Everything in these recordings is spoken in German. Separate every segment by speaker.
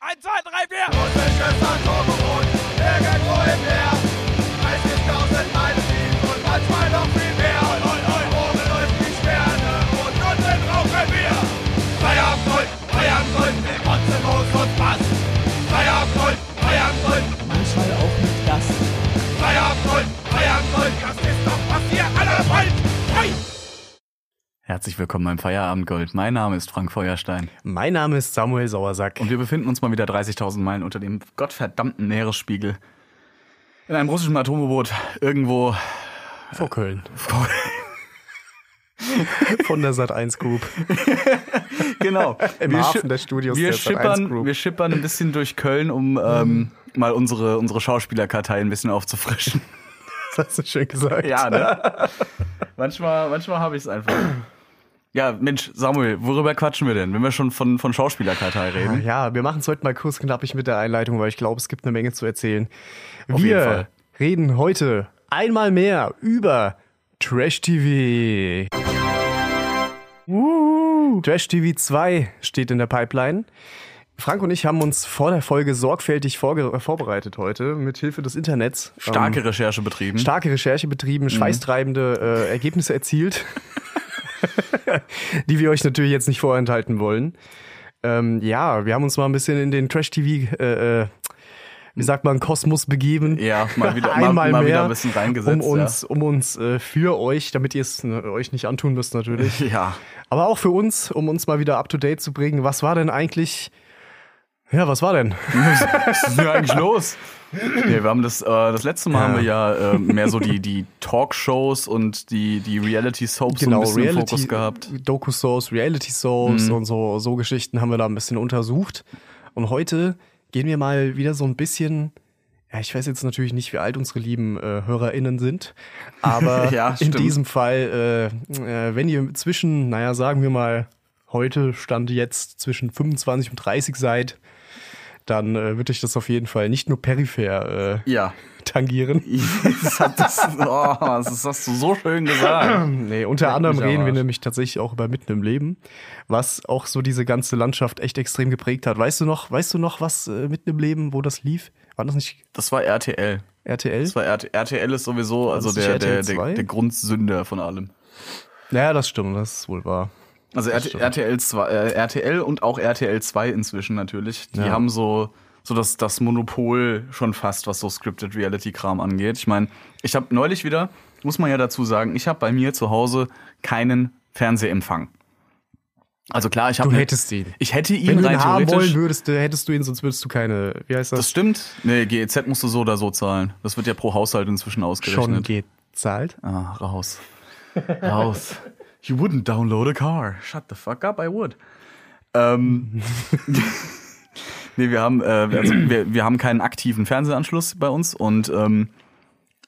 Speaker 1: 1, 2, 3, 4.
Speaker 2: Und mich öfter Turbo-Rot, irgendwo im Meer. 30.000 Meilen und manchmal noch viel mehr. Und oben läuft die Sterne und unten rauchen wir. Feierabend, Feierabend, der ganze Haus und Bass. Feierabend, Feierabend,
Speaker 3: Manchmal auch mit das.
Speaker 2: Feierabend, Feierabend, das ist doch was hier alle wollt. Hey!
Speaker 4: Herzlich willkommen beim Feierabendgold. Mein Name ist Frank Feuerstein
Speaker 5: Mein Name ist Samuel Sauersack.
Speaker 4: und wir befinden uns mal wieder 30.000 Meilen unter dem gottverdammten Meeresspiegel in einem russischen Atomboot irgendwo
Speaker 5: vor Köln. Von der Sat1 Group.
Speaker 4: genau
Speaker 5: Im
Speaker 4: wir
Speaker 5: Hafen
Speaker 4: schi-
Speaker 5: des Studios
Speaker 4: wir
Speaker 5: der Sat.1
Speaker 4: schippern
Speaker 5: Group. Mhm.
Speaker 4: wir schippern ein bisschen durch Köln, um ähm, mal unsere unsere Schauspielerkartei ein bisschen aufzufrischen.
Speaker 5: Das hast du schön gesagt.
Speaker 4: ne? manchmal manchmal habe ich es einfach. Ja, Mensch, Samuel, worüber quatschen wir denn, wenn wir schon von von Schauspielerkartei reden?
Speaker 5: Ja, wir machen es heute mal kurz knappig mit der Einleitung, weil ich glaube, es gibt eine Menge zu erzählen.
Speaker 4: jeden
Speaker 5: Wir
Speaker 4: Fall.
Speaker 5: reden heute einmal mehr über Trash TV. Trash TV 2 steht in der Pipeline. Frank und ich haben uns vor der Folge sorgfältig vorge- vorbereitet heute, mit Hilfe des Internets.
Speaker 4: Starke
Speaker 5: Ähm,
Speaker 4: Recherche betrieben.
Speaker 5: starke Recherche
Speaker 4: Mhm.
Speaker 5: betrieben, schweißtreibende äh, Ergebnisse erzielt, die wir euch natürlich jetzt nicht vorenthalten wollen. Ähm, ja, wir haben uns mal ein bisschen in den Trash-TV, äh, äh, wie sagt man, Kosmos begeben.
Speaker 4: Ja, mal wieder, mal,
Speaker 5: Einmal
Speaker 4: mal
Speaker 5: mehr,
Speaker 4: wieder ein bisschen
Speaker 5: um
Speaker 4: reingesetzt.
Speaker 5: uns, um uns äh, für euch, damit ihr es ne, euch nicht antun müsst natürlich,
Speaker 4: ja. ja,
Speaker 5: aber auch für uns, um uns mal wieder up to date zu bringen. Was war denn eigentlich? Ja, was war denn?
Speaker 4: was ist denn eigentlich los? Nee, wir haben das, äh, das letzte Mal
Speaker 5: Ja.
Speaker 4: haben wir ja äh, mehr so die, die Talkshows und die, die Reality-Soaps
Speaker 5: genau,
Speaker 4: so ein bisschen im
Speaker 5: Reality,
Speaker 4: Fokus gehabt. Mhm.
Speaker 5: Doku-Soaps, Reality-Soaps und so, so Geschichten haben wir da ein bisschen untersucht. Und heute gehen wir mal wieder so ein bisschen, ja, ich weiß jetzt natürlich nicht, wie alt unsere lieben äh, HörerInnen sind, aber
Speaker 4: Ja,
Speaker 5: in
Speaker 4: stimmt.
Speaker 5: diesem Fall, äh, äh, wenn ihr zwischen, naja, sagen wir mal, heute stand jetzt zwischen 25 und 30 seid, dann äh, würde ich das auf jeden Fall nicht nur peripher äh,
Speaker 4: Ja.
Speaker 5: tangieren.
Speaker 4: das, hat das, oh, das ist- hast du so schön gesagt.
Speaker 5: Nee, unter
Speaker 4: Leck
Speaker 5: anderem
Speaker 4: mich am
Speaker 5: reden wir
Speaker 4: Arsch.
Speaker 5: nämlich tatsächlich auch über Mitten im Leben, was auch so diese ganze Landschaft echt extrem geprägt hat. Weißt du noch, weißt du noch, was äh, Mitten im Leben, wo das lief? War das nicht
Speaker 4: Das war RTL.
Speaker 5: RTL?
Speaker 4: Das war RT RTL ist sowieso also
Speaker 5: das nicht
Speaker 4: der, der,
Speaker 5: RTL 2?
Speaker 4: der, der Grundsünder von allem.
Speaker 5: naja, das stimmt, das ist wohl wahr.
Speaker 4: Also RT, RTL, 2, äh, RTL und auch RTL 2 inzwischen natürlich, die
Speaker 5: Ja.
Speaker 4: haben so, so das, das Monopol schon fast, was so Scripted Reality-Kram angeht. Ich meine, ich habe neulich wieder, muss man ja dazu sagen, ich habe bei mir zu Hause keinen Fernsehempfang. Also klar, ich habe.
Speaker 5: Du
Speaker 4: ne-
Speaker 5: hättest ihn.
Speaker 4: Ich hätte ihn
Speaker 5: Wenn du
Speaker 4: rein
Speaker 5: ihn haben wollen
Speaker 4: theoretisch.
Speaker 5: würdest, äh, hättest du ihn, sonst würdest du keine, wie heißt
Speaker 4: das
Speaker 5: das?
Speaker 4: stimmt. Nee, GEZ musst du so oder so zahlen. Das wird ja pro Haushalt inzwischen
Speaker 5: schon
Speaker 4: ausgerechnet.
Speaker 5: gezahlt.
Speaker 4: Ah, raus. Raus. You wouldn't download a car. Shut the fuck up, I would. Ähm, nee, wir haben, äh, also wir, wir haben keinen aktiven Fernsehanschluss bei uns und ähm,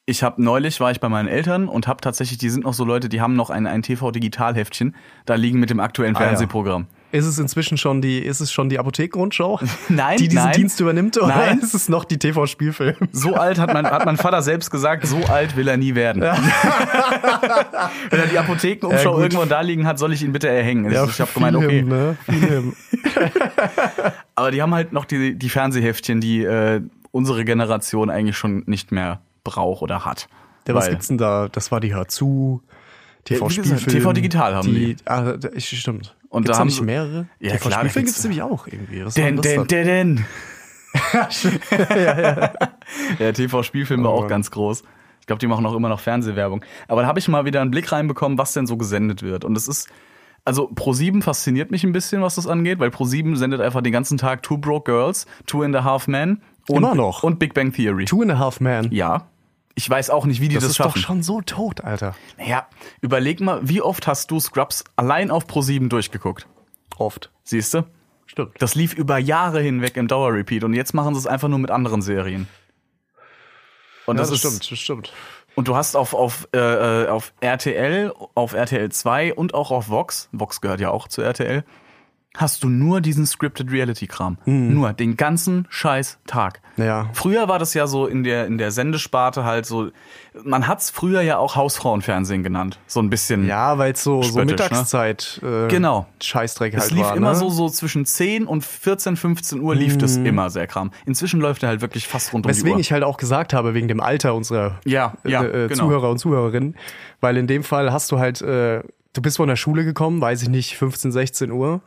Speaker 4: ich habe neulich war ich bei meinen Eltern und habe tatsächlich, die sind noch so Leute, die haben noch ein, ein TV-Digitalheftchen da liegen mit dem aktuellen
Speaker 5: Ah, ja.
Speaker 4: Fernsehprogramm.
Speaker 5: Ist es inzwischen schon die, ist es schon die Apothekenrundschau?
Speaker 4: Nein,
Speaker 5: Die diesen
Speaker 4: nein.
Speaker 5: Dienst übernimmt oder
Speaker 4: Nein.
Speaker 5: ist es noch die TV-Spielfilm?
Speaker 4: So alt hat mein, hat mein Vater selbst gesagt, so alt will er nie werden. Wenn er die
Speaker 5: Ja,
Speaker 4: Apothekenumschau
Speaker 5: gut.
Speaker 4: irgendwo da liegen hat, soll ich ihn bitte erhängen. Also ich habe gemeint, okay,
Speaker 5: Film, ne? Film.
Speaker 4: Aber die haben halt noch die, die Fernseheftchen, die äh, unsere Generation eigentlich schon nicht mehr braucht oder hat.
Speaker 5: Ja, was
Speaker 4: Weil-
Speaker 5: gibt's denn da? Das war die Hör zu, TV
Speaker 4: wie gesagt,
Speaker 5: Spielfilm.
Speaker 4: TV Digital haben
Speaker 5: Ah, da- ich, stimmt.
Speaker 4: Und
Speaker 5: gibt's
Speaker 4: da haben
Speaker 5: nicht
Speaker 4: sie-
Speaker 5: mehrere?
Speaker 4: Ja,
Speaker 5: TV
Speaker 4: klar, da
Speaker 5: Spielfilm
Speaker 4: gibt's-
Speaker 5: gibt's nämlich auch irgendwie. Was war
Speaker 4: Den,
Speaker 5: denn das
Speaker 4: den,
Speaker 5: denn?
Speaker 4: den, den. ja, TV-Spielfilm war
Speaker 5: Oh
Speaker 4: auch
Speaker 5: Mann.
Speaker 4: ganz groß. Ich glaube, die machen auch immer noch Fernsehwerbung. Aber da habe ich mal wieder einen Blick reinbekommen, was denn so gesendet wird. Und es ist, also Pro7 fasziniert mich ein bisschen, was das angeht, weil Pro7 sendet einfach den ganzen Tag Two Broke Girls, Two and a Half Men und,
Speaker 5: Immer noch?
Speaker 4: und Big Bang Theory.
Speaker 5: Two and a Half Man.
Speaker 4: ja. Ich weiß auch nicht, wie die
Speaker 5: das,
Speaker 4: das,
Speaker 5: ist doch
Speaker 4: schaffen.
Speaker 5: schon so tot, Alter.
Speaker 4: Ja, überleg mal, wie oft hast du Scrubs allein auf Pro7 durchgeguckt?
Speaker 5: Oft.
Speaker 4: Siehst du?
Speaker 5: Stimmt.
Speaker 4: Das lief über Jahre hinweg im Dauerrepeat und jetzt machen sie es einfach nur mit anderen Serien. Und das, ist,
Speaker 5: das stimmt.
Speaker 4: Und du hast auf, auf, äh, äh, auf RTL, auf RTL 2 und auch auf Vox, Vox gehört ja auch zu RTL, hast du nur diesen Scripted Reality-Kram. Nur den ganzen scheiß Tag.
Speaker 5: Mhm. Ja.
Speaker 4: Früher war das ja so in der, in der Sendesparte halt so, man hat's früher ja auch Hausfrauenfernsehen genannt. So ein bisschen.
Speaker 5: Ja, weil es so, so
Speaker 4: Spöttisch,
Speaker 5: Mittagszeit äh,
Speaker 4: ne? Genau.
Speaker 5: Scheißdreck
Speaker 4: Es
Speaker 5: halt
Speaker 4: lief
Speaker 5: war.
Speaker 4: immer
Speaker 5: ne? Mhm.
Speaker 4: so, so zwischen 10 und 14, 15 Uhr lief das immer sehr Kram. Inzwischen läuft er halt wirklich fast rund um die
Speaker 5: Weswegen
Speaker 4: Uhr.
Speaker 5: ich halt auch gesagt habe, wegen dem Alter unserer
Speaker 4: Ja, ja,
Speaker 5: äh, äh,
Speaker 4: genau.
Speaker 5: Zuhörer und Zuhörerinnen. Weil in dem Fall hast du halt, äh, du bist von der Schule gekommen, weiß ich nicht, 15, 16 Uhr.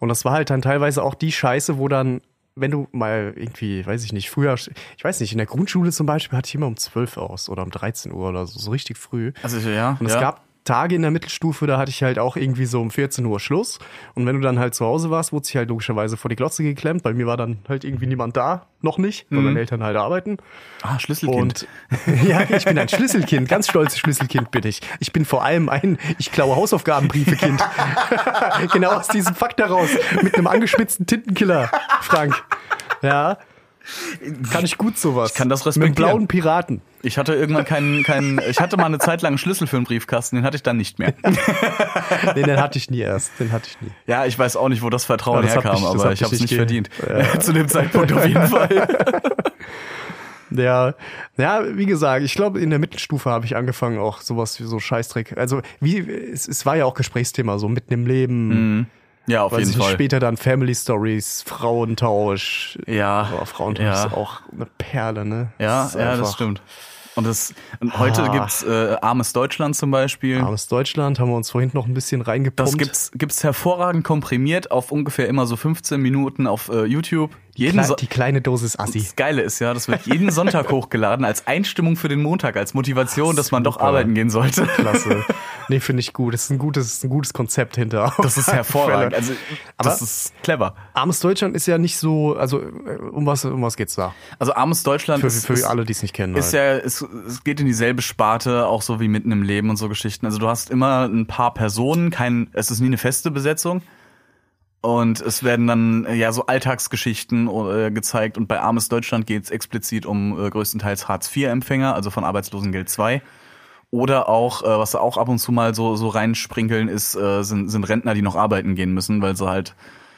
Speaker 5: Und das war halt dann teilweise auch die Scheiße, wo dann, wenn du mal irgendwie, weiß ich nicht, früher, ich weiß nicht, in der Grundschule zum Beispiel hatte ich immer um 12 aus oder um 13 Uhr oder so, so richtig früh.
Speaker 4: also, ja,
Speaker 5: Und
Speaker 4: ja.
Speaker 5: es gab Tage in der Mittelstufe, da hatte ich halt auch irgendwie so um 14 Uhr Schluss. Und wenn du dann halt zu Hause warst, wurde sich halt logischerweise vor die Glotze geklemmt. Bei mir war dann halt irgendwie niemand da, noch nicht, weil meine Eltern halt arbeiten.
Speaker 4: ah, Mhm. Schlüsselkind.
Speaker 5: Und ja, ich bin ein Schlüsselkind, ganz stolzes Schlüsselkind bin ich. Ich bin vor allem ein, ich klaue Hausaufgabenbriefe Kind. genau aus diesem Fakt heraus, mit einem angespitzten Tintenkiller, Frank. Ja. Kann ich gut sowas. Ich
Speaker 4: kann das
Speaker 5: Mit einem
Speaker 4: respektieren.
Speaker 5: blauen Piraten.
Speaker 4: Ich hatte irgendwann keinen, keinen, ich hatte mal eine Zeit lang einen Schlüssel für einen Briefkasten, den hatte ich dann nicht mehr.
Speaker 5: Nee, den hatte ich nie erst. Den hatte ich nie.
Speaker 4: Ja, ich weiß auch nicht, wo das Vertrauen
Speaker 5: Ja, das hab
Speaker 4: herkam,
Speaker 5: ich- das
Speaker 4: aber
Speaker 5: hab
Speaker 4: ich
Speaker 5: ich
Speaker 4: habe es nicht
Speaker 5: nicht ge-
Speaker 4: verdient. Zu dem Zeitpunkt auf jeden Fall.
Speaker 5: Ja, ja, wie gesagt, ich glaube, in der Mittelstufe habe ich angefangen, auch sowas wie so Scheißdreck. Also, wie, es, es war ja auch Gesprächsthema, so mitten im Leben,
Speaker 4: Ja, Mhm, auf
Speaker 5: weiß ich
Speaker 4: jeden
Speaker 5: nicht,
Speaker 4: Fall.
Speaker 5: später dann Family Stories, Frauentausch.
Speaker 4: Ja.
Speaker 5: Boah, Frauentausch
Speaker 4: Ja.
Speaker 5: ist auch eine Perle, ne?
Speaker 4: Ja,
Speaker 5: ist
Speaker 4: ja, das
Speaker 5: einfach-
Speaker 4: stimmt. Und, das, und heute
Speaker 5: Ah.
Speaker 4: gibt's äh, Armes Deutschland zum Beispiel.
Speaker 5: Armes Deutschland haben wir uns vorhin noch ein bisschen reingepumpt.
Speaker 4: Das gibt's, gibt's hervorragend komprimiert auf ungefähr immer so 15 Minuten auf äh, YouTube. Jeden
Speaker 5: Kle
Speaker 4: so
Speaker 5: die kleine Dosis Assi.
Speaker 4: das Geile ist ja, das wird jeden Sonntag hochgeladen als Einstimmung für den Montag, als Motivation, dass man doch
Speaker 5: super.
Speaker 4: arbeiten gehen sollte.
Speaker 5: Klasse. Nee, finde ich gut. Das ist ein gutes, ein gutes Konzept hinter.
Speaker 4: Das ist hervorragend. Also,
Speaker 5: Aber-
Speaker 4: das ist clever.
Speaker 5: Armes Deutschland ist ja nicht so, also äh, um was, um was geht's da?
Speaker 4: Also armes Deutschland
Speaker 5: Für,
Speaker 4: ist,
Speaker 5: für
Speaker 4: ist,
Speaker 5: alle, die es nicht kennen.
Speaker 4: ist
Speaker 5: halt.
Speaker 4: ja, es, es geht in dieselbe Sparte, auch so wie mitten im Leben und so Geschichten. Also du hast immer ein paar Personen, kein, es ist nie eine feste Besetzung. Und es werden dann äh, ja so Alltagsgeschichten äh, gezeigt. Und bei Armes Deutschland geht es explizit um äh, größtenteils Hartz-IV-Empfänger, also von Arbeitslosengeld 2. Oder auch, äh, was da auch ab und zu mal so, so reinsprinkeln ist, äh, sind, sind Rentner, die noch arbeiten gehen müssen, weil sie halt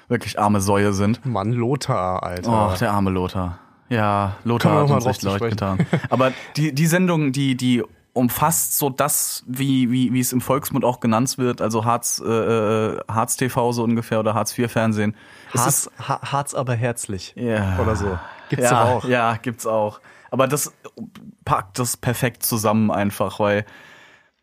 Speaker 4: wirklich arme Säue sind.
Speaker 5: Mann Lothar, Alter.
Speaker 4: Och, Oh, der arme Lothar. Ja,
Speaker 5: Kommen
Speaker 4: Lothar
Speaker 5: wir noch
Speaker 4: hat
Speaker 5: mal
Speaker 4: uns
Speaker 5: drauf
Speaker 4: echt
Speaker 5: zu
Speaker 4: leid
Speaker 5: sprechen.
Speaker 4: getan. Aber die, die Sendung, die, die umfasst so das, wie, wie, wie es im Volksmund auch genannt wird, also Harz, äh, Harz TV so ungefähr oder Harz IV Fernsehen. Es ist-
Speaker 5: Harz, Ha- Harz aber herzlich.
Speaker 4: Ja.
Speaker 5: Oder so. Gibt's
Speaker 4: ja,
Speaker 5: doch auch.
Speaker 4: Ja, gibt's auch. Aber das packt das perfekt zusammen einfach, weil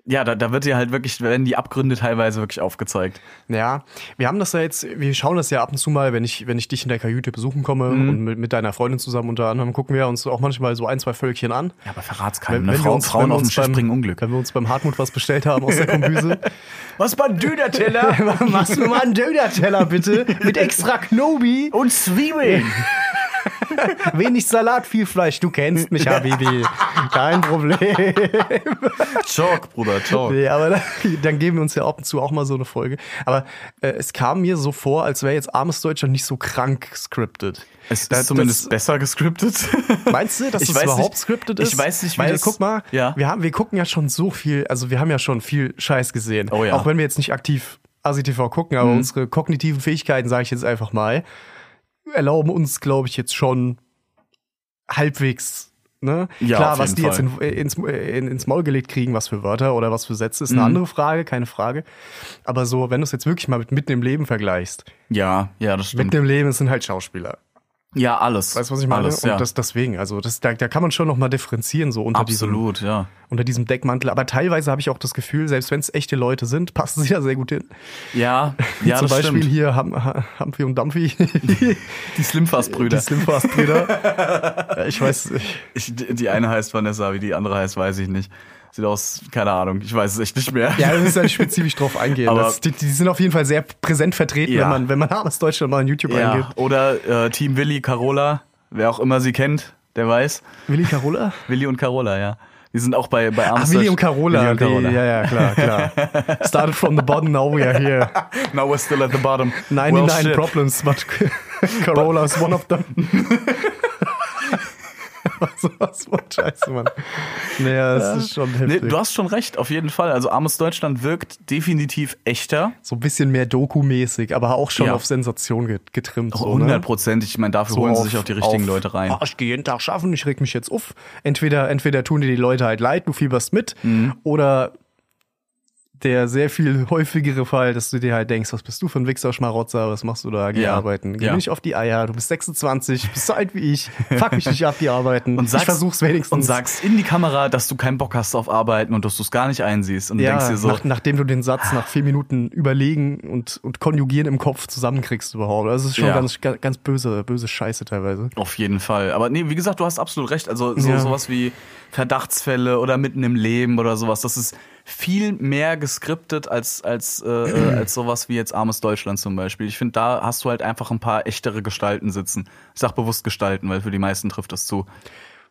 Speaker 4: ja, da, da wird dir halt wirklich, werden die Abgründe teilweise wirklich aufgezeigt.
Speaker 5: Ja, wir haben das ja jetzt, wir schauen das ja ab und zu mal, wenn ich, wenn ich dich in der Kajüte besuchen komme
Speaker 4: Mhm.
Speaker 5: und mit, mit deiner Freundin zusammen unter anderem gucken wir uns auch manchmal so ein, zwei Völkchen an.
Speaker 4: Ja, aber verrat's
Speaker 5: Wenn,
Speaker 4: keinem.
Speaker 5: wenn
Speaker 4: ne? Frauen, Frauen
Speaker 5: wenn
Speaker 4: auf dem Schiff
Speaker 5: beim,
Speaker 4: bringen Unglück.
Speaker 5: Wenn wir uns beim Hartmut was bestellt haben aus der Kombüse.
Speaker 4: Was bei Döderteller
Speaker 5: Machst du mal einen Döner-Teller bitte mit extra Knobi,
Speaker 4: und Zwiebeln?
Speaker 5: wenig Salat, viel Fleisch. Du kennst mich, Habibi. Kein Problem.
Speaker 4: Joke, Bruder, Joke.
Speaker 5: Nee, aber dann, dann geben wir uns ja ab und zu auch mal so eine Folge. Aber äh, es kam mir so vor, als wäre jetzt Armes Deutschland nicht so krank scripted.
Speaker 4: Es ist
Speaker 5: Da-
Speaker 4: zumindest besser gescriptet.
Speaker 5: Das, meinst du, dass
Speaker 4: Ich
Speaker 5: es
Speaker 4: weiß nicht-
Speaker 5: überhaupt scripted
Speaker 4: ich
Speaker 5: ist?
Speaker 4: weiß nicht, wie
Speaker 5: Weil,
Speaker 4: das-
Speaker 5: guck mal,
Speaker 4: Ja.
Speaker 5: wir, haben, wir gucken ja schon so viel, also wir haben ja schon viel Scheiß gesehen.
Speaker 4: Oh ja. Mhm.
Speaker 5: Auch wenn wir jetzt nicht aktiv ASI-TV gucken, aber unsere kognitiven Fähigkeiten, sage ich jetzt einfach mal, erlauben uns, glaube ich, jetzt schon halbwegs. Ne?
Speaker 4: Ja,
Speaker 5: Klar,
Speaker 4: auf
Speaker 5: was
Speaker 4: jeden
Speaker 5: die jetzt
Speaker 4: Fall.
Speaker 5: in, ins, in, ins Maul gelegt kriegen, was für Wörter oder was für Sätze, ist eine
Speaker 4: Mhm.
Speaker 5: andere Frage, keine Frage. Aber so, wenn du es jetzt wirklich mal mit mitten im Leben vergleichst,
Speaker 4: ja, ja, das
Speaker 5: mitten im Leben es sind halt Schauspieler.
Speaker 4: Ja, alles.
Speaker 5: Weißt du, was ich meine?
Speaker 4: Alles,
Speaker 5: Und
Speaker 4: ja.
Speaker 5: das deswegen, also das, da, da kann man schon noch mal differenzieren, so unter diesem,
Speaker 4: Absolut, ja.
Speaker 5: unter diesem Deckmantel. Aber teilweise habe ich auch das Gefühl, selbst wenn es echte Leute sind, passen sie da sehr gut hin.
Speaker 4: Ja, ja,
Speaker 5: Zum
Speaker 4: das
Speaker 5: Beispiel
Speaker 4: stimmt.
Speaker 5: hier Hum Ha- Humphrey und Dumpy, die,
Speaker 4: Die
Speaker 5: die
Speaker 4: Slimfast-Brüder.
Speaker 5: Slimfast-Brüder. ich weiß, ich,
Speaker 4: Ich- Die, die eine heißt Vanessa, wie die andere heißt, weiß ich nicht. Sieht aus, keine Ahnung, ich weiß es echt nicht mehr.
Speaker 5: Ja, wir müssen ja nicht spezifisch drauf eingehen.
Speaker 4: Aber-
Speaker 5: das, die, die sind auf jeden Fall sehr präsent vertreten,
Speaker 4: Ja.
Speaker 5: wenn man, wenn man armes Deutschland mal in YouTube
Speaker 4: ja.
Speaker 5: eingibt.
Speaker 4: Oder äh, Team Willi, Carola, wer auch immer sie kennt, der weiß.
Speaker 5: Willi Carola?
Speaker 4: Willi und Carola, ja. Die sind auch bei, bei
Speaker 5: Ach,
Speaker 4: Armstrong.
Speaker 5: Willi und Carola.
Speaker 4: Willi und Carola.
Speaker 5: Die, ja, ja, klar, klar. Started from the bottom, now we are here.
Speaker 4: Now we're still at the bottom.
Speaker 5: 99
Speaker 4: Well, shit.
Speaker 5: problems, but Carola is one of them. sowas von Scheiße, Mann. Naja, das ist schon heftig.
Speaker 4: Nee, du hast schon recht, auf jeden Fall. Also armes Deutschland wirkt definitiv echter.
Speaker 5: so ein bisschen mehr Doku-mäßig, aber auch schon
Speaker 4: Ja.
Speaker 5: auf Sensation get- getrimmt. So, ne?
Speaker 4: Hundertprozentig. Ich meine, dafür holen sie sich auch die richtigen
Speaker 5: auf,
Speaker 4: Leute rein.
Speaker 5: Ah, ich gehe jeden Tag schaffen, ich reg mich jetzt auf. Entweder, entweder tun dir die Leute halt leid, du fieberst mit,
Speaker 4: Mhm.
Speaker 5: oder der sehr viel häufigere Fall, dass du dir halt denkst, was bist du für ein Wichser, Schmarotzer, was machst du da, geh
Speaker 4: Ja.
Speaker 5: arbeiten, geh
Speaker 4: Ja.
Speaker 5: mir nicht auf die Eier, du bist 26, bist so alt wie ich, fuck mich nicht ab, geh arbeiten.
Speaker 4: Und sagst,
Speaker 5: ich versuch's wenigstens.
Speaker 4: Und sagst in die Kamera, dass du keinen Bock hast auf Arbeiten und dass du es gar nicht einsiehst. Und du
Speaker 5: ja,
Speaker 4: denkst dir so,
Speaker 5: nach, nachdem du den Satz nach vier Minuten überlegen und, und konjugieren im Kopf zusammenkriegst überhaupt. Das ist schon
Speaker 4: Ja.
Speaker 5: ganz, ganz, ganz böse, böse Scheiße teilweise.
Speaker 4: Auf jeden Fall. Aber nee, wie gesagt, du hast absolut recht. Also so,
Speaker 5: Ja.
Speaker 4: sowas wie Verdachtsfälle oder mitten im Leben oder sowas, das ist viel mehr geskriptet als, als, äh, äh, als sowas wie jetzt Armes Deutschland zum Beispiel. Ich finde, da hast du halt einfach ein paar echtere Gestalten sitzen. Ich sag bewusst Gestalten, weil für die meisten trifft das zu.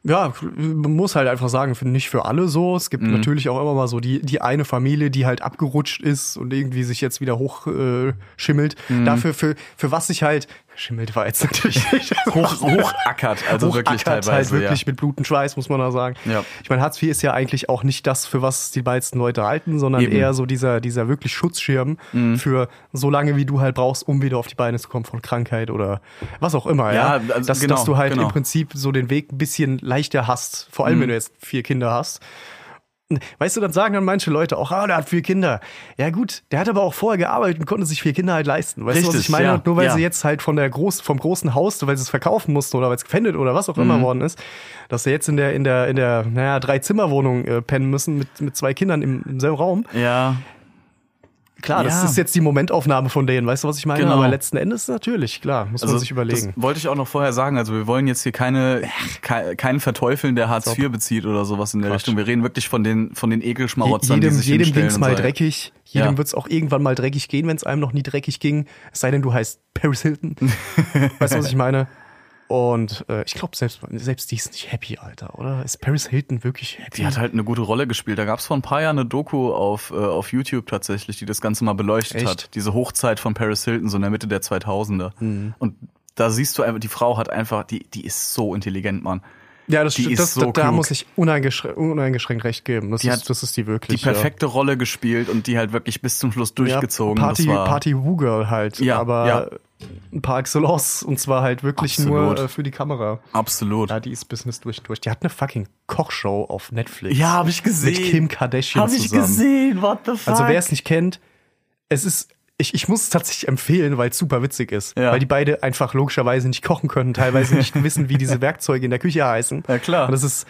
Speaker 5: Ja, man muss halt einfach sagen, für- nicht für alle so. Es
Speaker 4: Mhm.
Speaker 5: gibt natürlich auch immer mal so die, die eine Familie, die halt abgerutscht ist und irgendwie sich jetzt wieder hochschimmelt. Äh, schimmelt.
Speaker 4: Mhm.
Speaker 5: Dafür, für, für was sich halt, schimmelt war jetzt natürlich nicht.
Speaker 4: Hoch, hochackert, also wirklich
Speaker 5: Hochackert
Speaker 4: teilweise.
Speaker 5: halt wirklich
Speaker 4: ja.
Speaker 5: mit Blut und Schweiß, muss man da sagen.
Speaker 4: Ja.
Speaker 5: Ich meine, Hartz IV ist ja eigentlich auch nicht das, für was die meisten Leute halten, sondern
Speaker 4: Eben. Mhm.
Speaker 5: eher so dieser, dieser wirklich Schutzschirm für so lange, wie du halt brauchst, um wieder auf die Beine zu kommen von Krankheit oder was auch immer. Ja,
Speaker 4: Ja, also
Speaker 5: dass,
Speaker 4: genau,
Speaker 5: dass du halt
Speaker 4: genau. Mhm.
Speaker 5: im Prinzip so den Weg ein bisschen leichter hast, vor allem wenn du jetzt vier Kinder hast. Weißt du, dann sagen dann manche Leute auch, ah, der hat vier Kinder. Ja gut, der hat aber auch vorher gearbeitet und konnte sich vier Kinder halt leisten. Weißt du, was ich
Speaker 4: Richtig,
Speaker 5: meine?
Speaker 4: ja,
Speaker 5: und nur weil
Speaker 4: ja.
Speaker 5: sie jetzt halt von der groß, vom großen Haus, weil sie es verkaufen mussten oder weil es gepfändet oder was auch
Speaker 4: Mhm.
Speaker 5: immer worden ist, dass sie jetzt in der, in der, in der, naja, Drei-Zimmer-Wohnung äh, pennen müssen mit, mit zwei Kindern im, im selben Raum.
Speaker 4: Ja,
Speaker 5: Klar, das
Speaker 4: Ja.
Speaker 5: ist jetzt die Momentaufnahme von denen, weißt du, was ich meine?
Speaker 4: Genau.
Speaker 5: Aber letzten Endes natürlich, klar, muss man sich überlegen.
Speaker 4: also Das wollte ich auch noch vorher sagen. Also wir wollen jetzt hier keine, ke keinen verteufeln, der Hartz IV bezieht oder sowas in der Richtung. Wir reden wirklich von den, von den
Speaker 5: Je-
Speaker 4: Ekelschmarotzern, die
Speaker 5: jedem
Speaker 4: sich
Speaker 5: jedem
Speaker 4: hinstellen
Speaker 5: ging's
Speaker 4: und
Speaker 5: mal
Speaker 4: sagen-
Speaker 5: dreckig, jedem
Speaker 4: Ja.
Speaker 5: wird's auch irgendwann mal dreckig gehen, wenn's einem noch nie dreckig ging. Es sei denn, du heißt Paris Hilton. weißt du, was ich meine? Und äh, ich glaube, selbst, selbst die ist nicht happy, Alter, oder? Ist Paris Hilton wirklich happy?
Speaker 4: Die hat halt eine gute Rolle gespielt. Da gab es vor ein paar Jahren eine Doku auf, äh, auf YouTube tatsächlich, die das Ganze mal beleuchtet
Speaker 5: Echt? Mhm.
Speaker 4: hat. Diese Hochzeit von Paris Hilton, so in der Mitte der 2000er. Und da siehst du einfach, die Frau hat einfach, die, die ist so intelligent, Mann.
Speaker 5: ja, das,
Speaker 4: die
Speaker 5: stimmt.
Speaker 4: ist
Speaker 5: das,
Speaker 4: so
Speaker 5: da
Speaker 4: klug.
Speaker 5: muss ich uneingeschränkt, uneingeschränkt recht geben. Das,
Speaker 4: Die
Speaker 5: ist,
Speaker 4: hat
Speaker 5: das ist die
Speaker 4: Die
Speaker 5: wirklich.
Speaker 4: perfekte Rolle gespielt und die halt wirklich bis zum Schluss
Speaker 5: ja.
Speaker 4: durchgezogen.
Speaker 5: Ja, Party,
Speaker 4: das war
Speaker 5: Party Woo-Girl halt,
Speaker 4: Ja,
Speaker 5: aber
Speaker 4: ja.
Speaker 5: ein paar excellence und zwar halt wirklich nur
Speaker 4: Absolut.
Speaker 5: äh, für die Kamera.
Speaker 4: absolut.
Speaker 5: Ja, die ist Business durch und durch. Die hat eine fucking Kochshow auf Netflix.
Speaker 4: Ja, habe ich gesehen.
Speaker 5: Mit Kim Kardashian
Speaker 4: Hab ich
Speaker 5: zusammen.
Speaker 4: gesehen, what the fuck.
Speaker 5: Also wer es nicht kennt, es ist, ich, ich muss es tatsächlich empfehlen, weil es super witzig ist.
Speaker 4: Ja.
Speaker 5: Weil die beide einfach logischerweise nicht kochen können, teilweise nicht wissen, wie diese Werkzeuge in der Küche heißen.
Speaker 4: Ja, klar.
Speaker 5: Und das ist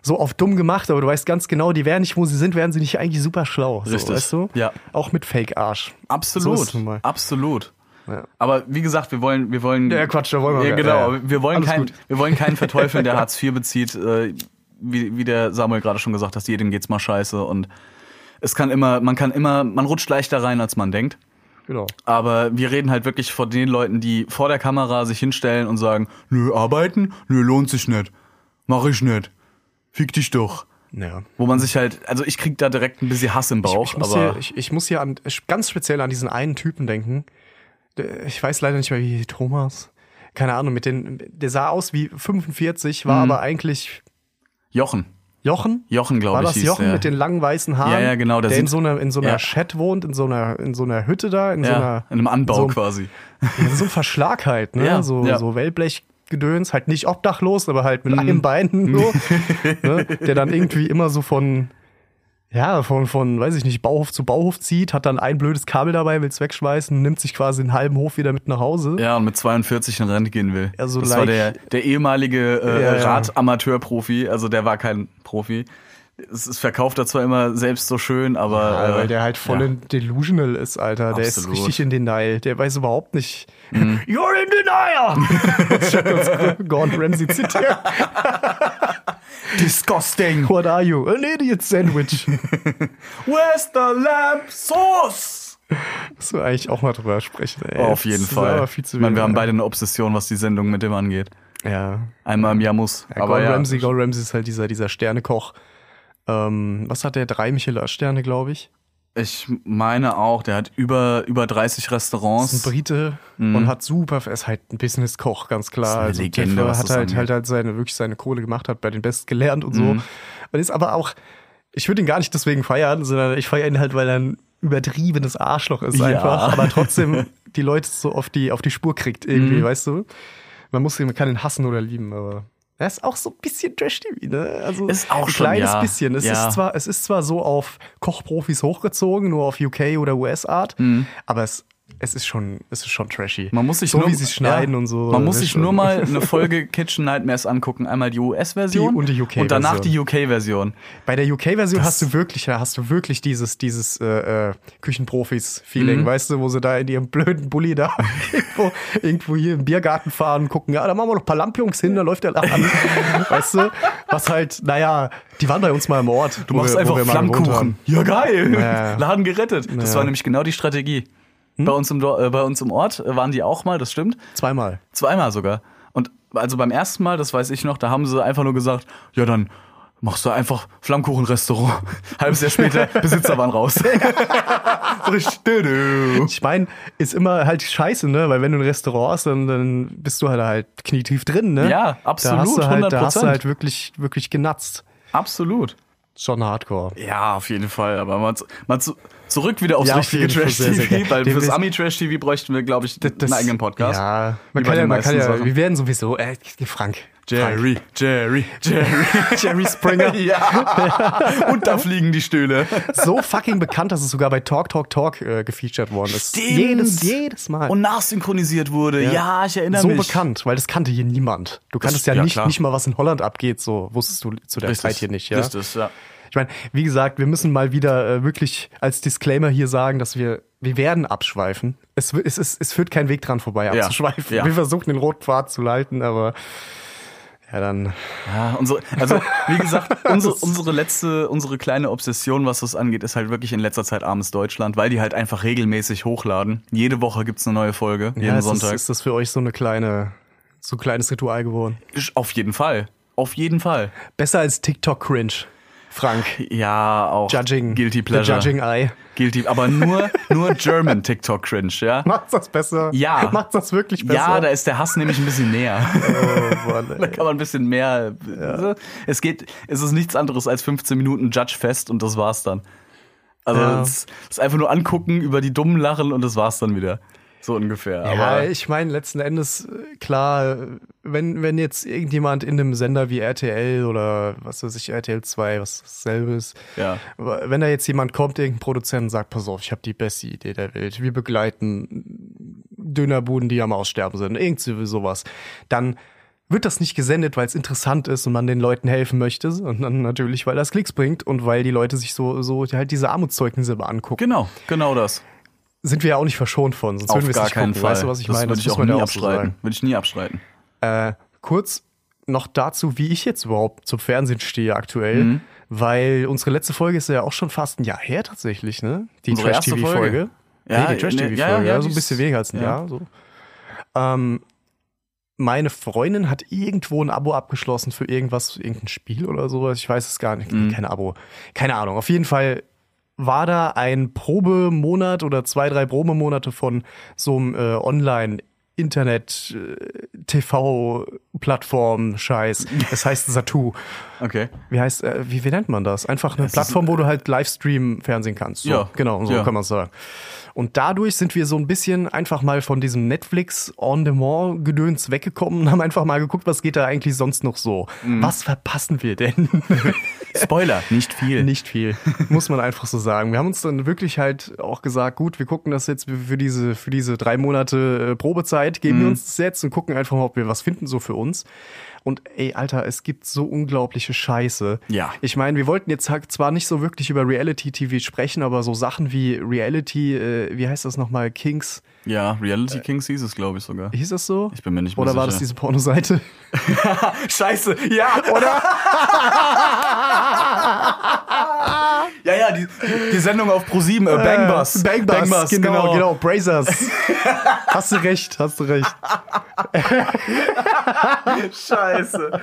Speaker 5: so oft dumm gemacht, aber du weißt ganz genau, die wären nicht, wo sie sind, wären sie nicht eigentlich super schlau. So,
Speaker 4: Richtig.
Speaker 5: Weißt du?
Speaker 4: Ja.
Speaker 5: Auch mit Fake-Arsch.
Speaker 4: Absolut. Ah.
Speaker 5: So ist es nun mal.
Speaker 4: Absolut.
Speaker 5: Ja.
Speaker 4: Aber wie gesagt, wir wollen, wir wollen.
Speaker 5: Ja, Quatsch, da wollen wir
Speaker 4: ja,
Speaker 5: gar-
Speaker 4: genau.
Speaker 5: ja, ja.
Speaker 4: Wir wollen
Speaker 5: Alles
Speaker 4: keinen,
Speaker 5: gut.
Speaker 4: wir wollen keinen verteufeln, der Hartz IV bezieht. Äh, wie, wie der Samuel gerade schon gesagt hat, jedem geht's mal scheiße und es kann immer, man kann immer, man rutscht leichter rein, als man denkt.
Speaker 5: Genau.
Speaker 4: Aber wir reden halt wirklich von den Leuten, die vor der Kamera sich hinstellen und sagen, nö, arbeiten? Nö, lohnt sich nicht. Mach ich nicht. Fick dich doch.
Speaker 5: Ja.
Speaker 4: Wo man sich halt, also ich krieg da direkt ein bisschen Hass im Bauch,
Speaker 5: Ich muss,
Speaker 4: aber.
Speaker 5: hier, ich, ich muss hier an, ganz speziell an diesen einen Typen denken. Der- Ich weiß leider nicht mehr, wie Thomas. Keine Ahnung, mit den, der sah aus wie 45, war aber eigentlich
Speaker 4: Jochen.
Speaker 5: Jochen.
Speaker 4: Mhm. Jochen, glaube
Speaker 5: War
Speaker 4: ich.
Speaker 5: das
Speaker 4: hieß
Speaker 5: Jochen
Speaker 4: der.
Speaker 5: mit den langen weißen Haaren?
Speaker 4: Ja, ja, genau, der
Speaker 5: Der in
Speaker 4: sieht-
Speaker 5: so einer, in so einer
Speaker 4: Ja.
Speaker 5: Chat wohnt, in so einer, in so einer Hütte da, in so
Speaker 4: ja,
Speaker 5: einer.
Speaker 4: in einem Anbau
Speaker 5: so,
Speaker 4: quasi.
Speaker 5: Ja, so ein Verschlag halt, ne?
Speaker 4: Ja,
Speaker 5: so,
Speaker 4: ja. Mhm.
Speaker 5: so Wellblechgedöns, halt nicht obdachlos, aber halt mit einem Bein nur, ne? der dann irgendwie immer so von, ja, von, von, weiß ich nicht, Bauhof zu Bauhof zieht, hat dann ein blödes Kabel dabei, will's wegschmeißen, nimmt sich quasi den halben Hof wieder mit nach Hause.
Speaker 4: Ja, und mit 42 in Rente gehen will.
Speaker 5: Also,
Speaker 4: das
Speaker 5: like-
Speaker 4: war der, der ehemalige äh,
Speaker 5: Ja, ja.
Speaker 4: Radamateurprofi, also der war kein Profi. Es ist verkauft er zwar immer selbst so schön, aber.
Speaker 5: Ja, weil
Speaker 4: äh,
Speaker 5: der halt voll
Speaker 4: ja.
Speaker 5: in delusional ist, Alter. Der ist
Speaker 4: Absolut. Mhm.
Speaker 5: richtig in Denial. Der weiß überhaupt nicht. You're in denial! Statt uns Gordon Ramsay zitiert.
Speaker 4: Disgusting!
Speaker 5: What are you? An idiot sandwich.
Speaker 4: Where's the lamb sauce?
Speaker 5: Musst du eigentlich auch mal drüber sprechen, ey.
Speaker 4: Auf jeden
Speaker 5: Das ist
Speaker 4: Fall.
Speaker 5: aber Viel zu
Speaker 4: ich meine, wir haben
Speaker 5: wenig.
Speaker 4: beide eine Obsession, was die Sendung mit dem angeht.
Speaker 5: Ja.
Speaker 4: Einmal im Jahr muss.
Speaker 5: ja
Speaker 4: aber
Speaker 5: Gordon
Speaker 4: ja,
Speaker 5: Ramsay, Gordon Ramsay ist halt dieser, dieser Sternekoch. Ähm, was hat der? Drei Michelin-Sterne, glaube ich.
Speaker 4: Ich meine auch, der hat über, über 30
Speaker 5: Ist ein
Speaker 4: Restaurants. Mhm.
Speaker 5: Brite und hat super, ist halt ein Business-Koch, ganz klar.
Speaker 4: Ist eine
Speaker 5: also
Speaker 4: Legende,
Speaker 5: Teffer
Speaker 4: was
Speaker 5: hat
Speaker 4: das
Speaker 5: halt,
Speaker 4: angeht. Mhm.
Speaker 5: halt halt seine, wirklich seine Kohle gemacht, hat bei den Besten gelernt und so. Man ist aber auch, ich würde ihn gar nicht deswegen feiern, sondern ich feiere ihn halt, weil er ein übertriebenes Arschloch ist
Speaker 4: Ja.
Speaker 5: einfach, aber trotzdem die Leute so auf die, auf die Spur kriegt irgendwie,
Speaker 4: Mhm.
Speaker 5: weißt du? Man muss ihn, man kann ihn hassen oder lieben, aber er ist auch so ein bisschen Trash-TV, ne? Also
Speaker 4: Ist auch
Speaker 5: ein
Speaker 4: schon,
Speaker 5: kleines
Speaker 4: ja.
Speaker 5: bisschen. Es
Speaker 4: Ja.
Speaker 5: ist zwar zwar- es ist zwar so auf Kochprofis hochgezogen, nur auf UK oder US-Art, aber es, es ist schon, es ist schon trashy.
Speaker 4: Mhm. Man muss sich
Speaker 5: so
Speaker 4: nur,
Speaker 5: wie sie es schneiden
Speaker 4: ja,
Speaker 5: und so. also.
Speaker 4: Man muss
Speaker 5: das
Speaker 4: sich
Speaker 5: schon-
Speaker 4: nur mal eine Folge Kitchen Nightmares angucken. Einmal die US-Version
Speaker 5: Die und die UK
Speaker 4: und danach
Speaker 5: Version.
Speaker 4: die UK-Version.
Speaker 5: Bei der UK-Version
Speaker 4: Das-
Speaker 5: hast du wirklich, da hast du wirklich dieses, dieses äh, äh,
Speaker 4: Mhm.
Speaker 5: Küchenprofis-Feeling, weißt du, wo sie da in ihrem blöden Bulli da irgendwo, irgendwo hier im Biergarten fahren, gucken, ja, da machen wir noch ein paar Lampions hin, da läuft der Lack an. weißt du? Was halt, naja, die waren bei uns mal im Ort.
Speaker 4: Du machst einfach Flammkuchen. Ja, geil.
Speaker 5: Ja.
Speaker 4: Laden gerettet. Das
Speaker 5: Ja. Hm?
Speaker 4: war nämlich genau die Strategie. Bei, uns im, Dor- äh, bei uns im Ort äh, waren die auch mal, das stimmt.
Speaker 5: Zweimal.
Speaker 4: Zweimal sogar. Und also beim ersten Mal, das weiß ich noch, da haben sie einfach nur gesagt, ja, dann machst du einfach Flammkuchenrestaurant. Halbes Jahr später, Besitzer waren raus. So richtig, dö, dö.
Speaker 5: Ich meine, ist immer halt scheiße, ne? Weil wenn du ein Restaurant hast, dann, dann bist du halt halt knietief drin, ne?
Speaker 4: Ja, absolut,
Speaker 5: Da hast du halt, da hast du
Speaker 4: 100%.
Speaker 5: halt wirklich, wirklich genatzt.
Speaker 4: Absolut.
Speaker 5: Schon hardcore.
Speaker 4: Ja, auf jeden Fall. Aber mal, zu, mal zu, zurück wieder aufs
Speaker 5: Ja, auf
Speaker 4: richtige
Speaker 5: jeden Fall sehr, sehr
Speaker 4: Trash-TV,
Speaker 5: gerne.
Speaker 4: weil
Speaker 5: Dem
Speaker 4: fürs
Speaker 5: ist-
Speaker 4: Ami-Trash-TV bräuchten wir, glaube ich,
Speaker 5: Das-
Speaker 4: einen eigenen Podcast.
Speaker 5: Ja, man
Speaker 4: Wie bei
Speaker 5: kann ja,
Speaker 4: den
Speaker 5: man kann
Speaker 4: meisten
Speaker 5: ja,
Speaker 4: Sachen.
Speaker 5: wir werden sowieso, äh, Frank.
Speaker 4: Jerry, Jerry, Jerry.
Speaker 5: Frank. Jerry Springer.
Speaker 4: ja. Und da fliegen die Stühle.
Speaker 5: so fucking bekannt, dass es sogar bei Talk, Talk, Talk äh, gefeatured worden ist.
Speaker 4: Stimmt.
Speaker 5: Jedes, jedes Mal.
Speaker 4: Und nachsynchronisiert wurde. Ja, ich erinnere
Speaker 5: so
Speaker 4: mich.
Speaker 5: bekannt, weil das kannte hier niemand. Du kanntest ja,
Speaker 4: ja,
Speaker 5: nicht,
Speaker 4: klar.
Speaker 5: nicht mal, was in Holland abgeht, so wusstest du zu der
Speaker 4: Richtig.
Speaker 5: Zeit halt hier nicht. Ja?
Speaker 4: Richtig, ja.
Speaker 5: Ich meine, wie gesagt, wir müssen mal wieder äh, wirklich als Disclaimer hier sagen, dass wir, wir werden abschweifen. Es, wi- es, es, es führt kein Weg dran vorbei,
Speaker 4: Ja,
Speaker 5: abzuschweifen.
Speaker 4: ja.
Speaker 5: Wir versuchen den roten Pfad zu leiten, aber ja, dann.
Speaker 4: Ja, unsere, also wie gesagt, unsere, unsere letzte, unsere kleine Obsession, was das angeht, ist halt wirklich in letzter Zeit abends Deutschland, weil die halt einfach regelmäßig hochladen. Jede Woche gibt's eine neue Folge, jeden
Speaker 5: ja, es
Speaker 4: Sonntag.
Speaker 5: Ist, ist das für euch so eine kleine, so ein kleines Ritual geworden?
Speaker 4: Ist auf jeden Fall. Auf jeden Fall.
Speaker 5: Besser als TikTok-Cringe, Frank.
Speaker 4: Ja, auch
Speaker 5: Judging.
Speaker 4: Guilty Pleasure.
Speaker 5: The Judging Eye.
Speaker 4: Guilty, aber nur, nur German TikTok Cringe, ja?
Speaker 5: Macht's das besser?
Speaker 4: Ja.
Speaker 5: Macht's das wirklich besser?
Speaker 4: Ja, da ist der Hass nämlich ein bisschen näher.
Speaker 5: oh, Mann,
Speaker 4: Da
Speaker 5: ey.
Speaker 4: kann man ein bisschen mehr. Es geht, es ist nichts anderes als 15 Minuten Judge-Fest und das war's dann. Also
Speaker 5: Ja.
Speaker 4: es es ist einfach nur angucken, über die dummen lachen und das war's dann wieder. So ungefähr.
Speaker 5: Ja,
Speaker 4: Aber
Speaker 5: ich meine, letzten Endes, äh, klar, äh, wenn, wenn jetzt irgendjemand in einem Sender wie RTL oder was weiß ich, RTL 2, was dasselbe ist,
Speaker 4: Ja.
Speaker 5: aber wenn da jetzt jemand kommt, irgendein Produzent und sagt, pass auf, ich habe die beste Idee der Welt, wir begleiten Dönerbuden, die am Aussterben sind, irgendwie sowas, dann wird das nicht gesendet, weil es interessant ist und man den Leuten helfen möchte, sondern natürlich, weil das Klicks bringt und weil die Leute sich so, so halt diese Armutszeugnisse mal angucken
Speaker 4: genau, genau das.
Speaker 5: sind wir ja auch nicht verschont von, sonst würden
Speaker 4: Auf
Speaker 5: wir es
Speaker 4: gar
Speaker 5: nicht
Speaker 4: keinen
Speaker 5: gucken.
Speaker 4: Fall.
Speaker 5: Weißt du, was ich
Speaker 4: das
Speaker 5: meine?
Speaker 4: Würde ich
Speaker 5: muss
Speaker 4: auch
Speaker 5: man ja
Speaker 4: nie
Speaker 5: so
Speaker 4: abstreiten.
Speaker 5: sagen.
Speaker 4: Würde ich nie abstreiten.
Speaker 5: Äh, kurz noch dazu, wie ich jetzt überhaupt zum Fernsehen stehe aktuell,
Speaker 4: Mhm.
Speaker 5: weil unsere letzte Folge ist ja auch schon fast ein Jahr her tatsächlich, ne? Die
Speaker 4: Unsere erste
Speaker 5: Trash-TV-Folge.
Speaker 4: Folge.
Speaker 5: Ja, nee,
Speaker 4: ne,
Speaker 5: die Trash-TV-Folge,
Speaker 4: ja, ja,
Speaker 5: so
Speaker 4: die
Speaker 5: ein bisschen
Speaker 4: ist-
Speaker 5: weniger als ein
Speaker 4: ja.
Speaker 5: Jahr. So. Ähm, meine Freundin hat irgendwo ein Abo abgeschlossen für irgendwas, irgendein Spiel oder sowas. Ich weiß es gar nicht.
Speaker 4: Mhm.
Speaker 5: Kein Abo. Keine Ahnung. Auf jeden Fall war da ein Probemonat oder zwei, drei Probemonate von so einem äh, Online-Internet-TV-Plattform-Scheiß. Es heißt Satu.
Speaker 4: Okay.
Speaker 5: Wie heißt, äh, wie, wie nennt man das? Einfach eine Plattform, wo du halt Livestream fernsehen kannst. So,
Speaker 4: äh, Ja.
Speaker 5: Genau, so
Speaker 4: Ja.
Speaker 5: kann man sagen. Und dadurch sind wir so ein bisschen einfach mal von diesem Netflix-on-demand-Gedöns weggekommen und haben einfach mal geguckt, was geht da eigentlich sonst noch so.
Speaker 4: Mhm.
Speaker 5: Was verpassen wir denn?
Speaker 4: Spoiler, nicht viel.
Speaker 5: Nicht viel, muss man einfach so sagen. Wir haben uns dann wirklich halt auch gesagt, gut, wir gucken das jetzt für diese, für diese drei Monate äh, Probezeit, geben wir
Speaker 4: Mhm.
Speaker 5: uns das jetzt und gucken einfach mal, ob wir was finden so für uns. Und ey, Alter, es gibt so unglaubliche Scheiße.
Speaker 4: Ja.
Speaker 5: Ich meine, wir wollten jetzt halt zwar nicht so wirklich über Reality-TV sprechen, aber so Sachen wie Reality, äh, wie heißt das nochmal, Kings,
Speaker 4: Ja, Reality Kings hieß es, glaube ich, sogar.
Speaker 5: hieß das so?
Speaker 4: Ich bin mir nicht mehr
Speaker 5: Oder war das
Speaker 4: sicher.
Speaker 5: diese Pornoseite?
Speaker 4: Scheiße, ja, oder? ja, ja, die, die Sendung auf ProSieben, äh, Bangbus.
Speaker 5: Äh, Bangbus, genau, genau, Brazers. hast du recht, hast du recht. genau.
Speaker 4: Scheiße.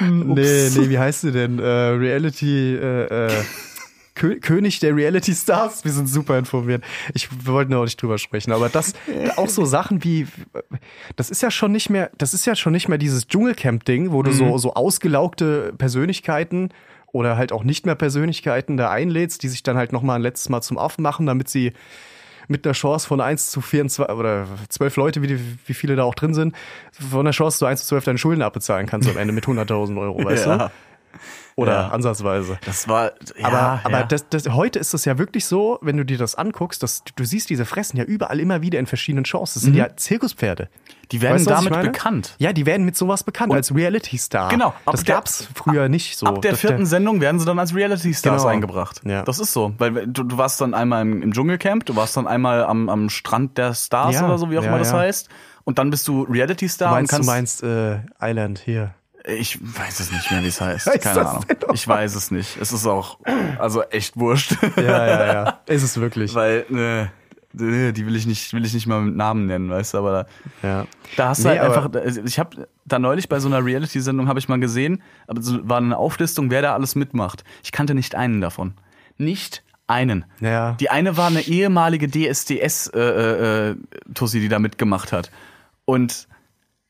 Speaker 5: Nee, nee, wie heißt sie denn? Äh, Reality äh, äh, Kö König der Reality Stars. Wir sind super informiert. Ich wollte nur nicht drüber sprechen, aber das auch so Sachen wie das ist ja schon nicht mehr, das ist ja schon nicht mehr dieses Dschungelcamp Ding, wo du so so ausgelaugte Persönlichkeiten oder halt auch nicht mehr Persönlichkeiten da einlädst, die sich dann halt noch mal ein letztes Mal zum Affen machen, damit sie mit einer Chance von 1 zu 24 oder 12 Leute, wie, die, wie viele da auch drin sind, von der Chance zu 1 zu 12 deine Schulden abbezahlen kannst am Ende mit 100.000 Euro, weißt
Speaker 4: Ja.
Speaker 5: du? Oder
Speaker 4: Ja.
Speaker 5: ansatzweise.
Speaker 4: Das war. Ja,
Speaker 5: aber aber
Speaker 4: ja.
Speaker 5: Das, das, heute ist es ja wirklich so, wenn du dir das anguckst, dass du, du siehst diese Fressen ja überall immer wieder in verschiedenen Chancen. Das sind ja Zirkuspferde.
Speaker 4: Mhm. Die werden
Speaker 5: du, was ich
Speaker 4: damit
Speaker 5: meine?
Speaker 4: bekannt.
Speaker 5: Ja, die werden mit sowas bekannt als Reality Star.
Speaker 4: Genau, ab
Speaker 5: Das
Speaker 4: der-
Speaker 5: gab's früher nicht so.
Speaker 4: Ab der
Speaker 5: dass
Speaker 4: vierten Sendung werden sie dann als Reality-Stars
Speaker 5: Genau.
Speaker 4: eingebracht.
Speaker 5: Ja.
Speaker 4: Das ist so. Weil du, du warst dann einmal im, im Dschungelcamp, du warst dann einmal am, am Strand der Stars
Speaker 5: Ja,
Speaker 4: oder so, wie auch
Speaker 5: ja,
Speaker 4: immer das
Speaker 5: ja.
Speaker 4: heißt. Und dann bist du
Speaker 5: Du
Speaker 4: Reality-Star und
Speaker 5: meinst, du meinst
Speaker 4: kannst.
Speaker 5: äh, Island hier.
Speaker 4: Ich weiß es nicht mehr, wie es heißt.
Speaker 5: Heißt
Speaker 4: Keine
Speaker 5: das
Speaker 4: Ahnung.
Speaker 5: denn noch?
Speaker 4: Ich weiß es nicht. Es ist auch, also echt wurscht.
Speaker 5: Ja, ja, ja. Ist es wirklich.
Speaker 4: Weil, ne, ne, die will ich nicht, will ich nicht mal mit Namen nennen, weißt du, aber da,
Speaker 5: Ja.
Speaker 4: da hast du
Speaker 5: Nee,
Speaker 4: halt einfach,
Speaker 5: aber-
Speaker 4: ich habe da neulich bei so einer Reality-Sendung habe ich mal gesehen, aber so war eine Auflistung, wer da alles mitmacht. Ich kannte nicht einen davon. Nicht einen.
Speaker 5: Ja.
Speaker 4: Die eine war eine ehemalige DSDS-Tussi, äh, äh, Tussi, die da mitgemacht hat. Und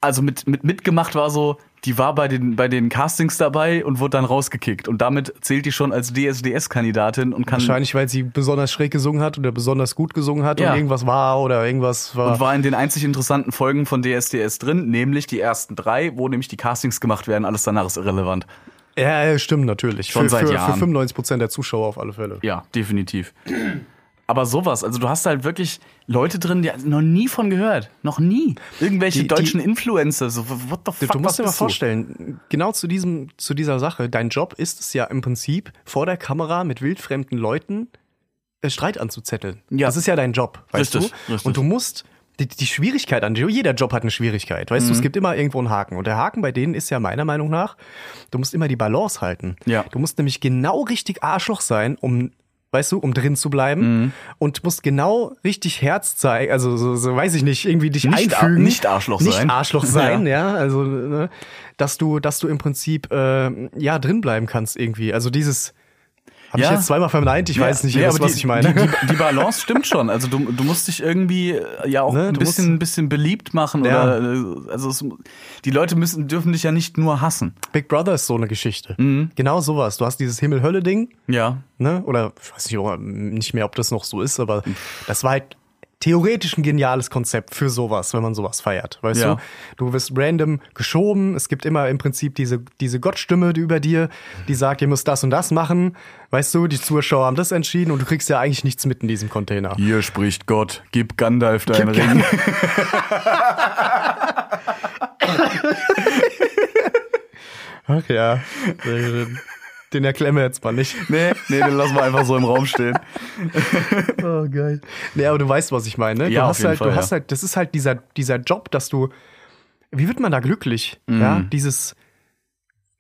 Speaker 4: also mit, mit mitgemacht war so, die war bei den, bei den Castings dabei und wurde dann rausgekickt. Und damit zählt die schon als DSDS-Kandidatin und kann
Speaker 5: Wahrscheinlich, weil sie besonders schräg gesungen hat oder besonders gut gesungen hat
Speaker 4: Ja.
Speaker 5: und irgendwas war oder irgendwas war.
Speaker 4: und war in den einzig interessanten Folgen von DSDS drin, nämlich die ersten drei, wo nämlich die Castings gemacht werden. Alles danach ist irrelevant.
Speaker 5: ja, ja, stimmt, natürlich.
Speaker 4: Schon
Speaker 5: für,
Speaker 4: seit
Speaker 5: für,
Speaker 4: Jahren.
Speaker 5: für 95 Prozent der Zuschauer auf alle Fälle.
Speaker 4: Ja, definitiv. Aber sowas, also du hast halt wirklich Leute drin, die noch nie von gehört. Noch nie. Irgendwelche
Speaker 5: Die- die-
Speaker 4: deutschen Influencer. So, what the fuck,
Speaker 5: Du
Speaker 4: was
Speaker 5: musst dir mal
Speaker 4: bist du?
Speaker 5: vorstellen, genau zu, diesem, zu dieser Sache, dein Job ist es ja im Prinzip, vor der Kamera mit wildfremden Leuten äh, Streit anzuzetteln.
Speaker 4: Ja.
Speaker 5: Das ist ja dein Job, weißt
Speaker 4: Richtig,
Speaker 5: du?
Speaker 4: richtig.
Speaker 5: Und du musst, die, die Schwierigkeit an jeder Job hat eine Schwierigkeit, weißt
Speaker 4: Mhm.
Speaker 5: du? Es gibt immer irgendwo einen Haken. Und der Haken bei denen ist ja meiner Meinung nach, du musst immer die Balance halten.
Speaker 4: Ja.
Speaker 5: Du musst nämlich genau richtig Arschloch sein, um weißt du, um drin zu
Speaker 4: Mhm.
Speaker 5: bleiben und musst genau richtig Herz zeigen, also so, so weiß ich nicht, irgendwie dich
Speaker 4: Nicht Ar-
Speaker 5: einfügen.
Speaker 4: nicht Arschloch sein.
Speaker 5: Nicht Arschloch sein, ja. Also, ne, dass du, dass du im Prinzip äh, ja drin bleiben kannst irgendwie. Also dieses habe
Speaker 4: Ja.
Speaker 5: ich jetzt zweimal verneint, ich weiß nicht, ihr wisst,
Speaker 4: aber
Speaker 5: was
Speaker 4: die,
Speaker 5: ich meine.
Speaker 4: Die, die, die Balance stimmt schon. Also du, du musst dich irgendwie äh, ja auch
Speaker 5: Ne,
Speaker 4: ein
Speaker 5: du
Speaker 4: bisschen,
Speaker 5: musst-
Speaker 4: ein bisschen beliebt machen.
Speaker 5: Ja.
Speaker 4: Oder, äh, also es, die Leute müssen, dürfen dich ja nicht nur hassen.
Speaker 5: Big Brother ist so eine Geschichte.
Speaker 4: Mhm.
Speaker 5: Genau sowas. Du hast dieses Himmel-Hölle-Ding,
Speaker 4: Ja.
Speaker 5: ne? Oder ich weiß nicht, ob- nicht mehr, ob das noch so ist, aber das war halt theoretisch ein geniales Konzept für sowas, wenn man sowas feiert, weißt
Speaker 4: Ja.
Speaker 5: du? Du wirst random geschoben, es gibt immer im Prinzip diese, diese Gottstimme die über dir, die sagt, ihr müsst das und das machen, weißt du, die Zuschauer haben das entschieden und du kriegst ja eigentlich nichts mit in diesem Container.
Speaker 4: Hier spricht Gott, gib Gandalf deinen Ring.
Speaker 5: Ach ja, sehr schön. Den erklären wir jetzt mal nicht.
Speaker 4: nee, nee, den lassen wir einfach so im Raum stehen.
Speaker 5: Oh, geil. Nee, aber du weißt, was ich meine.
Speaker 4: Ja,
Speaker 5: du
Speaker 4: auf
Speaker 5: hast
Speaker 4: jeden
Speaker 5: halt,
Speaker 4: Fall,
Speaker 5: du
Speaker 4: ja.
Speaker 5: hast halt, das ist halt dieser, dieser Job, dass du, wie wird man da glücklich?
Speaker 4: Mhm.
Speaker 5: Ja, dieses,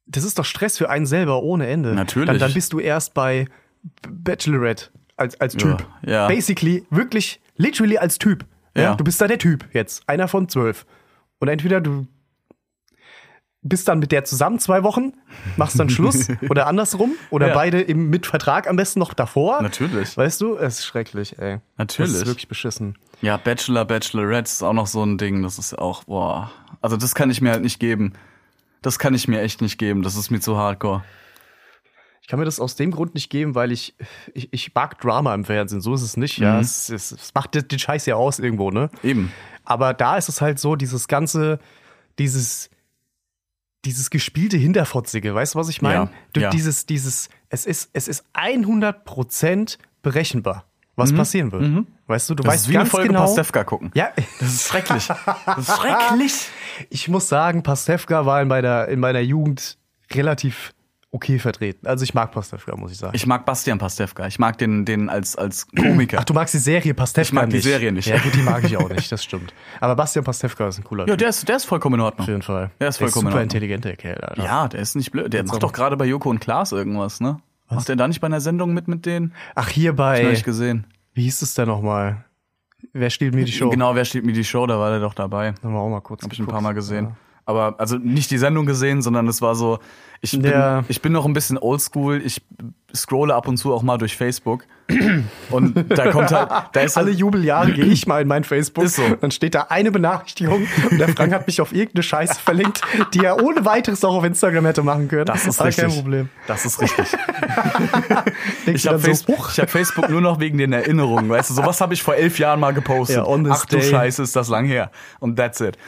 Speaker 5: das ist doch Stress für einen selber ohne Ende.
Speaker 4: Natürlich.
Speaker 5: Dann, dann bist du erst bei B- Bachelorette als, als Typ.
Speaker 4: ja.
Speaker 5: Basically, wirklich, literally als Typ. Ja.
Speaker 4: Ja.
Speaker 5: Du bist da der Typ jetzt, einer von zwölf. Und entweder du bist dann mit der zusammen zwei Wochen, machst dann Schluss oder andersrum oder
Speaker 4: Ja.
Speaker 5: beide im, mit Vertrag am besten noch davor.
Speaker 4: Natürlich.
Speaker 5: Weißt du, es ist schrecklich, ey.
Speaker 4: Natürlich.
Speaker 5: Das ist wirklich beschissen.
Speaker 4: Ja, Bachelor, Bachelorette ist auch noch so ein Ding. Das ist auch, boah. Also das kann ich mir halt nicht geben. Das kann ich mir echt nicht geben. Das ist mir zu hardcore.
Speaker 5: Ich kann mir das aus dem Grund nicht geben, weil ich, ich, ich mag Drama im Fernsehen. So ist es nicht, ja. Es, es, es macht den, den Scheiß ja aus irgendwo, ne?
Speaker 4: Mhm. Eben.
Speaker 5: Aber da ist es halt so, dieses ganze, dieses, dieses gespielte Hinterfotzige, weißt du, was ich meine?
Speaker 4: Ja,
Speaker 5: Du-
Speaker 4: ja.
Speaker 5: Dieses, dieses, es ist, es ist 100% berechenbar, was passieren wird. Weißt du, du
Speaker 4: Mhm. Das
Speaker 5: weißt
Speaker 4: ist wie eine
Speaker 5: ganz
Speaker 4: Folge
Speaker 5: genau.
Speaker 4: Pastewka gucken.
Speaker 5: Ja,
Speaker 4: Das ist schrecklich. Das ist schrecklich.
Speaker 5: Ich muss sagen, Pastewka war in meiner, in meiner Jugend relativ okay vertreten. Also ich mag Pastewka, muss ich sagen.
Speaker 4: Ich mag Bastian Pastewka. Ich mag den, den als, als Komiker.
Speaker 5: Ach, du magst die Serie Pastewka nicht?
Speaker 4: Ich mag die Serie nicht.
Speaker 5: Ja, gut, die mag ich auch nicht, das stimmt. Aber Bastian Pastewka ist ein cooler
Speaker 4: ja,
Speaker 5: Typ,
Speaker 4: der ist, der ist vollkommen in Ordnung.
Speaker 5: auf jeden Fall.
Speaker 4: der ist vollkommen in
Speaker 5: super
Speaker 4: Ordnung.
Speaker 5: intelligenter Kerl, Alter.
Speaker 4: Ja, der ist nicht blöd. Der macht
Speaker 5: aber-
Speaker 4: doch gerade bei Joko und Klaas irgendwas, ne? Macht er da nicht bei einer Sendung mit mit denen?
Speaker 5: Ach, hier
Speaker 4: Hab
Speaker 5: bei,
Speaker 4: ich gesehen.
Speaker 5: wie hieß es denn nochmal? Wer stiehlt mir die Show?
Speaker 4: Genau, wer steht mir die Show? Da war der doch dabei.
Speaker 5: Haben wir auch mal kurz
Speaker 4: Hab ich Genau. ein paar Mal gesehen. Aber also nicht die Sendung gesehen, sondern es war so, ich bin,
Speaker 5: Ja.
Speaker 4: ich bin noch ein bisschen oldschool, ich scrolle ab und zu auch mal durch Facebook. und da kommt halt, da ist
Speaker 5: Alle
Speaker 4: halt,
Speaker 5: Jubeljahre gehe ich mal in mein Facebook,
Speaker 4: Ist so.
Speaker 5: dann steht da eine Benachrichtigung und der Frank hat mich auf irgendeine Scheiße verlinkt, die er ohne weiteres auch auf Instagram hätte machen können.
Speaker 4: das ist
Speaker 5: Aber
Speaker 4: richtig.
Speaker 5: kein Problem.
Speaker 4: Das ist richtig.
Speaker 5: Denkst
Speaker 4: Ich
Speaker 5: du dann so,
Speaker 4: habe Facebook,
Speaker 5: "Huch,
Speaker 4: ich hab Facebook nur noch wegen den Erinnerungen, weißt du, sowas habe ich vor elf Jahren mal gepostet.
Speaker 5: Ja, on this
Speaker 4: Ach du
Speaker 5: day.
Speaker 4: Scheiße, ist das lang her. Und that's it.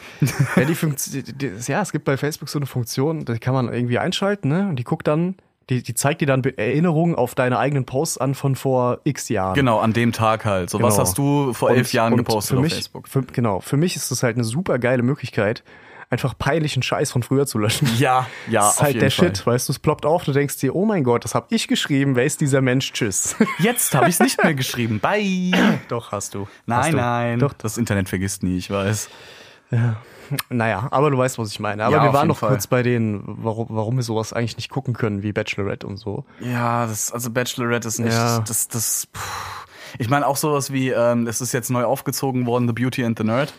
Speaker 5: Ja, die Funktion, die- die- ja, es gibt bei Facebook so eine Funktion, die kann man irgendwie einschalten, ne? Und die guckt dann, die, die zeigt dir dann Be- Erinnerungen auf deine eigenen Posts an von vor x Jahren.
Speaker 4: Genau, an dem Tag halt. So, was
Speaker 5: Genau.
Speaker 4: hast du vor elf
Speaker 5: Und-
Speaker 4: Jahren
Speaker 5: und
Speaker 4: gepostet
Speaker 5: für
Speaker 4: auf
Speaker 5: mich,
Speaker 4: Facebook?
Speaker 5: Für, genau, für mich ist das halt eine super geile Möglichkeit, einfach peinlichen Scheiß von früher zu löschen.
Speaker 4: Ja, ja,
Speaker 5: Das ist
Speaker 4: auf
Speaker 5: halt
Speaker 4: jeden
Speaker 5: der
Speaker 4: Fall.
Speaker 5: Shit, weißt du, es ploppt auf, du denkst dir, oh mein Gott, das hab ich geschrieben, wer ist dieser Mensch? Tschüss.
Speaker 4: Jetzt habe ich es nicht mehr geschrieben. Bye.
Speaker 5: Doch, hast du.
Speaker 4: Nein,
Speaker 5: hast du.
Speaker 4: nein.
Speaker 5: Doch,
Speaker 4: das Internet vergisst nie, ich weiß.
Speaker 5: Naja, aber du weißt, was ich meine. Aber
Speaker 4: Ja, auf
Speaker 5: wir waren
Speaker 4: jeden
Speaker 5: noch
Speaker 4: Fall.
Speaker 5: kurz bei denen, warum, warum wir sowas eigentlich nicht gucken können, wie Bachelorette und so.
Speaker 4: Ja, das, also Bachelorette ist nicht,
Speaker 5: Ja.
Speaker 4: das, das, puh. ich meine auch sowas wie, ähm, das ist jetzt neu aufgezogen worden, The Beauty and the Nerd.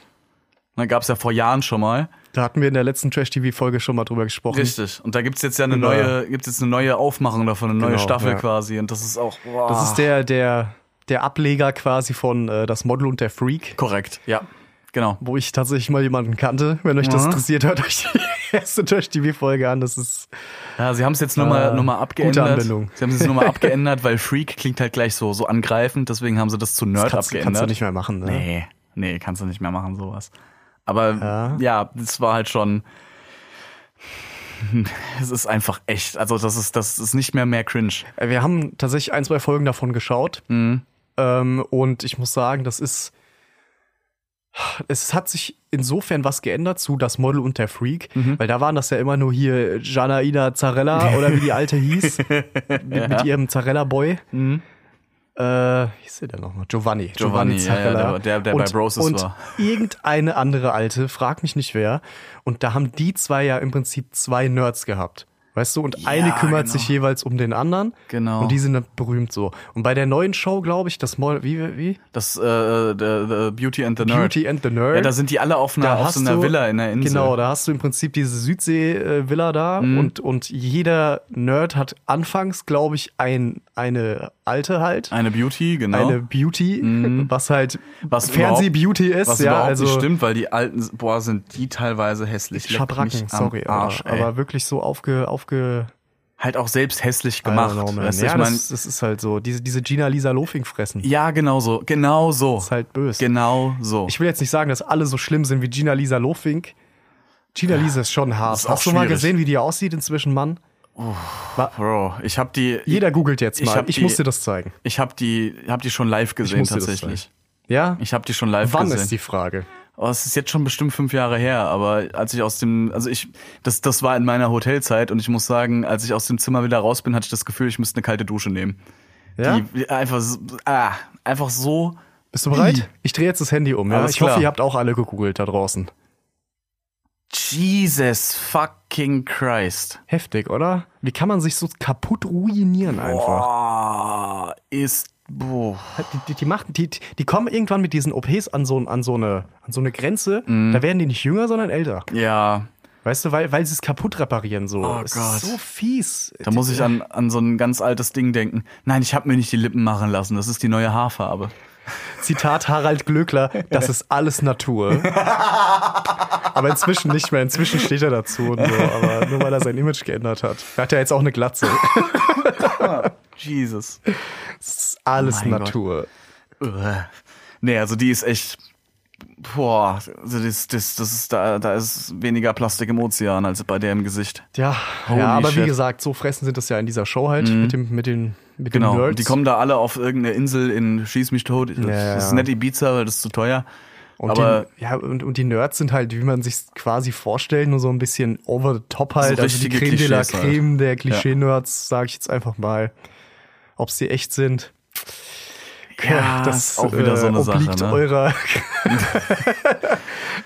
Speaker 4: Da gab es ja vor Jahren schon mal.
Speaker 5: Da hatten wir in der letzten Trash-TV-Folge schon mal drüber gesprochen.
Speaker 4: Richtig. Und da gibt's jetzt ja eine
Speaker 5: Genau.
Speaker 4: neue, gibt's jetzt eine neue Aufmachung davon, eine neue
Speaker 5: Genau,
Speaker 4: Staffel
Speaker 5: ja.
Speaker 4: quasi. Und das ist auch, boah.
Speaker 5: Das ist der, der, der Ableger quasi von äh, Das Model und der Freak,
Speaker 4: korrekt, ja. Genau.
Speaker 5: wo ich tatsächlich mal jemanden kannte. Wenn euch das
Speaker 4: Mhm.
Speaker 5: interessiert, hört euch die erste Trash-TV-Folge an. Das ist
Speaker 4: Ja, sie haben es jetzt nochmal
Speaker 5: Ah,
Speaker 4: noch mal
Speaker 5: gute
Speaker 4: abgeändert.
Speaker 5: Anwendung.
Speaker 4: Sie haben es jetzt nochmal abgeändert, weil Freak klingt halt gleich so, so angreifend, deswegen haben sie das zu Nerd
Speaker 5: das kannst,
Speaker 4: abgeändert.
Speaker 5: kannst du nicht mehr machen. Ne?
Speaker 4: Nee, nee, kannst du nicht mehr machen, sowas. Aber ja,
Speaker 5: Ja.
Speaker 4: das war halt schon. Es ist einfach echt. Also, das ist, das ist nicht mehr mehr cringe. Mhm.
Speaker 5: Äh, Wir haben tatsächlich ein, zwei Folgen davon geschaut. Ähm, und ich muss sagen, das ist. Es hat sich insofern was geändert zu Das Model und der Freak,
Speaker 4: Mhm.
Speaker 5: weil da waren das ja immer nur hier Janaida Zarella oder wie die alte hieß, mit, mit ihrem Zarella-Boy. Äh, wie hieß der denn nochmal? Giovanni.
Speaker 4: Mhm. Giovanni, ja, ja, der- der- der bei
Speaker 5: und,
Speaker 4: Broses
Speaker 5: und
Speaker 4: war.
Speaker 5: irgendeine andere alte, frag mich nicht wer. Und da haben die zwei ja im Prinzip zwei Nerds gehabt. Weißt du, und eine
Speaker 4: Ja,
Speaker 5: kümmert
Speaker 4: genau.
Speaker 5: sich jeweils um den anderen.
Speaker 4: Genau.
Speaker 5: Und die sind dann berühmt so. Und bei der neuen Show, glaube ich, das Mol, wie, wie?
Speaker 4: Das äh, the, the Beauty and the Nerd.
Speaker 5: Beauty and the Nerd.
Speaker 4: ja, da sind die alle auf einer, auf so einer Villa in der Insel. Mhm.
Speaker 5: Genau, da hast du im Prinzip diese See-Villa da und, und jeder Nerd hat anfangs, glaube ich, ein, eine alte halt.
Speaker 4: Eine Beauty, genau.
Speaker 5: Eine Beauty, was halt
Speaker 4: Mhm. Was
Speaker 5: Fernseh-Beauty ist,
Speaker 4: was
Speaker 5: ja.
Speaker 4: überhaupt
Speaker 5: Also
Speaker 4: nicht stimmt, weil die alten, boah, sind die teilweise hässlich. Leck mich
Speaker 5: Schabracken,
Speaker 4: am
Speaker 5: sorry,
Speaker 4: Arsch,
Speaker 5: aber,
Speaker 4: ey.
Speaker 5: aber wirklich so aufge, aufge
Speaker 4: halt auch selbst hässlich
Speaker 5: I don't
Speaker 4: gemacht.
Speaker 5: know, man.
Speaker 4: weißt du,
Speaker 5: ja,
Speaker 4: ich mein,
Speaker 5: das, das ist halt so. Diese, diese Gina Lisa Lofing fressen.
Speaker 4: ja, genau so, genau so.
Speaker 5: Ist halt böse.
Speaker 4: Genau so.
Speaker 5: Ich will jetzt nicht sagen, dass alle so schlimm sind wie Gina Lisa Lofink. Gina Lisa ist schon hart.
Speaker 4: ist auch
Speaker 5: Hast du mal
Speaker 4: schwierig.
Speaker 5: gesehen, wie die aussieht inzwischen, Mann?
Speaker 4: Bro, ich habe die,
Speaker 5: Jeder googelt jetzt
Speaker 4: Ich
Speaker 5: mal.
Speaker 4: hab
Speaker 5: Ich,
Speaker 4: die-
Speaker 5: muss dir das zeigen.
Speaker 4: ich habe die, hab die schon live gesehen
Speaker 5: muss dir das
Speaker 4: tatsächlich.
Speaker 5: Ja?
Speaker 4: Ich habe die schon live
Speaker 5: Wann
Speaker 4: gesehen.
Speaker 5: ist die Frage?
Speaker 4: Oh, es ist jetzt schon bestimmt fünf Jahre her, aber als ich aus dem, also ich, das, das war in meiner Hotelzeit und ich muss sagen, als ich aus dem Zimmer wieder raus bin, hatte ich das Gefühl, ich müsste eine kalte Dusche nehmen.
Speaker 5: Ja?
Speaker 4: Die einfach, so- ah, einfach so.
Speaker 5: Bist du bereit? Ich drehe jetzt das Handy um. Ja?
Speaker 4: Alles
Speaker 5: Ich
Speaker 4: klar.
Speaker 5: hoffe, ihr habt auch alle gegoogelt da draußen.
Speaker 4: Jesus fucking Christ.
Speaker 5: Heftig, oder? Wie kann man sich so kaputt ruinieren einfach?
Speaker 4: Boah, Oh, ist, boah.
Speaker 5: Die, die, die, machen, die, die kommen irgendwann mit diesen OPs an so, an so, eine, an so eine Grenze.
Speaker 4: Mhm.
Speaker 5: Da werden die nicht jünger, sondern älter.
Speaker 4: Ja,
Speaker 5: Weißt du, weil, weil sie es kaputt reparieren so.
Speaker 4: Oh
Speaker 5: es
Speaker 4: Gott.
Speaker 5: ist so fies.
Speaker 4: da muss ich an, an so ein ganz altes Ding denken. Nein, ich habe mir nicht die Lippen machen lassen, das ist die neue Haarfarbe.
Speaker 5: Zitat Harald Glöckler, das ist alles Natur. aber inzwischen nicht mehr, inzwischen steht er dazu und so, aber nur weil er sein Image geändert hat. Er hat ja jetzt auch eine Glatze.
Speaker 4: Oh Jesus.
Speaker 5: Das ist alles
Speaker 4: Mein Gott.
Speaker 5: Natur.
Speaker 4: Uah. Nee, also die ist echt. Boah, also das, das, das ist da, da ist weniger Plastik im Ozean als bei der im Gesicht.
Speaker 5: Ja,
Speaker 4: Holy
Speaker 5: ja aber
Speaker 4: shit. Mhm.
Speaker 5: wie gesagt, so fressen sind das ja in dieser Show halt mit dem mit den mit
Speaker 4: Genau.
Speaker 5: den
Speaker 4: und
Speaker 5: Nerds.
Speaker 4: Die kommen da alle auf irgendeine Insel in Schieß mich tot. Das
Speaker 5: ja,
Speaker 4: ist
Speaker 5: ja.
Speaker 4: nicht Ibiza, weil das ist zu teuer.
Speaker 5: und
Speaker 4: aber
Speaker 5: die, ja und, und die Nerds sind halt, wie man sich quasi vorstellt, nur so ein bisschen over the top halt,
Speaker 4: So
Speaker 5: also die
Speaker 4: richtige
Speaker 5: Creme de la
Speaker 4: Klischees halt.
Speaker 5: Creme der Klischee Nerds, sage ich jetzt einfach mal, ob sie echt sind.
Speaker 4: Ja, das ist auch wieder so eine Sache.
Speaker 5: äh, obliegt
Speaker 4: Ne?
Speaker 5: eurer.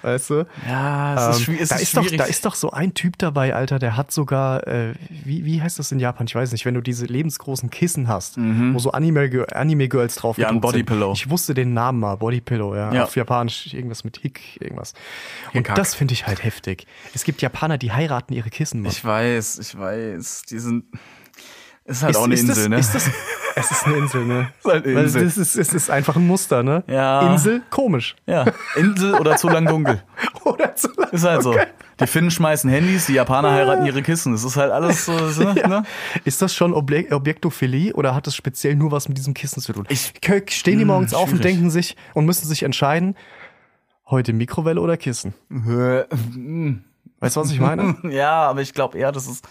Speaker 5: weißt du?
Speaker 4: ja, es ist,
Speaker 5: Ähm,
Speaker 4: schwi- es
Speaker 5: da,
Speaker 4: ist
Speaker 5: ist doch,
Speaker 4: schwierig.
Speaker 5: da ist doch so ein Typ dabei, Alter, der hat sogar, äh, wie, wie heißt das in Japan? Ich weiß nicht, wenn du diese lebensgroßen Kissen hast, wo so Anime-Girls Anime -Girls drauf
Speaker 4: Mhm. Ja, ein
Speaker 5: gedruckt sind.
Speaker 4: Bodypillow.
Speaker 5: Ich wusste den Namen mal, Bodypillow, ja,
Speaker 4: Ja.
Speaker 5: Auf Japanisch irgendwas mit Hick, irgendwas. Und
Speaker 4: Hickhack.
Speaker 5: das finde ich halt heftig. Es gibt Japaner, die heiraten ihre Kissen, Mann.
Speaker 4: ich weiß, ich weiß. Die sind. Ist halt
Speaker 5: Ist-
Speaker 4: auch eine
Speaker 5: ist das,
Speaker 4: Insel, ne?
Speaker 5: Ist das, es ist eine Insel, ne?
Speaker 4: Ist halt eine
Speaker 5: Weil
Speaker 4: Insel.
Speaker 5: Das ist, es ist einfach ein Muster, ne?
Speaker 4: Ja.
Speaker 5: Insel, komisch.
Speaker 4: ja, Insel oder zu lang dunkel.
Speaker 5: Oder so.
Speaker 4: Ist halt so. Die Finnen schmeißen Handys, die Japaner heiraten ihre Kissen. Es ist halt alles so. so, Ne?
Speaker 5: Ja. Ist das schon Obje Objektophilie oder hat das speziell nur was mit diesem Kissen zu tun?
Speaker 4: Ich- Hm,
Speaker 5: Kö- stehen die morgens auf und
Speaker 4: schwierig.
Speaker 5: denken sich und müssen sich entscheiden, heute Mikrowelle oder Kissen?
Speaker 4: Ne?
Speaker 5: Weißt du, was ich meine?
Speaker 4: Ja, aber ich glaube eher, das ist.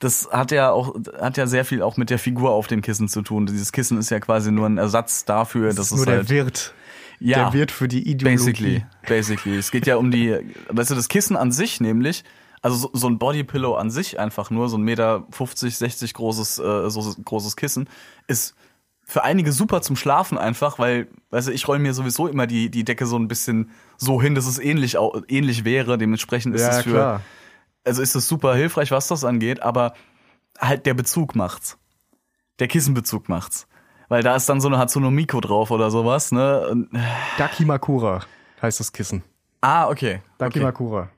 Speaker 4: Das hat ja auch, hat ja sehr viel auch mit der Figur auf dem Kissen zu tun. Dieses Kissen ist ja quasi nur ein Ersatz dafür, dass
Speaker 5: Das ist nur
Speaker 4: es halt.
Speaker 5: der Wirt.
Speaker 4: ja,
Speaker 5: Der Wirt für die Ideologie.
Speaker 4: basically. Basically. Es geht ja um die, weißt du, das Kissen an sich nämlich, also so, so ein Bodypillow an sich einfach nur, so ein Meter 50, 60 großes, äh, so so großes Kissen, ist für einige super zum Schlafen einfach, weil, weißt du, ich roll mir sowieso immer die, die Decke so ein bisschen so hin, dass es ähnlich, au- ähnlich wäre. Dementsprechend ist
Speaker 5: Ja,
Speaker 4: es für,
Speaker 5: klar.
Speaker 4: also ist es super hilfreich, was das angeht, aber halt der Bezug macht's. Der Kissenbezug macht's. Weil da ist dann so eine Hatsunomiko drauf oder sowas, ne? Und-
Speaker 5: Dakimakura heißt das Kissen.
Speaker 4: Ah, okay. okay.
Speaker 5: Dakimakura.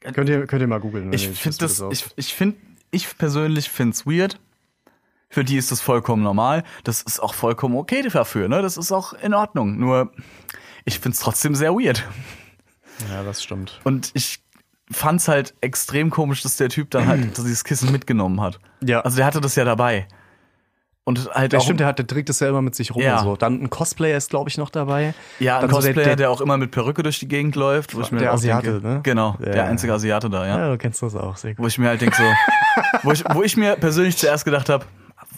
Speaker 5: Könnt, ihr, könnt ihr mal googeln. wenn
Speaker 4: Ich
Speaker 5: ihr nicht
Speaker 4: finde
Speaker 5: wisst, wie
Speaker 4: das, ich,
Speaker 5: aussieht.
Speaker 4: ich finde, ich persönlich finde es weird. Für die ist das vollkommen normal. Das ist auch vollkommen okay dafür, ne? Das ist auch in Ordnung. Nur, ich finde es trotzdem sehr weird.
Speaker 5: ja, das stimmt.
Speaker 4: Und ich fand's halt extrem komisch, dass der Typ dann halt dass dieses Kissen mitgenommen hat.
Speaker 5: Ja.
Speaker 4: Also der hatte das ja dabei. Und halt
Speaker 5: Der
Speaker 4: auch,
Speaker 5: stimmt, der, hat, der trägt das ja immer mit sich rum.
Speaker 4: Ja.
Speaker 5: Und so. Dann ein Cosplayer ist, glaube ich, noch dabei.
Speaker 4: ja, ein
Speaker 5: Dann so
Speaker 4: Cosplayer, der,
Speaker 5: der, der,
Speaker 4: auch immer mit Perücke durch die Gegend läuft. Wo ich mir
Speaker 5: Der
Speaker 4: auch denke-
Speaker 5: Asiate, ne?
Speaker 4: Genau,
Speaker 5: Ja.
Speaker 4: der einzige Asiate da, ja.
Speaker 5: ja, du kennst das auch sehr gut.
Speaker 4: Wo ich mir halt denke so, wo ich, wo ich mir persönlich zuerst gedacht habe,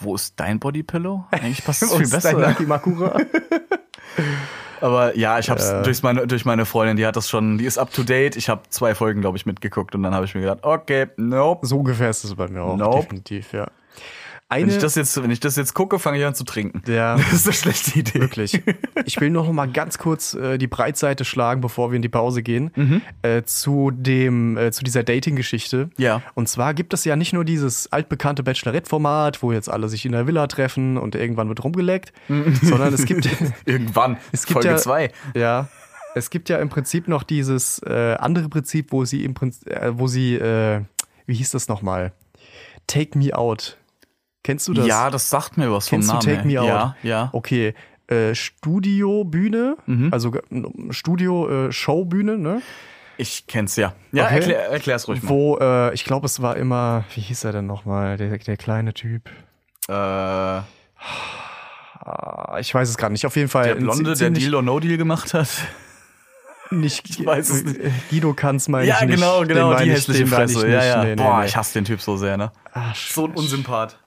Speaker 4: wo ist dein Bodypillow? Eigentlich passt es viel besser.
Speaker 5: Dakimakura.
Speaker 4: Aber ja, ich habe es durch meine durch meine Freundin, die hat das schon, die ist up to date. Ich habe zwei Folgen, glaube ich, mitgeguckt und dann habe ich mir gedacht, okay, nope.
Speaker 5: So ungefähr ist es bei mir auch.
Speaker 4: Nope.
Speaker 5: Definitiv, ja.
Speaker 4: Wenn
Speaker 5: Eine,
Speaker 4: ich das jetzt, wenn ich das jetzt gucke, fange ich an zu trinken.
Speaker 5: Ja.
Speaker 4: Das ist eine schlechte Idee.
Speaker 5: wirklich. Ich will noch mal ganz kurz äh, die Breitseite schlagen, bevor wir in die Pause gehen, äh, zu dem, äh, zu dieser Dating-Geschichte.
Speaker 4: Ja.
Speaker 5: Und zwar gibt es ja nicht nur dieses altbekannte Bachelorette-Format, wo jetzt alle sich in der Villa treffen und irgendwann wird rumgeleckt, sondern es gibt,
Speaker 4: Irgendwann.
Speaker 5: Es gibt
Speaker 4: Folge
Speaker 5: ja,
Speaker 4: 2.
Speaker 5: Ja. Es gibt ja im Prinzip noch dieses äh, andere Prinzip, wo sie im Prinzip, äh, wo sie, äh, wie hieß das nochmal? Take me out. Kennst du das?
Speaker 4: ja, das sagt mir was
Speaker 5: Kennst
Speaker 4: vom
Speaker 5: du
Speaker 4: Namen.
Speaker 5: Take Me
Speaker 4: her.
Speaker 5: Out?
Speaker 4: Ja, ja. Mhm.
Speaker 5: Okay. Äh, Studiobühne, also äh, Studio, äh, Showbühne, ne?
Speaker 4: Ich kenn's ja. Ja,
Speaker 5: Okay.
Speaker 4: erklär, erklär's ruhig mal.
Speaker 5: Wo, äh, ich glaube, es war immer, wie hieß er denn nochmal, der, der kleine Typ?
Speaker 4: Äh,
Speaker 5: Ah, Ich weiß es gerade nicht. Auf jeden Fall.
Speaker 4: der
Speaker 5: ein
Speaker 4: Blonde,
Speaker 5: zie-
Speaker 4: der
Speaker 5: ziemlich-
Speaker 4: Deal or No Deal gemacht hat.
Speaker 5: nicht,
Speaker 4: Ich weiß es nicht.
Speaker 5: Guido Kanz meine
Speaker 4: Ja,
Speaker 5: ich nicht.
Speaker 4: genau,
Speaker 5: Den
Speaker 4: genau,
Speaker 5: meine
Speaker 4: die
Speaker 5: ich-
Speaker 4: hässliche
Speaker 5: den meine ich
Speaker 4: Fresse.
Speaker 5: nicht.
Speaker 4: ja, ja.
Speaker 5: Nee, nee,
Speaker 4: Boah,
Speaker 5: nee. Ah,
Speaker 4: ich hasse den Typ so sehr, ne?
Speaker 5: Ach,
Speaker 4: So ein Unsympath.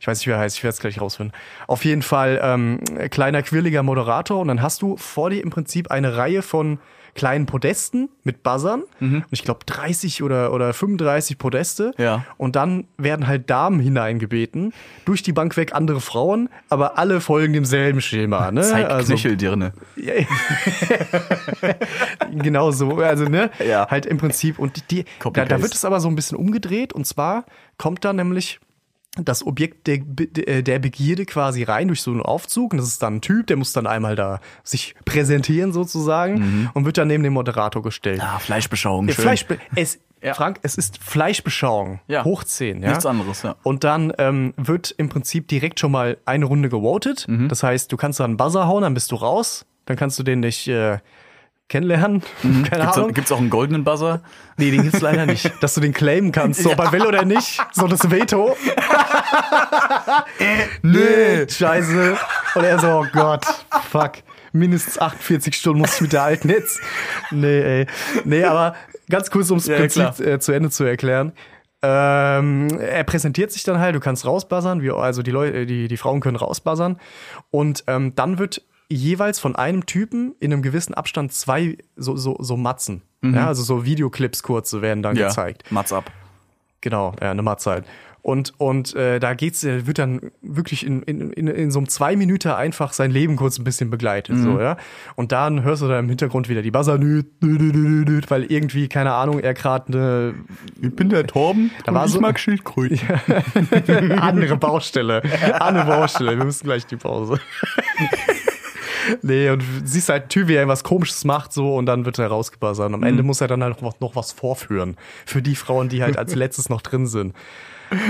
Speaker 5: ich weiß nicht, wie er heißt, ich werde es gleich rausfinden. Auf jeden Fall ähm, kleiner, quirliger Moderator und dann hast du vor dir im Prinzip eine Reihe von kleinen Podesten mit Buzzern und ich glaube 30 oder, oder 35 Podeste
Speaker 4: Ja.
Speaker 5: und dann werden halt Damen hineingebeten, durch die Bank weg andere Frauen, aber alle folgen demselben Schema. Ne?
Speaker 4: Zeig
Speaker 5: also,
Speaker 4: Knöcheldirne.
Speaker 5: ja, ja. genau so, also ne,
Speaker 4: Ja.
Speaker 5: halt im Prinzip und die, da, da
Speaker 4: Copy-paste.
Speaker 5: wird es aber so ein bisschen umgedreht und zwar kommt da nämlich das Objekt der, Be- äh, der Begierde quasi rein durch so einen Aufzug und das ist dann ein Typ, der muss dann einmal da sich präsentieren sozusagen
Speaker 4: Mhm.
Speaker 5: und wird dann neben den Moderator gestellt.
Speaker 4: Ah, Fleischbeschauung.
Speaker 5: Äh,
Speaker 4: Schön.
Speaker 5: Fleischbe es,
Speaker 4: Ja.
Speaker 5: Frank, es ist Fleischbeschauung.
Speaker 4: Ja.
Speaker 5: Hoch 10. Ja?
Speaker 4: Nichts anderes, ja.
Speaker 5: Und dann ähm, wird im Prinzip direkt schon mal eine Runde gewotet.
Speaker 4: Mhm.
Speaker 5: Das heißt, du kannst dann einen Buzzer hauen, dann bist du raus. Dann kannst du den nicht äh, kennenlernen. Keine
Speaker 4: Mhm. Gibt's,
Speaker 5: Ahnung.
Speaker 4: gibt's auch einen goldenen Buzzer?
Speaker 5: nee, den gibt's leider nicht. Dass du den claimen kannst, so, ob er will oder nicht. So das Veto. nee. Scheiße. Und er so, oh Gott, fuck. Mindestens 48 Stunden muss ich mit der alten jetzt. Nee, ey. Nee, aber ganz kurz, um es
Speaker 4: Ja,
Speaker 5: Prinzip
Speaker 4: klar.
Speaker 5: äh, zu Ende zu erklären. Ähm, er präsentiert sich dann halt, du kannst rausbuzzern, wir, also die, Leu äh, die, die Frauen können rausbuzzern. Und ähm, dann wird jeweils von einem Typen in einem gewissen Abstand zwei so, so, so Matzen.
Speaker 4: Mhm.
Speaker 5: Ja, also so Videoclips kurze werden dann gezeigt.
Speaker 4: Mats ab.
Speaker 5: Genau, ja, eine Mahlzeit. Und, und äh, da geht's, äh, wird dann wirklich in, in, in, in so einem zwei Minuten einfach sein Leben kurz ein bisschen begleitet.
Speaker 4: Mhm.
Speaker 5: So, ja? Und dann hörst du da im Hintergrund wieder die Buzzer, nü, nü, nü, nü, nü, weil irgendwie, keine Ahnung, er äh, gerade eine
Speaker 4: Ich bin der Torben
Speaker 5: Da war
Speaker 4: und
Speaker 5: so-
Speaker 4: ich mag Schildkröten.
Speaker 5: andere Baustelle. Andere Baustelle. Wir müssen gleich die Pause. Nee, und siehst halt einen Typ, wie er was Komisches macht, so, und dann wird er rausgebuzzert. Und am
Speaker 4: Mhm.
Speaker 5: Ende muss er dann halt noch, noch was vorführen. Für die Frauen, die halt als letztes noch drin sind.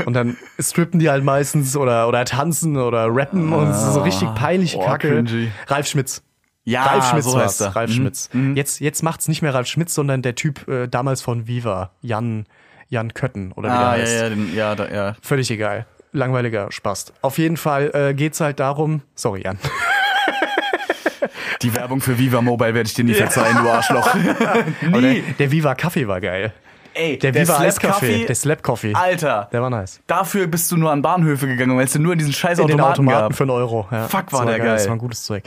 Speaker 5: Und dann strippen die halt meistens oder, oder tanzen oder rappen und es ist so richtig peinliche
Speaker 4: oh,
Speaker 5: Kacke.
Speaker 4: cringy.
Speaker 5: Ralf Schmitz.
Speaker 4: Ja,
Speaker 5: Ralf Schmitz
Speaker 4: so
Speaker 5: war's.
Speaker 4: heißt er.
Speaker 5: Ralf
Speaker 4: Mhm.
Speaker 5: Schmitz. Jetzt, jetzt macht's nicht mehr Ralf Schmitz, sondern der Typ äh, damals von Viva, Jan, Jan Kötten oder wie der
Speaker 4: Ah, ja,
Speaker 5: heißt.
Speaker 4: ja, den, ja, da, ja.
Speaker 5: Völlig egal. Langweiliger Spaß. Auf jeden Fall äh, geht's halt darum. Sorry, Jan.
Speaker 4: Die Werbung für Viva Mobile werde ich dir nie verzeihen, du Arschloch.
Speaker 5: Aber Der, der Viva Kaffee war geil.
Speaker 4: Ey,
Speaker 5: Der, Viva Eiskaffee.
Speaker 4: Slap-Kaffee,
Speaker 5: Der Slap Coffee.
Speaker 4: Alter,
Speaker 5: Der war nice.
Speaker 4: dafür bist du nur an Bahnhöfe gegangen, weil es denn nur in diesen scheiß
Speaker 5: In den
Speaker 4: Automaten,
Speaker 5: Automaten
Speaker 4: gab.
Speaker 5: für einen Euro. Ja,
Speaker 4: Fuck, war
Speaker 5: das
Speaker 4: der geil.
Speaker 5: Das war ein gutes Zeug.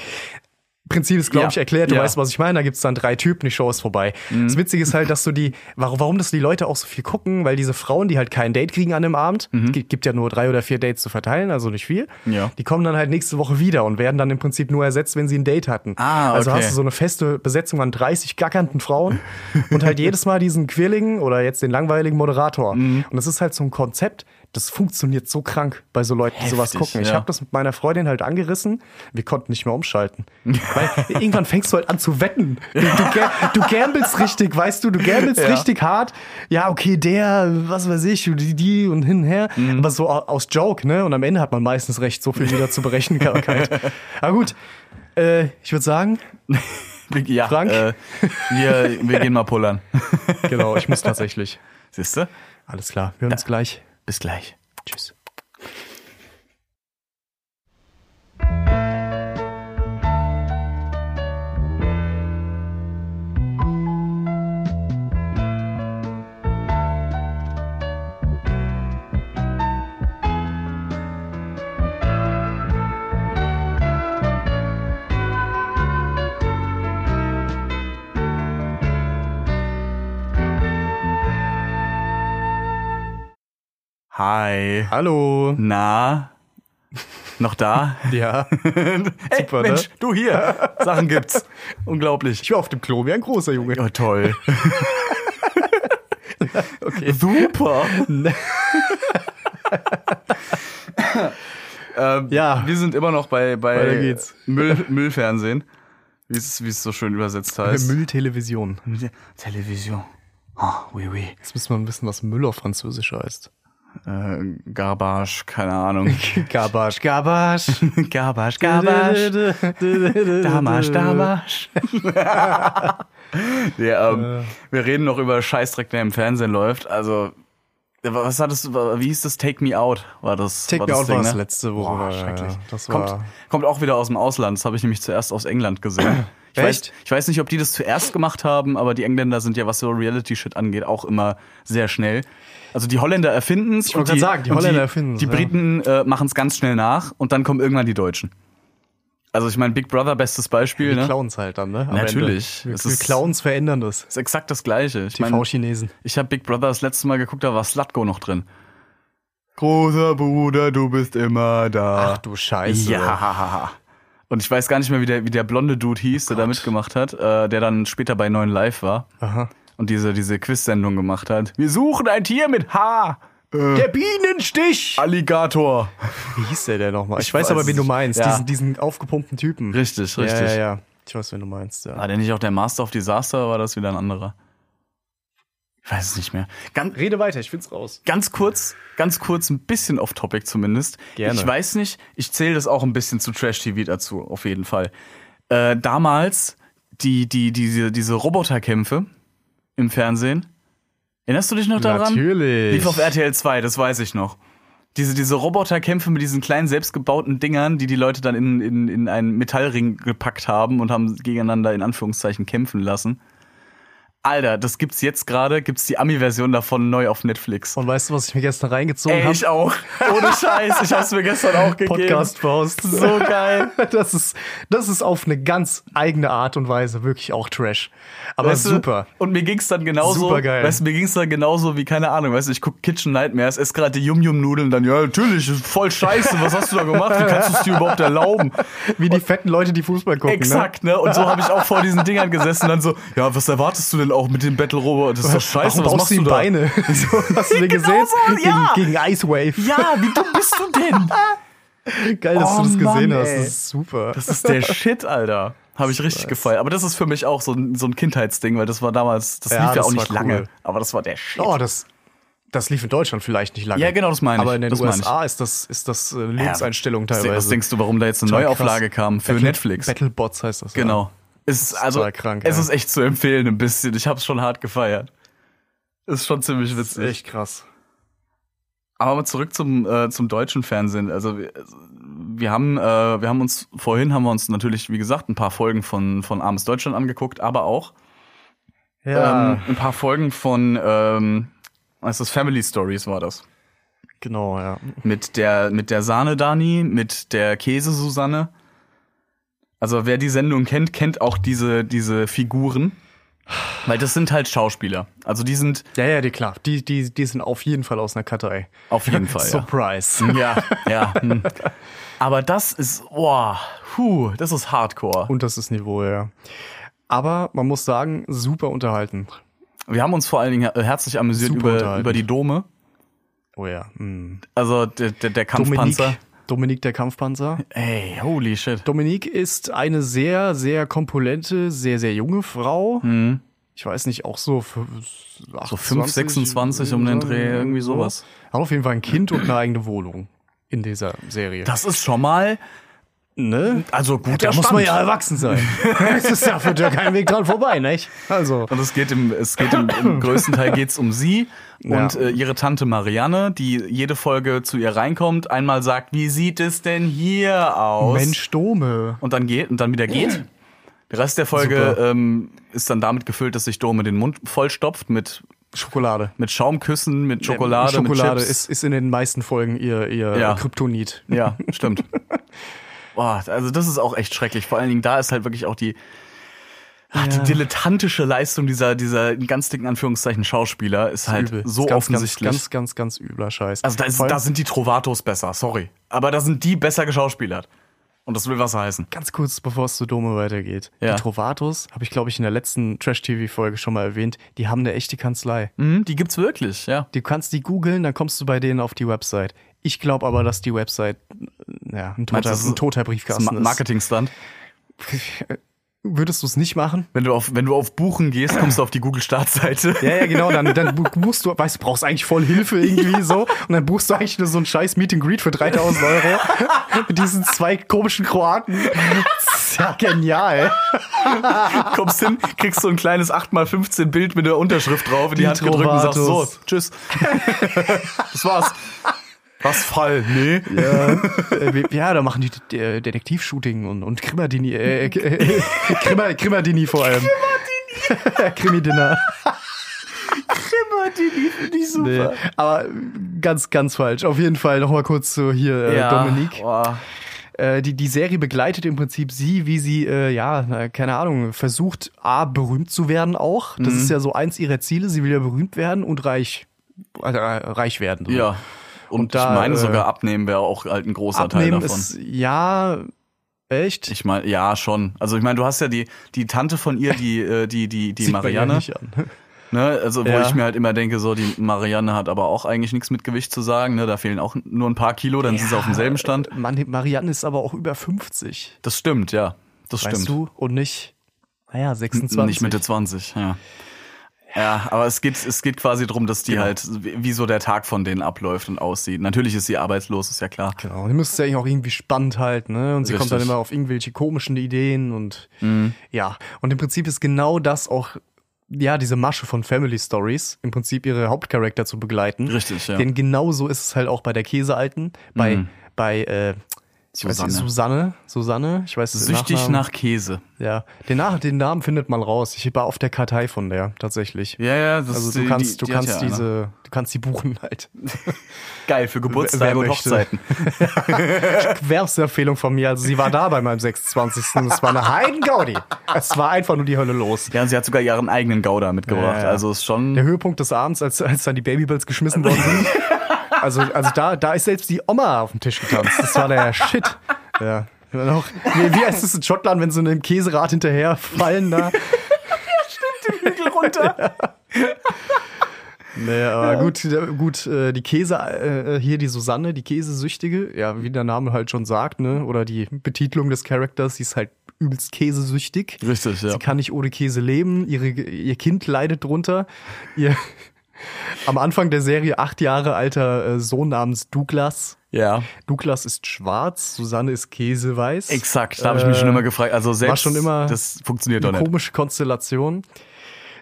Speaker 5: Prinzip ist, glaube
Speaker 4: Ja.
Speaker 5: ich, erklärt. Du
Speaker 4: Ja. Mhm.
Speaker 5: weißt, was ich meine. Da gibt's dann drei Typen, die Show ist vorbei. Das Witzige ist halt, dass du die, warum, warum das die Leute auch so viel gucken, weil diese Frauen, die halt kein Date kriegen an dem Abend, es gibt gibt ja nur drei oder vier Dates zu verteilen, also nicht viel,
Speaker 4: Mhm. Ja.
Speaker 5: die kommen dann halt nächste Woche wieder und werden dann im Prinzip nur ersetzt, wenn sie ein Date hatten.
Speaker 4: Ah,
Speaker 5: Also
Speaker 4: okay.
Speaker 5: hast du so eine feste Besetzung an 30 gackernden Frauen und halt jedes Mal diesen quirligen oder jetzt den langweiligen Moderator.
Speaker 4: Mhm.
Speaker 5: Und das ist halt so ein Konzept, das funktioniert so krank bei so Leuten, die sowas
Speaker 4: Heftig,
Speaker 5: gucken. Ich
Speaker 4: ja.
Speaker 5: habe das mit meiner Freundin halt angerissen. Wir konnten nicht mehr umschalten. Weil irgendwann fängst du halt an zu wetten. Du, du, ga- du gambelst richtig, weißt du, du gambelst
Speaker 4: Ja.
Speaker 5: richtig hart. Ja, okay, der, was weiß ich, die, die und hin und her. Aber so au- aus Joke, ne? Und am Ende hat man meistens recht, so viel wieder zu berechnen. Aber gut, äh, ich würde sagen,
Speaker 4: Ja,
Speaker 5: Frank?
Speaker 4: Äh, wir, wir gehen mal pullern.
Speaker 5: genau, ich muss tatsächlich.
Speaker 4: Siehst du?
Speaker 5: Alles klar, wir hören uns gleich.
Speaker 4: Bis gleich.
Speaker 5: Tschüss.
Speaker 4: Hi.
Speaker 5: Hallo.
Speaker 4: Na? Noch da?
Speaker 5: Ja.
Speaker 4: Ey,
Speaker 5: Super, ne?
Speaker 4: Mensch, du hier. Sachen gibt's. Unglaublich.
Speaker 5: Ich war auf dem Klo wie ein großer Junge.
Speaker 4: Oh, toll. okay. Super. ähm,
Speaker 5: Ja.
Speaker 4: Wir sind immer noch bei,
Speaker 5: Weiter
Speaker 4: bei
Speaker 5: geht's.
Speaker 4: Müll, Müllfernsehen. Wie es, wie es so schön übersetzt heißt.
Speaker 5: Mülltelevision.
Speaker 4: Television. Ah, oui, oui.
Speaker 5: Jetzt müssen wir wissen, was Müll auf Französisch heißt.
Speaker 4: Äh, Garbage, keine Ahnung.
Speaker 5: Garbage, Garbage.
Speaker 4: Garbage,
Speaker 5: Damasch,
Speaker 4: Damasch, Damasch. ja, ähm, wir reden noch über Scheißdreck, der im Fernsehen läuft. Also, was hattest du, wie hieß das? Take Me Out war das.
Speaker 5: Take
Speaker 4: war
Speaker 5: Me
Speaker 4: das
Speaker 5: Out
Speaker 4: Ding,
Speaker 5: war das
Speaker 4: ne?
Speaker 5: letzte, worüber
Speaker 4: Boah,
Speaker 5: wir-
Speaker 4: schrecklich.
Speaker 5: das war-
Speaker 4: kommt, kommt auch wieder aus dem Ausland. Das habe ich nämlich zuerst aus England gesehen. Ich weiß,
Speaker 5: Echt?
Speaker 4: ich weiß nicht, ob die das zuerst gemacht haben, aber die Engländer sind ja, was so Reality-Shit angeht, auch immer sehr schnell. Also die Holländer erfinden es. Ich
Speaker 5: wollte grad sagen, die Holländer erfinden's,
Speaker 4: Die
Speaker 5: ja.
Speaker 4: Briten äh, machen es ganz schnell nach und dann kommen irgendwann die Deutschen. Also ich meine, Big Brother, bestes Beispiel.
Speaker 5: Wir
Speaker 4: ne?
Speaker 5: klauen es halt dann, ne? Am
Speaker 4: Natürlich.
Speaker 5: Ende.
Speaker 4: Es
Speaker 5: Wir, wir
Speaker 4: ist-
Speaker 5: klauen es, verändern das.
Speaker 4: ist exakt das Gleiche. Ich meine,
Speaker 5: TV-Chinesen.
Speaker 4: ich habe Big Brother das letzte Mal geguckt, da war Slutko noch drin. Großer Bruder, du bist immer da.
Speaker 5: Ach du Scheiße.
Speaker 4: Ja. Und ich weiß gar nicht mehr, wie der, wie der blonde Dude hieß, der da mitgemacht hat, äh, der dann später bei 9 Live war
Speaker 5: Aha.
Speaker 4: und diese, diese Quiz-Sendung gemacht hat. Wir suchen ein Tier mit H. Äh,
Speaker 5: Der Bienenstich!
Speaker 4: Alligator.
Speaker 5: Wie hieß der denn nochmal? Ich,
Speaker 4: Ich
Speaker 5: weiß,
Speaker 4: weiß
Speaker 5: aber, wen
Speaker 4: es
Speaker 5: du
Speaker 4: nicht.
Speaker 5: meinst.
Speaker 4: Ja.
Speaker 5: Diesen, diesen aufgepumpten Typen.
Speaker 4: Richtig, richtig.
Speaker 5: Ja, ja, ja. Ich weiß, wen du meinst, ja.
Speaker 4: War der nicht auch der Master of Disaster oder war das wieder ein anderer? Ich weiß es nicht mehr. Ganz,
Speaker 5: Rede weiter, ich find's raus.
Speaker 4: ganz kurz, ganz kurz, ein bisschen off-topic zumindest.
Speaker 5: Gerne.
Speaker 4: Ich weiß nicht, ich zähle das auch ein bisschen zu Trash-TV dazu, auf jeden Fall. Äh, damals die, die, diese, diese Roboterkämpfe im Fernsehen. Erinnerst du dich noch daran?
Speaker 5: Natürlich.
Speaker 4: Lief auf RTL 2, das weiß ich noch. Diese, diese Roboterkämpfe mit diesen kleinen selbstgebauten Dingern, die die Leute dann in, in, in einen Metallring gepackt haben und haben gegeneinander in Anführungszeichen kämpfen lassen. Alter, das gibt's jetzt gerade, gibt's die Ami-Version davon neu auf Netflix.
Speaker 5: Und weißt du, was ich mir gestern reingezogen
Speaker 4: Ey,
Speaker 5: habe?
Speaker 4: ich auch. Ohne Scheiß. Ich hab's mir gestern auch gegeben.
Speaker 5: Podcast-Faust.
Speaker 4: So geil.
Speaker 5: Das ist, das ist auf eine ganz eigene Art und Weise wirklich auch Trash. Aber
Speaker 4: Weißt du,
Speaker 5: super.
Speaker 4: Und mir ging's dann genauso.
Speaker 5: Supergeil.
Speaker 4: Weißt du, mir ging's dann genauso wie, keine Ahnung, weißt du, ich guck Kitchen Nightmares, esse gerade die Yum-Yum-Nudeln, dann, ja, natürlich, ist voll scheiße, was hast du da gemacht? Wie kannst du es dir überhaupt erlauben?
Speaker 5: Wie die fetten Leute, die Fußball gucken.
Speaker 4: Exakt, ne? Und so habe ich auch vor diesen Dingern gesessen und dann so, ja, was erwartest du denn auch mit dem Battle Robot? Das ist doch
Speaker 5: Ne?
Speaker 4: scheiße, was
Speaker 5: Warum
Speaker 4: machst
Speaker 5: brauchst du
Speaker 4: du
Speaker 5: die
Speaker 4: da?
Speaker 5: Beine? So, hast du den
Speaker 4: Genau
Speaker 5: gesehen?
Speaker 4: so, ja.
Speaker 5: gegen, gegen Ice Wave.
Speaker 4: Ja, wie dumm bist du denn?
Speaker 5: Geil, dass
Speaker 4: Oh,
Speaker 5: du das gesehen
Speaker 4: Mann,
Speaker 5: hast.
Speaker 4: ey.
Speaker 5: Das ist super.
Speaker 4: Das ist der Shit, Alter. Habe ich richtig gefeiert. Aber das ist für mich auch so ein, so ein Kindheitsding, weil das war damals, das
Speaker 5: Ja,
Speaker 4: lief ja
Speaker 5: das
Speaker 4: auch
Speaker 5: war
Speaker 4: nicht lange.
Speaker 5: cool.
Speaker 4: Aber das war der Shit.
Speaker 5: oh, das, das lief in Deutschland vielleicht nicht lange.
Speaker 4: Ja, genau, das meine ich.
Speaker 5: Aber in den
Speaker 4: Das meine ich.
Speaker 5: USA ist das, ist das äh, Lebenseinstellung
Speaker 4: Ja.
Speaker 5: teilweise.
Speaker 4: Was denkst du, warum da jetzt eine
Speaker 5: Total
Speaker 4: Neuauflage
Speaker 5: krass.
Speaker 4: kam für
Speaker 5: Battle-
Speaker 4: Netflix?
Speaker 5: Battlebots heißt das. ja.
Speaker 4: Genau. Es ist also
Speaker 5: total krank,
Speaker 4: es
Speaker 5: ja.
Speaker 4: ist echt zu empfehlen ein bisschen. Ich habe es schon hart gefeiert. Ist schon ziemlich
Speaker 5: Das
Speaker 4: witzig.
Speaker 5: ist echt krass.
Speaker 4: Aber mal zurück zum, äh, zum deutschen Fernsehen. Also wir, wir haben äh, wir haben uns vorhin haben wir uns natürlich wie gesagt ein paar Folgen von von Armes Deutschland angeguckt, aber auch ähm, ein paar Folgen von ähm, was ist das Family Stories war das
Speaker 5: genau, ja.
Speaker 4: mit der mit der Sahne Dani, mit der Käse Susanne. Also wer die Sendung kennt, kennt auch diese diese Figuren, weil das sind halt Schauspieler. Also die sind
Speaker 5: Ja, ja, die klar. Die, die, die sind auf jeden Fall aus einer Kartei.
Speaker 4: auf jeden Fall ja.
Speaker 5: Surprise.
Speaker 4: Ja, ja. hm. Aber das ist, boah, puh, das ist Hardcore.
Speaker 5: Und das ist Niveau, ja. Aber man muss sagen, super unterhalten.
Speaker 4: Wir haben uns vor allen Dingen her- herzlich amüsiert
Speaker 5: Super
Speaker 4: über,
Speaker 5: unterhaltend.
Speaker 4: über die Dome.
Speaker 5: Oh ja. hm.
Speaker 4: Also der, der, der Kampfpanzer.
Speaker 5: Dominik, Dominik der Kampfpanzer.
Speaker 4: Ey, holy shit.
Speaker 5: Dominik ist eine sehr, sehr kompulente, sehr, sehr junge Frau.
Speaker 4: Hm.
Speaker 5: Ich weiß nicht, auch so f- 28,
Speaker 4: 5, 26 um den Dreh, irgendwie sowas.
Speaker 5: Hat auf jeden Fall ein Kind und eine eigene Wohnung in dieser Serie.
Speaker 4: Das ist schon mal,
Speaker 5: ne?
Speaker 4: also guter
Speaker 5: Da muss
Speaker 4: Stand.
Speaker 5: man ja erwachsen sein. Es ist ja, führt ja kein Weg dran vorbei, nicht? Also.
Speaker 4: Und es geht im, es geht im, im größten Teil geht's um sie
Speaker 5: Ja.
Speaker 4: und äh, ihre Tante Marianne, die jede Folge zu ihr reinkommt, einmal sagt, wie sieht es denn hier aus?
Speaker 5: Mensch, Dome.
Speaker 4: und dann geht und dann wieder geht. Der Rest der Folge
Speaker 5: Super.
Speaker 4: ähm, ist dann damit gefüllt, dass sich Dome den Mund vollstopft mit,
Speaker 5: Schokolade.
Speaker 4: mit Schaumküssen, mit Schokolade,
Speaker 5: Schokolade
Speaker 4: mit Chips.
Speaker 5: ist, ist in den meisten Folgen ihr, ihr
Speaker 4: Ja.
Speaker 5: Kryptonit.
Speaker 4: ja, stimmt. Boah, also das ist auch echt schrecklich. Vor allen Dingen da ist halt wirklich auch die, ach, die dilettantische Leistung dieser, dieser in ganz dicken Anführungszeichen Schauspieler ist halt
Speaker 5: Übel.
Speaker 4: so
Speaker 5: Ist ganz,
Speaker 4: offensichtlich.
Speaker 5: Ganz, ganz, ganz, ganz übler Scheiß.
Speaker 4: also da, ist,
Speaker 5: Vor allem-
Speaker 4: da sind die Trovatos besser, sorry. Aber da sind die besser geschauspielert. Und das will was heißen.
Speaker 5: Ganz kurz, bevor es zu Dome weitergeht.
Speaker 4: Ja.
Speaker 5: Die Trovatos, habe ich glaube ich in der letzten Trash-TV-Folge schon mal erwähnt, die haben eine echte Kanzlei.
Speaker 4: Mhm, die gibt's wirklich, ja.
Speaker 5: Du kannst die googeln, dann kommst du bei denen auf die Website. Ich glaube aber, dass die Website äh, ja, ein, toter,
Speaker 4: das ist-
Speaker 5: ein toter
Speaker 4: Das ist
Speaker 5: Briefkasten
Speaker 4: ein
Speaker 5: ist.
Speaker 4: Marketingstand.
Speaker 5: Würdest du es nicht machen?
Speaker 4: Wenn du auf, wenn du auf Buchen gehst, kommst du auf die Google-Startseite.
Speaker 5: Ja, ja, genau, dann, dann bu- buchst du, weißt du, brauchst eigentlich voll Hilfe irgendwie so und dann buchst du eigentlich nur so ein scheiß Meet and Greet für 3000 Euro mit diesen zwei komischen Kroaten. Das ist ja genial.
Speaker 4: Kommst hin, kriegst so ein kleines 8x15 Bild mit der Unterschrift drauf in die,
Speaker 5: Die
Speaker 4: Hand gedrückt und sagst so,
Speaker 5: Trovatos.
Speaker 4: tschüss. das war's. Was Fall? Nee.
Speaker 5: Äh, wir- ja, da machen die äh, Detektivshooting und, und Krimadini, äh, äh, äh, Krimmer, Krimadini vor allem. Krimadini. Krimi-Dinner.
Speaker 4: Nicht super.
Speaker 5: Nee, aber ganz, ganz falsch. Auf jeden Fall nochmal kurz zu hier äh, Dominik.
Speaker 4: Boah.
Speaker 5: Äh, die, die Serie begleitet im Prinzip sie, wie sie, äh, ja, na, keine Ahnung, versucht, A, berühmt zu werden auch. Das
Speaker 4: Mhm.
Speaker 5: ist ja so eins ihrer Ziele. Sie will ja berühmt werden und reich, äh, reich werden. So.
Speaker 4: Ja. Und,
Speaker 5: Und da,
Speaker 4: ich meine
Speaker 5: äh,
Speaker 4: sogar abnehmen wäre auch halt ein großer
Speaker 5: Abnehmen
Speaker 4: Teil davon.
Speaker 5: ist, ja, echt?
Speaker 4: ich meine, ja, schon. Also ich meine, du hast ja die, die Tante von ihr, die, äh, die, die, die
Speaker 5: Sieht man ja
Speaker 4: Marianne.
Speaker 5: nicht an.
Speaker 4: Ne, also wo
Speaker 5: Ja.
Speaker 4: ich mir halt immer denke, so die Marianne hat aber auch eigentlich nichts mit Gewicht zu sagen. Ne, da fehlen auch nur ein paar Kilo, dann sind sie auf demselben Stand.
Speaker 5: Mann, Marianne ist aber auch über 50,
Speaker 4: Das stimmt, ja. Das
Speaker 5: weißt
Speaker 4: stimmt.
Speaker 5: du? Und nicht, naja, 26.
Speaker 4: Nicht Mitte 20, ja. Ja, aber es geht, es geht quasi darum, dass die
Speaker 5: Genau.
Speaker 4: halt, wie wie so der Tag von denen abläuft und aussieht. Natürlich ist sie arbeitslos, ist ja klar.
Speaker 5: Genau, die müsste ja eigentlich auch irgendwie spannend halten, ne? Und sie kommt dann
Speaker 4: Richtig. Mhm.
Speaker 5: immer auf irgendwelche komischen Ideen und ja. Und im Prinzip ist genau das auch, ja, diese Masche von Family Stories, im Prinzip ihre Hauptcharakter zu begleiten.
Speaker 4: Richtig, ja. Mhm.
Speaker 5: Denn genau so ist es halt auch bei der Käsealten, bei, bei, äh, Ich weiß nicht, Susanne, Susanne, ich weiß es
Speaker 4: Süchtig nach Käse.
Speaker 5: Ja, den, Nach den Namen findet man raus. Ich war auf der Kartei von der tatsächlich.
Speaker 4: Ja, ja, das
Speaker 5: Also
Speaker 4: ist
Speaker 5: du
Speaker 4: die-
Speaker 5: kannst,
Speaker 4: die-
Speaker 5: du
Speaker 4: die hat
Speaker 5: kannst
Speaker 4: ja einer.
Speaker 5: diese, du kannst die buchen halt.
Speaker 4: Geil, für Geburtstage und
Speaker 5: möchte?
Speaker 4: Hochzeiten.
Speaker 5: Werbeempfehlung von mir. Also sie war da bei meinem 26. Es war eine Heidengaudi. Es war einfach nur die Hölle los.
Speaker 4: Ja, und sie hat sogar ihren eigenen Gouda mitgebracht.
Speaker 5: Ja, ja.
Speaker 4: Also ist schon.
Speaker 5: Der Höhepunkt des Abends, als, als dann die Babybells geschmissen worden sind. Also, also da, da ist selbst die Oma auf dem Tisch getanzt. Das war der Shit. Ja. Immer Noch, wie, wie heißt es in Schottland, wenn sie einem Käserad hinterherfallen? Da?
Speaker 4: Hügel runter.
Speaker 5: Nee, aber gut, gut, äh, die Käse, äh, hier die Susanne, die Käsesüchtige, ja, wie der Name halt schon sagt, ne, oder die Betitlung des Charakters, sie ist halt übelst käsesüchtig.
Speaker 4: Richtig, ja.
Speaker 5: Sie kann nicht ohne Käse leben, ihre, ihr Kind leidet drunter. Ihr, am Anfang der Serie acht Jahre alter äh, Sohn namens Douglas.
Speaker 4: Ja,
Speaker 5: Douglas ist schwarz, Susanne ist käseweiß.
Speaker 4: exakt. Da habe ich mich
Speaker 5: Äh,
Speaker 4: schon immer gefragt. Also selbst
Speaker 5: schon immer
Speaker 4: das funktioniert doch
Speaker 5: eine
Speaker 4: nicht.
Speaker 5: komische Konstellation.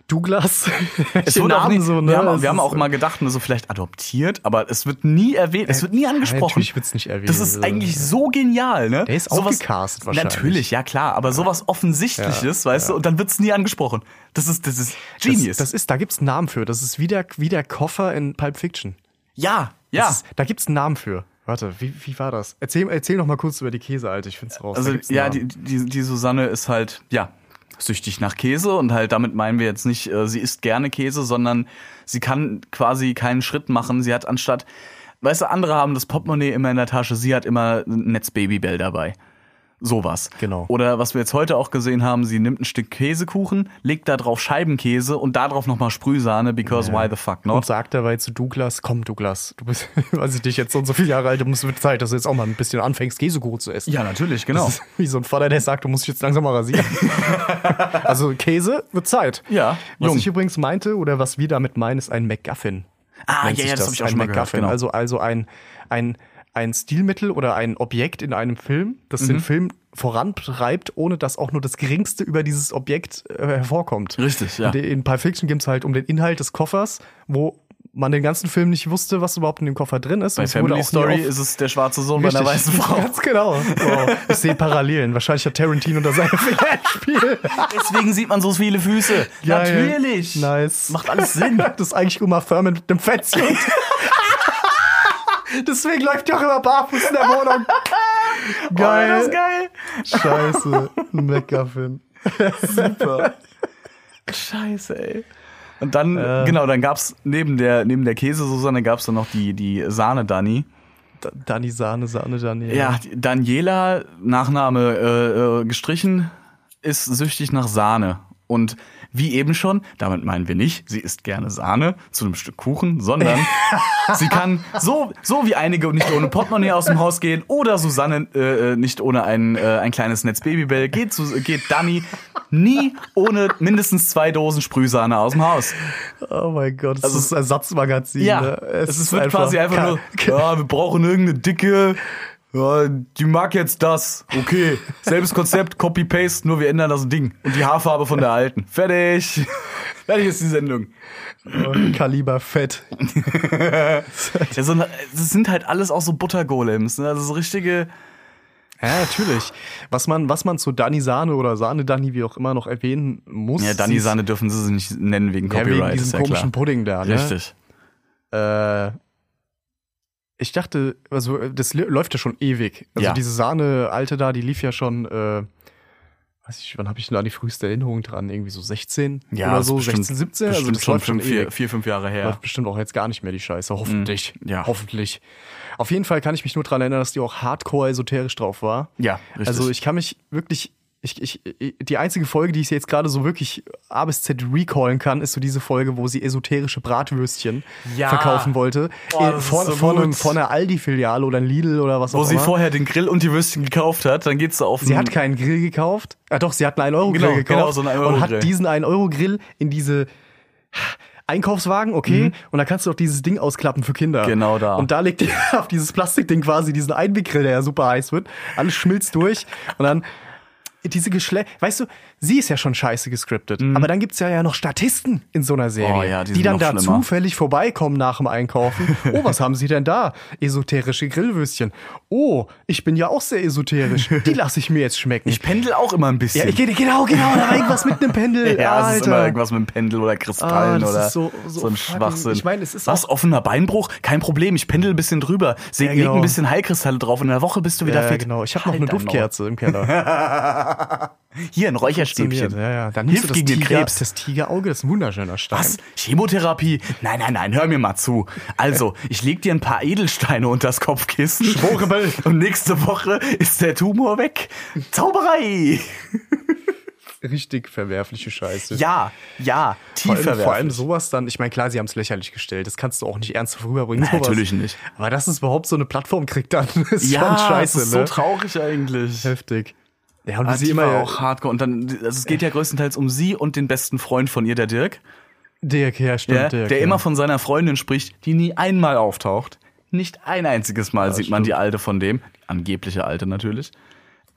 Speaker 5: Douglas.
Speaker 4: Es
Speaker 5: Den
Speaker 4: wurde auch
Speaker 5: Namen
Speaker 4: nie,
Speaker 5: so, ne?
Speaker 4: wir haben,
Speaker 5: Es
Speaker 4: wir haben
Speaker 5: ist-
Speaker 4: auch mal gedacht, ne, so vielleicht adoptiert, aber es wird nie erwähnt, es wird nie angesprochen.
Speaker 5: Ah, natürlich wird's nicht erwähnt. Also,
Speaker 4: Das ist eigentlich so genial, ne?
Speaker 5: Der ist outgecast wahrscheinlich.
Speaker 4: Natürlich, ja klar, aber sowas Offensichtliches, weißt du, und dann wird es nie angesprochen. Das ist, das ist Genius.
Speaker 5: Das, das ist, da gibt's einen Namen für. Das ist wie der, wie der Koffer in Pulp Fiction.
Speaker 4: ja,
Speaker 5: Das
Speaker 4: ja.
Speaker 5: Ist, da gibt's einen Namen für. Warte, wie, wie war das? Erzähl, erzähl noch mal kurz über die Käse, Alter. Ich find's raus. Da
Speaker 4: Also
Speaker 5: gibt's einen
Speaker 4: ja, die,
Speaker 5: Namen.
Speaker 4: die, die Susanne ist halt, ja, süchtig nach Käse und halt damit meinen wir jetzt nicht, äh, sie isst gerne Käse, sondern sie kann quasi keinen Schritt machen. Sie hat anstatt, weißt du, andere haben das Portemonnaie immer in der Tasche, sie hat immer ein Netz Babybell dabei. Sowas.
Speaker 5: Genau.
Speaker 4: Oder was wir jetzt heute auch gesehen haben, sie nimmt ein Stück Käsekuchen, legt da drauf Scheibenkäse und da drauf nochmal Sprühsahne, because why the fuck
Speaker 5: und
Speaker 4: not?
Speaker 5: sagt dabei zu Douglas, komm Douglas, du bist, weiß ich dich, jetzt so und so viele Jahre alt, du musst mit Zeit, dass du jetzt auch mal ein bisschen anfängst, Käsekuchen zu essen.
Speaker 4: Ja, natürlich, genau.
Speaker 5: Das ist wie so ein Vater, der sagt, du musst dich jetzt langsam mal rasieren. also Käse wird Zeit.
Speaker 4: Ja,
Speaker 5: Was
Speaker 4: jung.
Speaker 5: ich übrigens meinte oder was wir damit meinen, ist ein MacGuffin.
Speaker 4: Ah,
Speaker 5: nennt
Speaker 4: ja,
Speaker 5: sich
Speaker 4: ja, das habe ich auch
Speaker 5: ein
Speaker 4: schon mal gehört.
Speaker 5: MacGuffin.
Speaker 4: Genau.
Speaker 5: Also, also ein, ein, ein Stilmittel oder ein Objekt in einem Film, das
Speaker 4: Mhm.
Speaker 5: den Film vorantreibt, ohne dass auch nur das Geringste über dieses Objekt äh, hervorkommt.
Speaker 4: Richtig, ja.
Speaker 5: Und in Pulp Fiction ging es halt um den Inhalt des Koffers, wo man den ganzen Film nicht wusste, was überhaupt in dem Koffer drin ist.
Speaker 4: bei
Speaker 5: Und es wurde
Speaker 4: Family
Speaker 5: auch nie
Speaker 4: Story
Speaker 5: auf-
Speaker 4: ist es der schwarze Sohn bei einer weißen
Speaker 5: Richtig.
Speaker 4: Frau.
Speaker 5: Ganz genau. Wow. Ich sehe Parallelen. Wahrscheinlich hat Tarantino da sein Spiel.
Speaker 4: Deswegen sieht man so viele Füße.
Speaker 5: Geil.
Speaker 4: Natürlich.
Speaker 5: Nice.
Speaker 4: Macht alles Sinn.
Speaker 5: Das ist eigentlich Uma Thurman mit dem Fettsuit. Deswegen läuft die auch immer barfuß in der Wohnung.
Speaker 4: Oh, das
Speaker 5: Geil.
Speaker 4: ist geil.
Speaker 5: Scheiße. Ein McGuffin.
Speaker 4: Scheiße, ey. Und dann, genau, dann gab's neben der, neben der Käsesusanne gab's dann noch die, die Sahne-Dani.
Speaker 5: Da- Dani Sahne, Sahne, Dani.
Speaker 4: Ja, Äh, Daniela, Nachname äh, äh, gestrichen, ist süchtig nach Sahne. Und wie eben schon, damit meinen wir nicht, sie isst gerne Sahne zu einem Stück Kuchen, sondern sie kann so, so wie einige nicht ohne Portemonnaie aus dem Haus gehen oder Susanne äh, äh, nicht ohne ein, äh, ein kleines Netz Babybell, geht, zu, geht Dani nie ohne mindestens zwei Dosen Sprühsahne aus dem Haus.
Speaker 5: Oh mein Gott, das ist ein Ersatzmagazin.
Speaker 4: Also Ja,
Speaker 5: ne?
Speaker 4: es, wird quasi einfach nur, ja, wir brauchen irgendeine dicke, ja, die mag jetzt das. Okay, selbes Konzept, Copy-Paste, nur wir ändern das Ding. Und die Haarfarbe von der alten. Fertig. Fertig ist die Sendung.
Speaker 5: nur Kaliber Fett.
Speaker 4: Ja, so, eine- das sind halt alles auch so Buttergolems. Ne? Also so richtige,
Speaker 5: Ja, natürlich. Was man, was man zu Dani Sahne oder Sahne Dani, wie auch immer, noch erwähnen muss.
Speaker 4: ja,
Speaker 5: sie
Speaker 4: Dani
Speaker 5: ist-
Speaker 4: Sahne dürfen sie nicht nennen wegen
Speaker 5: Ja,
Speaker 4: Copyright,
Speaker 5: wegen
Speaker 4: ist
Speaker 5: diesem
Speaker 4: ja
Speaker 5: komischen
Speaker 4: klar.
Speaker 5: Pudding da. Ne?
Speaker 4: Richtig.
Speaker 5: Äh, ich dachte, also das li- läuft ja schon ewig. Also
Speaker 4: Ja.
Speaker 5: diese Sahne alte da, die lief ja schon, äh, weiß ich, wann habe ich denn da die früheste Erinnerung dran? Irgendwie so 16 oder
Speaker 4: das ist
Speaker 5: so,
Speaker 4: bestimmt-
Speaker 5: 16, 17? Also
Speaker 4: bestimmt
Speaker 5: das läuft schon
Speaker 4: fünf, vier,
Speaker 5: ewig.
Speaker 4: vier, fünf Jahre her.
Speaker 5: Läuft bestimmt auch jetzt gar nicht mehr die Scheiße, hoffentlich.
Speaker 4: Mm, ja.
Speaker 5: Hoffentlich. Auf jeden Fall kann ich mich nur dran erinnern, dass die auch hardcore esoterisch drauf war.
Speaker 4: Ja, richtig.
Speaker 5: Also ich kann mich wirklich. Ich, ich, ich- die einzige Folge, die ich jetzt gerade so wirklich A bis Z recallen kann, ist so diese Folge, wo sie esoterische Bratwürstchen
Speaker 4: Ja.
Speaker 5: verkaufen wollte.
Speaker 4: Boah,
Speaker 5: Äh,
Speaker 4: das ist
Speaker 5: von,
Speaker 4: so
Speaker 5: von,
Speaker 4: gut.
Speaker 5: von einer Aldi-Filiale oder Lidl oder was
Speaker 4: Wo
Speaker 5: auch
Speaker 4: sie
Speaker 5: immer.
Speaker 4: vorher den Grill und die Würstchen gekauft hat, dann geht's da auf
Speaker 5: sie
Speaker 4: den-
Speaker 5: hat keinen Grill gekauft. Ah doch, sie hat einen 1-Euro-Grill
Speaker 4: Genau,
Speaker 5: gekauft.
Speaker 4: genau, so einen 1-Euro-Grill.
Speaker 5: Und hat diesen 1-Euro-Grill in diese Einkaufswagen, okay, und da kannst du doch dieses Ding ausklappen für Kinder.
Speaker 4: Mhm. Genau da.
Speaker 5: Und da legt ihr auf dieses Plastikding quasi diesen Einweggrill, der ja super heiß wird. Alles schmilzt durch und dann diese Geschle... Weißt du, sie ist ja schon scheiße gescriptet. Aber dann gibt's ja, ja noch Statisten in so einer Serie,
Speaker 4: Oh Mhm. ja, die
Speaker 5: die,
Speaker 4: sind
Speaker 5: dann
Speaker 4: noch
Speaker 5: da
Speaker 4: schlimmer.
Speaker 5: zufällig vorbeikommen nach dem Einkaufen. Oh, was haben sie denn da? Esoterische Grillwürstchen. Oh, ich bin ja auch sehr esoterisch. Die lasse ich mir jetzt schmecken.
Speaker 4: Ich pendel auch immer ein bisschen.
Speaker 5: ja, ich, genau, genau, da war irgendwas mit einem Pendel.
Speaker 4: Ja,
Speaker 5: Alter.
Speaker 4: es ist immer irgendwas mit dem Pendel oder Kristallen
Speaker 5: Ah, das
Speaker 4: oder
Speaker 5: ist so- so
Speaker 4: ein
Speaker 5: fucking-
Speaker 4: Schwachsinn.
Speaker 5: ich meine, es ist
Speaker 4: Was, offener Beinbruch? Kein Problem, ich pendel ein bisschen drüber, se- leg
Speaker 5: genau.
Speaker 4: ein bisschen Heilkristalle drauf und in der Woche bist du wieder
Speaker 5: Ja,
Speaker 4: fit.
Speaker 5: genau. Ich habe noch
Speaker 4: Halt
Speaker 5: eine
Speaker 4: dein Maul.
Speaker 5: Duftkerze im Keller.
Speaker 4: Hier, ein Räucherstäbchen.
Speaker 5: Ja, ja. Dann nimmst
Speaker 4: Hilft
Speaker 5: du das
Speaker 4: gegen den
Speaker 5: Tiger,
Speaker 4: Krebs.
Speaker 5: Das Tigerauge, das ist ein wunderschöner Stein.
Speaker 4: Was? Chemotherapie? Nein, nein, nein, hör mir mal zu. Also, ich leg dir ein paar Edelsteine unter das Kopfkissen.
Speaker 5: Schwurbel.
Speaker 4: Und nächste Woche ist der Tumor weg. Zauberei!
Speaker 5: Richtig verwerfliche Scheiße.
Speaker 4: Ja, ja,
Speaker 5: Vor allem,
Speaker 4: tiefer
Speaker 5: vor allem sowas dann, ich meine, klar, sie haben es lächerlich gestellt, das kannst du auch nicht ernsthaft rüberbringen.
Speaker 4: Nein,
Speaker 5: sowas.
Speaker 4: natürlich nicht.
Speaker 5: Aber dass es überhaupt so eine Plattform kriegt, dann ist
Speaker 4: Ja,
Speaker 5: schon scheiße,
Speaker 4: das ist
Speaker 5: ne?
Speaker 4: so traurig eigentlich.
Speaker 5: Heftig. Ja, und wie
Speaker 4: Ah,
Speaker 5: sie
Speaker 4: die
Speaker 5: immer
Speaker 4: war auch hardcore. Und dann, also es geht ja größtenteils um sie und den besten Freund von ihr, der Dirk,
Speaker 5: Dirk, ja, stimmt,
Speaker 4: ja,
Speaker 5: Dirk.
Speaker 4: der
Speaker 5: ja.
Speaker 4: immer von seiner Freundin spricht, die nie einmal auftaucht. Nicht ein einziges Mal sieht man die Alte von dem. Die angebliche Alte natürlich.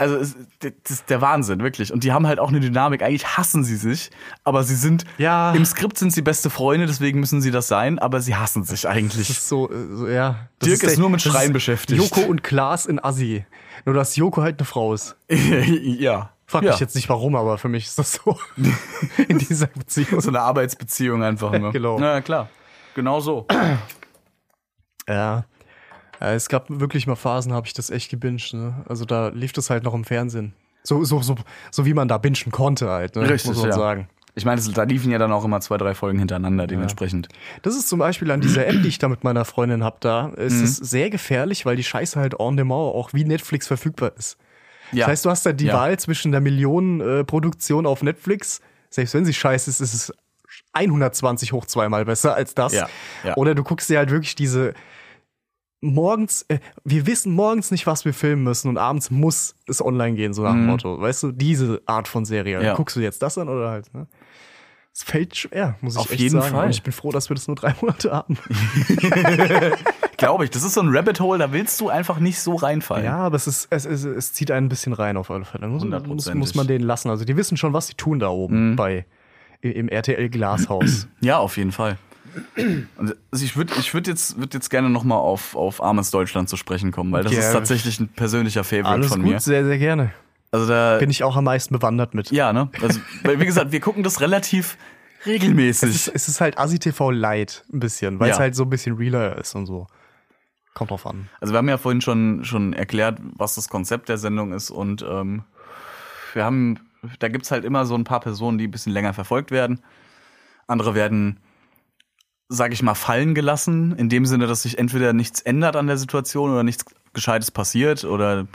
Speaker 4: Also es, das ist der Wahnsinn, wirklich. Und die haben halt auch eine Dynamik. Eigentlich hassen sie sich, aber sie sind,
Speaker 5: Ja.
Speaker 4: im Skript sind sie beste Freunde, deswegen müssen sie das sein, aber sie hassen sich
Speaker 5: Das
Speaker 4: eigentlich.
Speaker 5: ist so, äh, so ja. Das
Speaker 4: Dirk ist
Speaker 5: der-
Speaker 4: nur mit
Speaker 5: das
Speaker 4: Schreien
Speaker 5: ist
Speaker 4: beschäftigt.
Speaker 5: Joko und Klaas in Assi. Nur, dass Joko halt eine Frau ist.
Speaker 4: ja.
Speaker 5: Frag
Speaker 4: ja.
Speaker 5: mich jetzt nicht warum, aber für mich ist das so. in dieser Beziehung.
Speaker 4: So eine Arbeitsbeziehung einfach nur.
Speaker 5: Genau.
Speaker 4: Na ja, klar. Genau so.
Speaker 5: Ja. Äh, Es gab wirklich mal Phasen, habe ich das echt gebinged, ne? Also da lief das halt noch im Fernsehen. So, so, so, so wie man da bingen konnte halt, ne?
Speaker 4: Richtig,
Speaker 5: muss man
Speaker 4: ja.
Speaker 5: sagen.
Speaker 4: Ich meine, es- da liefen ja dann auch immer zwei, drei Folgen hintereinander dementsprechend.
Speaker 5: Das ist zum Beispiel an dieser App, die ich da mit meiner Freundin hab, da
Speaker 4: Mhm.
Speaker 5: ist es sehr gefährlich, weil die Scheiße halt on demand auch wie Netflix verfügbar ist.
Speaker 4: Ja.
Speaker 5: Das heißt, du hast da die
Speaker 4: Ja.
Speaker 5: Wahl zwischen der Millionenproduktion äh, Produktion auf Netflix, selbst wenn sie scheiße ist, ist es 120 hoch zweimal besser als das.
Speaker 4: Ja, ja.
Speaker 5: Oder du guckst dir halt wirklich diese morgens, äh, wir wissen morgens nicht, was wir filmen müssen und abends muss es online gehen, so nach dem Motto. Weißt du, diese Art von Serie.
Speaker 4: Mhm. Ja.
Speaker 5: Guckst du jetzt das an oder halt, ne? Es fällt schwer, muss ich
Speaker 4: Auf
Speaker 5: echt
Speaker 4: jeden
Speaker 5: sagen.
Speaker 4: Fall.
Speaker 5: Und ich bin froh, dass wir das nur drei Monate haben.
Speaker 4: Glaube ich. Das ist so ein Rabbit Hole, da willst du einfach nicht so reinfallen.
Speaker 5: Ja, aber es, ist, es, es, es zieht einen ein bisschen rein auf alle Fälle. Muss, muss,
Speaker 4: Hundertprozentig. Mhm.
Speaker 5: muss man denen lassen. Also die wissen schon, was sie tun da oben bei i- im RTL Glashaus.
Speaker 4: Ja, auf jeden Fall. Und also ich würde ich würd jetzt, würd jetzt gerne nochmal auf, auf armes Deutschland zu sprechen kommen, weil das
Speaker 5: Ja.
Speaker 4: ist tatsächlich ein persönlicher Favorite
Speaker 5: Alles
Speaker 4: von
Speaker 5: gut,
Speaker 4: mir.
Speaker 5: sehr, sehr gerne.
Speaker 4: Also da,
Speaker 5: Bin ich auch am meisten bewandert mit.
Speaker 4: ja, ne? Also, weil, wie gesagt, wir gucken das relativ regelmäßig.
Speaker 5: Es, ist, es ist halt Asi TV light ein bisschen, weil es
Speaker 4: Ja.
Speaker 5: halt so ein bisschen realer ist und so. Kommt drauf an.
Speaker 4: Also wir haben ja vorhin schon, schon erklärt, was das Konzept der Sendung ist und ähm, wir haben, da gibt's halt immer so ein paar Personen, die ein bisschen länger verfolgt werden. Andere werden, sag ich mal, fallen gelassen, in dem Sinne, dass sich entweder nichts ändert an der Situation oder nichts Gescheites passiert oder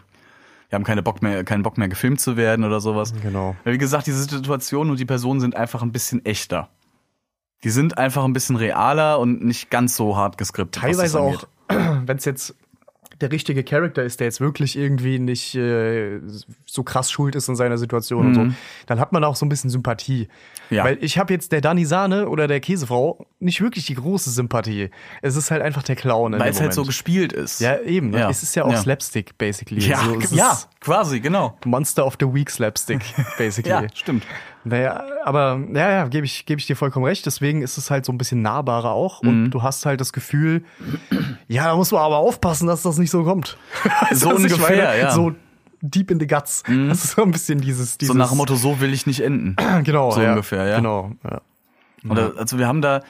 Speaker 4: wir haben keine Bock mehr, keinen Bock mehr gefilmt zu werden oder sowas.
Speaker 5: Genau.
Speaker 4: Weil, Wie gesagt, diese Situation und die Personen sind einfach ein bisschen echter. Die sind einfach ein bisschen realer und nicht ganz so hart geskriptet. was das
Speaker 5: Teilweise
Speaker 4: angeht.
Speaker 5: auch, wenn es jetzt der richtige Charakter ist, der jetzt wirklich irgendwie nicht äh, so krass schuld ist in seiner Situation und so, dann hat man auch so ein bisschen Sympathie.
Speaker 4: Mhm. Ja.
Speaker 5: Weil ich habe jetzt der Dani Sahne oder der Käsefrau nicht wirklich die große Sympathie. Es ist halt einfach der Clown. in
Speaker 4: Weil
Speaker 5: dem
Speaker 4: es halt so
Speaker 5: Moment.
Speaker 4: gespielt ist.
Speaker 5: Ja, eben. Ne?
Speaker 4: Ja.
Speaker 5: Es ist ja auch
Speaker 4: Ja.
Speaker 5: Slapstick, basically.
Speaker 4: Ja,
Speaker 5: so,
Speaker 4: g-
Speaker 5: es
Speaker 4: ja
Speaker 5: Ist
Speaker 4: quasi, genau.
Speaker 5: Monster of the Week Slapstick, basically.
Speaker 4: Ja, stimmt.
Speaker 5: Naja, aber ja, ja, gebe ich, geb ich dir vollkommen recht. Deswegen ist es halt so ein bisschen nahbarer auch.
Speaker 4: Mhm.
Speaker 5: Und du hast halt das Gefühl, ja, da muss man aber aufpassen, dass das nicht so kommt.
Speaker 4: So
Speaker 5: Dass ich
Speaker 4: ungefähr, ja. Mhm.
Speaker 5: So deep in the guts. Das ist so ein bisschen dieses, dieses
Speaker 4: So nach dem Motto, so will ich nicht enden.
Speaker 5: Genau,
Speaker 4: so
Speaker 5: ja.
Speaker 4: ungefähr, ja.
Speaker 5: Genau, ja.
Speaker 4: Oder, also wir haben da,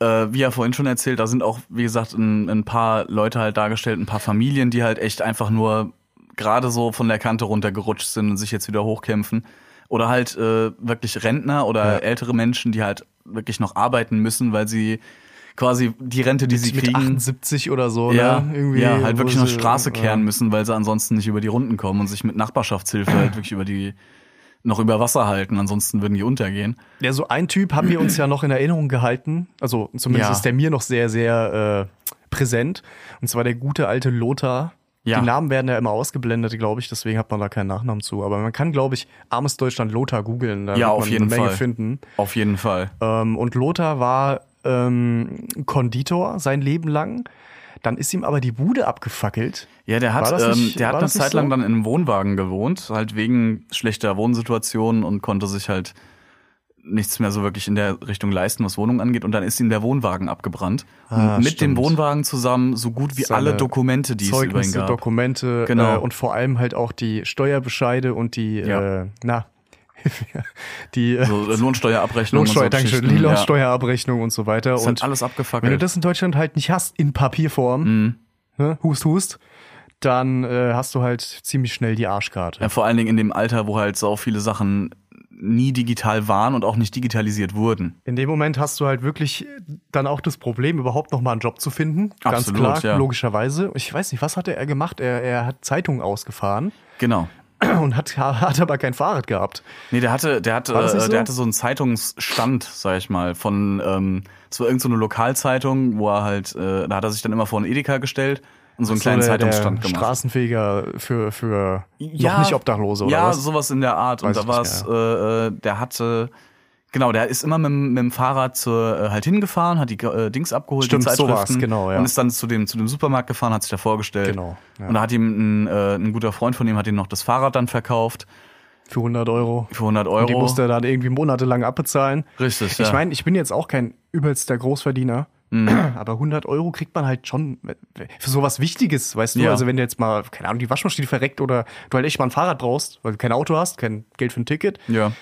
Speaker 4: äh, wie ja vorhin schon erzählt, da sind auch, wie gesagt, ein, ein paar Leute halt dargestellt, ein paar Familien, die halt echt einfach nur gerade so von der Kante runtergerutscht sind und sich jetzt wieder hochkämpfen. Oder halt äh, wirklich Rentner oder ältere Menschen, die halt wirklich noch arbeiten müssen, weil sie quasi die Rente, die sie
Speaker 5: Mit
Speaker 4: kriegen,
Speaker 5: 78 oder so,
Speaker 4: ja,
Speaker 5: ne? Irgendwie,
Speaker 4: ja, halt
Speaker 5: wo
Speaker 4: wirklich eine
Speaker 5: sie-
Speaker 4: Straße
Speaker 5: ja.
Speaker 4: kehren müssen, weil sie ansonsten nicht über die Runden kommen und sich mit Nachbarschaftshilfe halt wirklich über die noch über Wasser halten, ansonsten würden die untergehen.
Speaker 5: Ja, so ein Typ haben wir uns ja noch in Erinnerung gehalten. Also zumindest
Speaker 4: Ja.
Speaker 5: ist der mir noch sehr, sehr äh, präsent. Und zwar der gute alte Lothar.
Speaker 4: Ja.
Speaker 5: Die Namen werden ja immer ausgeblendet, glaube ich, deswegen hat man da keinen Nachnamen zu. Aber man kann, glaube ich, armes Deutschland Lothar googeln. Da
Speaker 4: Ja,
Speaker 5: wird
Speaker 4: auf
Speaker 5: man
Speaker 4: jeden
Speaker 5: eine Menge
Speaker 4: Fall.
Speaker 5: finden.
Speaker 4: Auf jeden Fall.
Speaker 5: Ähm, und Lothar war ähm, Konditor sein Leben lang. Dann ist ihm aber die Bude abgefackelt.
Speaker 4: Ja, der hat,
Speaker 5: War das
Speaker 4: ähm,
Speaker 5: nicht-
Speaker 4: der hat
Speaker 5: war
Speaker 4: eine
Speaker 5: das nicht
Speaker 4: Zeit lang
Speaker 5: so?
Speaker 4: dann in einem Wohnwagen gewohnt, halt wegen schlechter Wohnsituation und konnte sich halt nichts mehr so wirklich in der Richtung leisten, was Wohnung angeht. Und dann ist ihm der Wohnwagen abgebrannt.
Speaker 5: Ah,
Speaker 4: und mit dem
Speaker 5: stimmt.
Speaker 4: Wohnwagen zusammen so gut wie
Speaker 5: Seine
Speaker 4: alle Dokumente, die es über
Speaker 5: Zeugnisse,
Speaker 4: ihn gab.
Speaker 5: Dokumente
Speaker 4: Genau.
Speaker 5: äh, und vor allem halt auch die Steuerbescheide und die,
Speaker 4: Ja.
Speaker 5: äh, na, die äh,
Speaker 4: So, äh, Lohnsteuerabrechnung. und
Speaker 5: Lohnsteuer,
Speaker 4: so
Speaker 5: Dankeschön, die
Speaker 4: Geschichten, Ja.
Speaker 5: Lohnsteuerabrechnung und so weiter.
Speaker 4: Das
Speaker 5: und
Speaker 4: hat alles abgefackelt.
Speaker 5: wenn du das in Deutschland halt nicht hast, in Papierform,
Speaker 4: Mhm.
Speaker 5: ne, hust, hust, dann äh, hast du halt ziemlich schnell die Arschkarte.
Speaker 4: Ja, vor allen Dingen in dem Alter, wo halt so viele Sachen nie digital waren und auch nicht digitalisiert wurden.
Speaker 5: In dem Moment hast du halt wirklich dann auch das Problem, überhaupt nochmal einen Job zu finden. Ganz
Speaker 4: Absolut,
Speaker 5: klar,
Speaker 4: ja.
Speaker 5: logischerweise. Ich weiß nicht, was hatte er gemacht? Er, er hat Zeitungen ausgefahren
Speaker 4: Genau.
Speaker 5: und hat, hat aber kein Fahrrad gehabt.
Speaker 4: Nee, der hatte, der hatte,
Speaker 5: War das
Speaker 4: äh,
Speaker 5: nicht so?
Speaker 4: der hatte so einen Zeitungsstand, sag ich mal, von, ähm, es war irgendeine so eine Lokalzeitung, wo er halt, äh, da hat er sich dann immer vor einen Edeka gestellt und so einen kleinen
Speaker 5: So der- der
Speaker 4: Zeitungsstand gemacht.
Speaker 5: Straßenfeger für, für noch nicht Obdachlose oder
Speaker 4: ja,
Speaker 5: was?
Speaker 4: sowas in der
Speaker 5: Weiß
Speaker 4: Art. und
Speaker 5: ich
Speaker 4: da war es,
Speaker 5: nicht
Speaker 4: äh, äh, der hatte, genau, der ist immer mit, dem- mit dem Fahrrad zur, äh, halt hingefahren, hat die äh, Dings abgeholt,
Speaker 5: Stimmt,
Speaker 4: die
Speaker 5: so war's,
Speaker 4: Zeitschriften.
Speaker 5: genau, ja.
Speaker 4: Und ist dann zu dem, zu dem Supermarkt gefahren, hat sich da vorgestellt.
Speaker 5: Genau, ja.
Speaker 4: Und da hat ihm ein, äh, ein guter Freund von ihm, hat ihm noch das Fahrrad dann verkauft
Speaker 5: Für 100 Euro.
Speaker 4: für 100
Speaker 5: Und die
Speaker 4: Euro.
Speaker 5: musste er dann irgendwie monatelang abbezahlen.
Speaker 4: Richtig,
Speaker 5: Ich
Speaker 4: ja. Mhm.
Speaker 5: meine, ich bin jetzt auch kein übelster Großverdiener. Aber 100 Euro kriegt man halt schon für sowas Wichtiges, weißt du?
Speaker 4: Ja.
Speaker 5: Also wenn du jetzt mal, keine Ahnung, die Waschmaschine verreckt oder du halt echt mal ein Fahrrad brauchst, weil du kein Auto hast, kein Geld für ein Ticket,
Speaker 4: ja.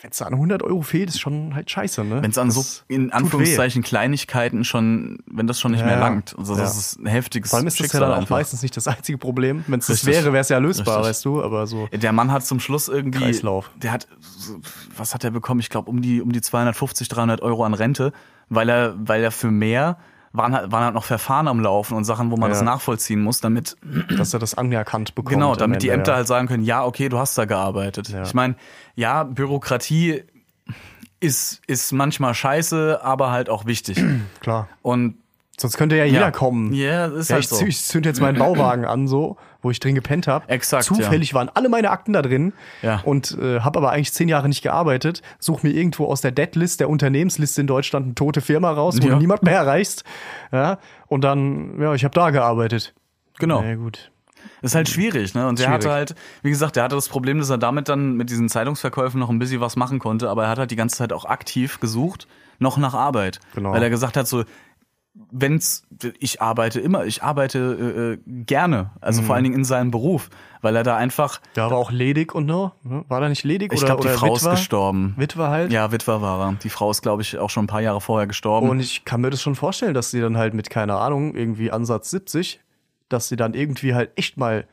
Speaker 5: wenn es da an 100 Euro fehlt, ist schon halt scheiße, ne?
Speaker 4: Wenn es an so
Speaker 5: Das
Speaker 4: in
Speaker 5: tut
Speaker 4: Anführungszeichen Kleinigkeiten schon, wenn das schon nicht
Speaker 5: Ja,
Speaker 4: mehr
Speaker 5: ja.
Speaker 4: langt. Also das
Speaker 5: Ja.
Speaker 4: ist ein heftiges
Speaker 5: Vor allem ist das ja
Speaker 4: Schicksal
Speaker 5: dann auch
Speaker 4: einfach.
Speaker 5: meistens nicht das einzige Problem. Wenn es das
Speaker 4: Richtig.
Speaker 5: wäre, wäre es ja lösbar,
Speaker 4: Richtig.
Speaker 5: weißt du, aber so.
Speaker 4: Der Mann hat zum Schluss irgendwie,
Speaker 5: Kreislauf.
Speaker 4: der hat, so- was hat er bekommen? Ich glaube um die um die 250, 300 Euro an Rente, weil er weil er für mehr waren halt, waren halt noch Verfahren am Laufen und Sachen, wo man
Speaker 5: Ja.
Speaker 4: das nachvollziehen muss, damit
Speaker 5: dass er das anerkannt bekommt.
Speaker 4: genau,
Speaker 5: am
Speaker 4: damit die
Speaker 5: Ende,
Speaker 4: Ämter
Speaker 5: ja.
Speaker 4: halt sagen können, ja okay, du hast da gearbeitet.
Speaker 5: Ja.
Speaker 4: Ich meine, ja Bürokratie ist ist manchmal scheiße, aber halt auch wichtig.
Speaker 5: Klar.
Speaker 4: Und
Speaker 5: Sonst könnte ja jeder
Speaker 4: ja.
Speaker 5: kommen.
Speaker 4: Ja, das ist
Speaker 5: Ja,
Speaker 4: halt
Speaker 5: ich,
Speaker 4: so.
Speaker 5: zü- ich zünd jetzt meinen Bauwagen an, so, wo ich drin gepennt habe.
Speaker 4: Exakt,
Speaker 5: Zufällig waren alle meine Akten da drin
Speaker 4: Ja.
Speaker 5: und äh, habe aber eigentlich zehn Jahre nicht gearbeitet. Such mir irgendwo aus der Deadlist, der Unternehmensliste in Deutschland, eine tote Firma raus, wo
Speaker 4: Ja.
Speaker 5: du niemand mehr erreichst. Ja, und dann, ja, ich habe da gearbeitet.
Speaker 4: Genau.
Speaker 5: Na gut.
Speaker 4: Ist halt schwierig, ne? Und der
Speaker 5: Mhm. Schwierig.
Speaker 4: hatte halt, wie gesagt, der hatte das Problem, dass er damit dann mit diesen Zeitungsverkäufen noch ein bisschen was machen konnte, aber er hat halt die ganze Zeit auch aktiv gesucht, noch nach Arbeit.
Speaker 5: Genau.
Speaker 4: Weil er gesagt hat, so, wenn's, ich arbeite immer, ich arbeite äh, äh, gerne, also
Speaker 5: Mhm.
Speaker 4: vor allen Dingen in seinem Beruf, weil er da einfach,
Speaker 5: Da war auch ledig und no. ne? War da nicht ledig
Speaker 4: ich
Speaker 5: oder,
Speaker 4: glaube, die
Speaker 5: oder
Speaker 4: Frau
Speaker 5: Witwer?
Speaker 4: ist gestorben.
Speaker 5: Witwer halt.
Speaker 4: Ja, Witwer war er. Die Frau ist, glaube ich, auch schon ein paar Jahre vorher gestorben.
Speaker 5: Und ich kann mir das schon vorstellen, dass sie dann halt mit, keine Ahnung, irgendwie Ansatz 70, dass sie dann irgendwie halt echt mal,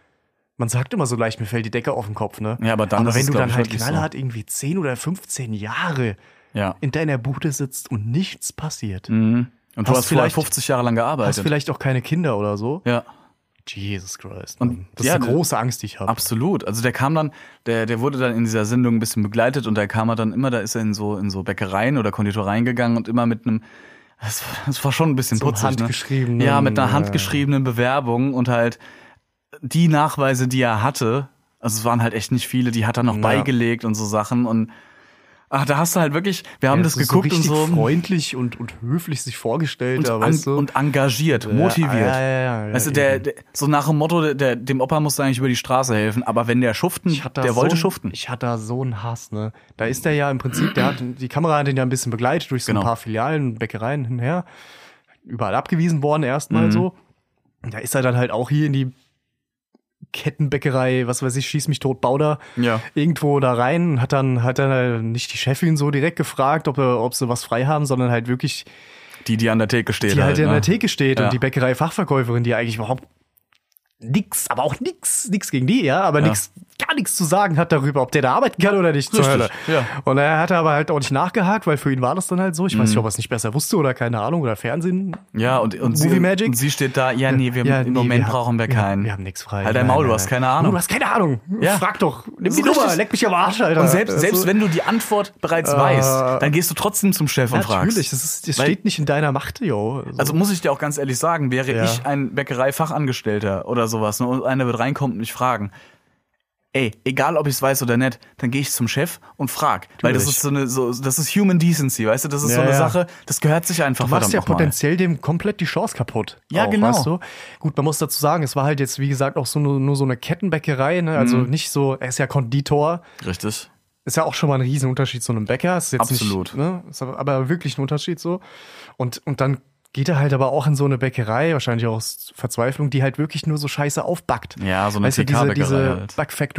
Speaker 5: man sagt immer so leicht, mir fällt die Decke auf den Kopf, ne?
Speaker 4: Ja, aber dann ist
Speaker 5: wenn
Speaker 4: es,
Speaker 5: du
Speaker 4: glaub
Speaker 5: dann
Speaker 4: ich,
Speaker 5: halt
Speaker 4: wirklich
Speaker 5: knallhart irgendwie 10 oder 15 Jahre
Speaker 4: ja.
Speaker 5: in deiner Bude sitzt und nichts passiert,
Speaker 4: Hm, Und du
Speaker 5: hast
Speaker 4: hast vielleicht
Speaker 5: vielleicht-
Speaker 4: 50 Jahre lang
Speaker 5: hast
Speaker 4: gearbeitet.
Speaker 5: vielleicht auch keine Kinder oder so.
Speaker 4: ja.
Speaker 5: Jesus Christ.
Speaker 4: Und
Speaker 5: Mann. das
Speaker 4: ja,
Speaker 5: ist eine große Angst, die ich habe.
Speaker 4: Absolut. Also der kam dann, der, der wurde dann in dieser Sendung ein bisschen begleitet und da kam er dann immer, da ist er in so, in so Bäckereien oder Konditoreien gegangen und immer mit einem, das, war- das war schon ein bisschen
Speaker 5: einem
Speaker 4: putzig.
Speaker 5: handgeschriebenen- äh,
Speaker 4: ne? Ja, mit einer
Speaker 5: ja.
Speaker 4: handgeschriebenen Bewerbung und halt die Nachweise, die er hatte, also es waren halt echt nicht viele, die hat er noch beigelegt und so Sachen und ach, da hast du halt wirklich, wir haben das
Speaker 5: so
Speaker 4: geguckt
Speaker 5: richtig
Speaker 4: und so
Speaker 5: freundlich und, und höflich sich vorgestellt,
Speaker 4: und,
Speaker 5: da,
Speaker 4: an-
Speaker 5: weißt du?
Speaker 4: und engagiert, motiviert.
Speaker 5: ja, ja, ja,
Speaker 4: weißt du,
Speaker 5: eben.
Speaker 4: der, der, so nach dem Motto, der, der, dem Opa musst du eigentlich über die Straße helfen, aber wenn der schuften,
Speaker 5: Ich hatte da
Speaker 4: der wollte
Speaker 5: so,
Speaker 4: schuften.
Speaker 5: Ich hatte da so einen Hass, ne? Da ist er ja im Prinzip, der hat, die Kamera hat ihn ja ein bisschen begleitet durch so
Speaker 4: Genau.
Speaker 5: ein paar Filialen, Bäckereien hin und her. Überall abgewiesen worden
Speaker 4: Mhm.
Speaker 5: erstmal so. Und da ist er dann halt auch hier in die Kettenbäckerei, was weiß ich, schieß mich tot, Bauder,
Speaker 4: Ja.
Speaker 5: irgendwo da rein und hat dann, hat dann nicht die Chefin so direkt gefragt, ob, er- ob sie was frei haben, sondern halt wirklich
Speaker 4: Die, die an der Theke steht.
Speaker 5: die halt, in
Speaker 4: ne?
Speaker 5: der Theke steht
Speaker 4: Ja.
Speaker 5: und die Bäckerei-Fachverkäuferin, die eigentlich überhaupt nix, aber auch nix, nix gegen die, ja, aber nix, gar nichts zu sagen hat darüber, ob der da arbeiten kann oder nicht. zur
Speaker 4: Richtig,
Speaker 5: Hölle.
Speaker 4: ja.
Speaker 5: Und er hat aber halt auch nicht nachgehakt, weil für ihn war das dann halt so. Ich weiß nicht, ob er es nicht besser wusste oder keine Ahnung oder Fernsehen.
Speaker 4: Mhm. Ja, und, und, sie,
Speaker 5: Movie Magic?
Speaker 4: und sie steht da, ja, nee, wir,
Speaker 5: Ja,
Speaker 4: im
Speaker 5: nee,
Speaker 4: Moment
Speaker 5: wir haben-
Speaker 4: brauchen wir keinen.
Speaker 5: Wir haben nichts frei.
Speaker 4: Halt dein
Speaker 5: Nein,
Speaker 4: Maul, du
Speaker 5: nein,
Speaker 4: hast
Speaker 5: nein.
Speaker 4: keine Ahnung.
Speaker 5: Du hast keine Ahnung.
Speaker 4: Ja.
Speaker 5: Frag doch. Nimm
Speaker 4: So
Speaker 5: die Nummer,
Speaker 4: richtig.
Speaker 5: leck mich am Arsch, Alter.
Speaker 4: Und selbst,
Speaker 5: Das ist-
Speaker 4: selbst wenn du die Antwort bereits weißt, dann gehst du trotzdem zum Chef und fragst.
Speaker 5: Äh, Natürlich, das, ist, das
Speaker 4: Weil-
Speaker 5: steht nicht in deiner Macht, yo. So.
Speaker 4: Also muss ich dir auch ganz ehrlich sagen, wäre
Speaker 5: Ja.
Speaker 4: ich ein Bäckereifachangestellter oder sowas ne, und einer wird reinkommen und mich fragen, ey, egal ob ich es weiß oder nicht, dann gehe ich zum Chef und frag. Weil das
Speaker 5: Natürlich.
Speaker 4: ist so eine, so, das ist Human Decency, weißt du? Das ist so
Speaker 5: Ja,
Speaker 4: eine
Speaker 5: ja.
Speaker 4: Sache, das gehört sich einfach
Speaker 5: Du machst ja
Speaker 4: verdammt nochmal.
Speaker 5: potenziell dem komplett die Chance kaputt.
Speaker 4: Ja,
Speaker 5: auch,
Speaker 4: genau.
Speaker 5: Weißt du? Gut, man muss dazu sagen, es war halt jetzt, wie gesagt, auch so nur, nur so eine Kettenbäckerei, ne? Also
Speaker 4: Mhm.
Speaker 5: nicht so, er ist ja Konditor,
Speaker 4: Richtig.
Speaker 5: ist ja auch schon mal ein Riesenunterschied zu einem Bäcker. Ist jetzt
Speaker 4: Absolut.
Speaker 5: Nicht, ne? Ist aber, aber wirklich ein Unterschied so. Und, und dann geht er halt aber auch in so eine Bäckerei, wahrscheinlich auch aus Verzweiflung, die halt wirklich nur so Scheiße aufbackt.
Speaker 4: Ja, so eine
Speaker 5: weißt du, diese,
Speaker 4: TK-Bäckerei
Speaker 5: diese
Speaker 4: halt.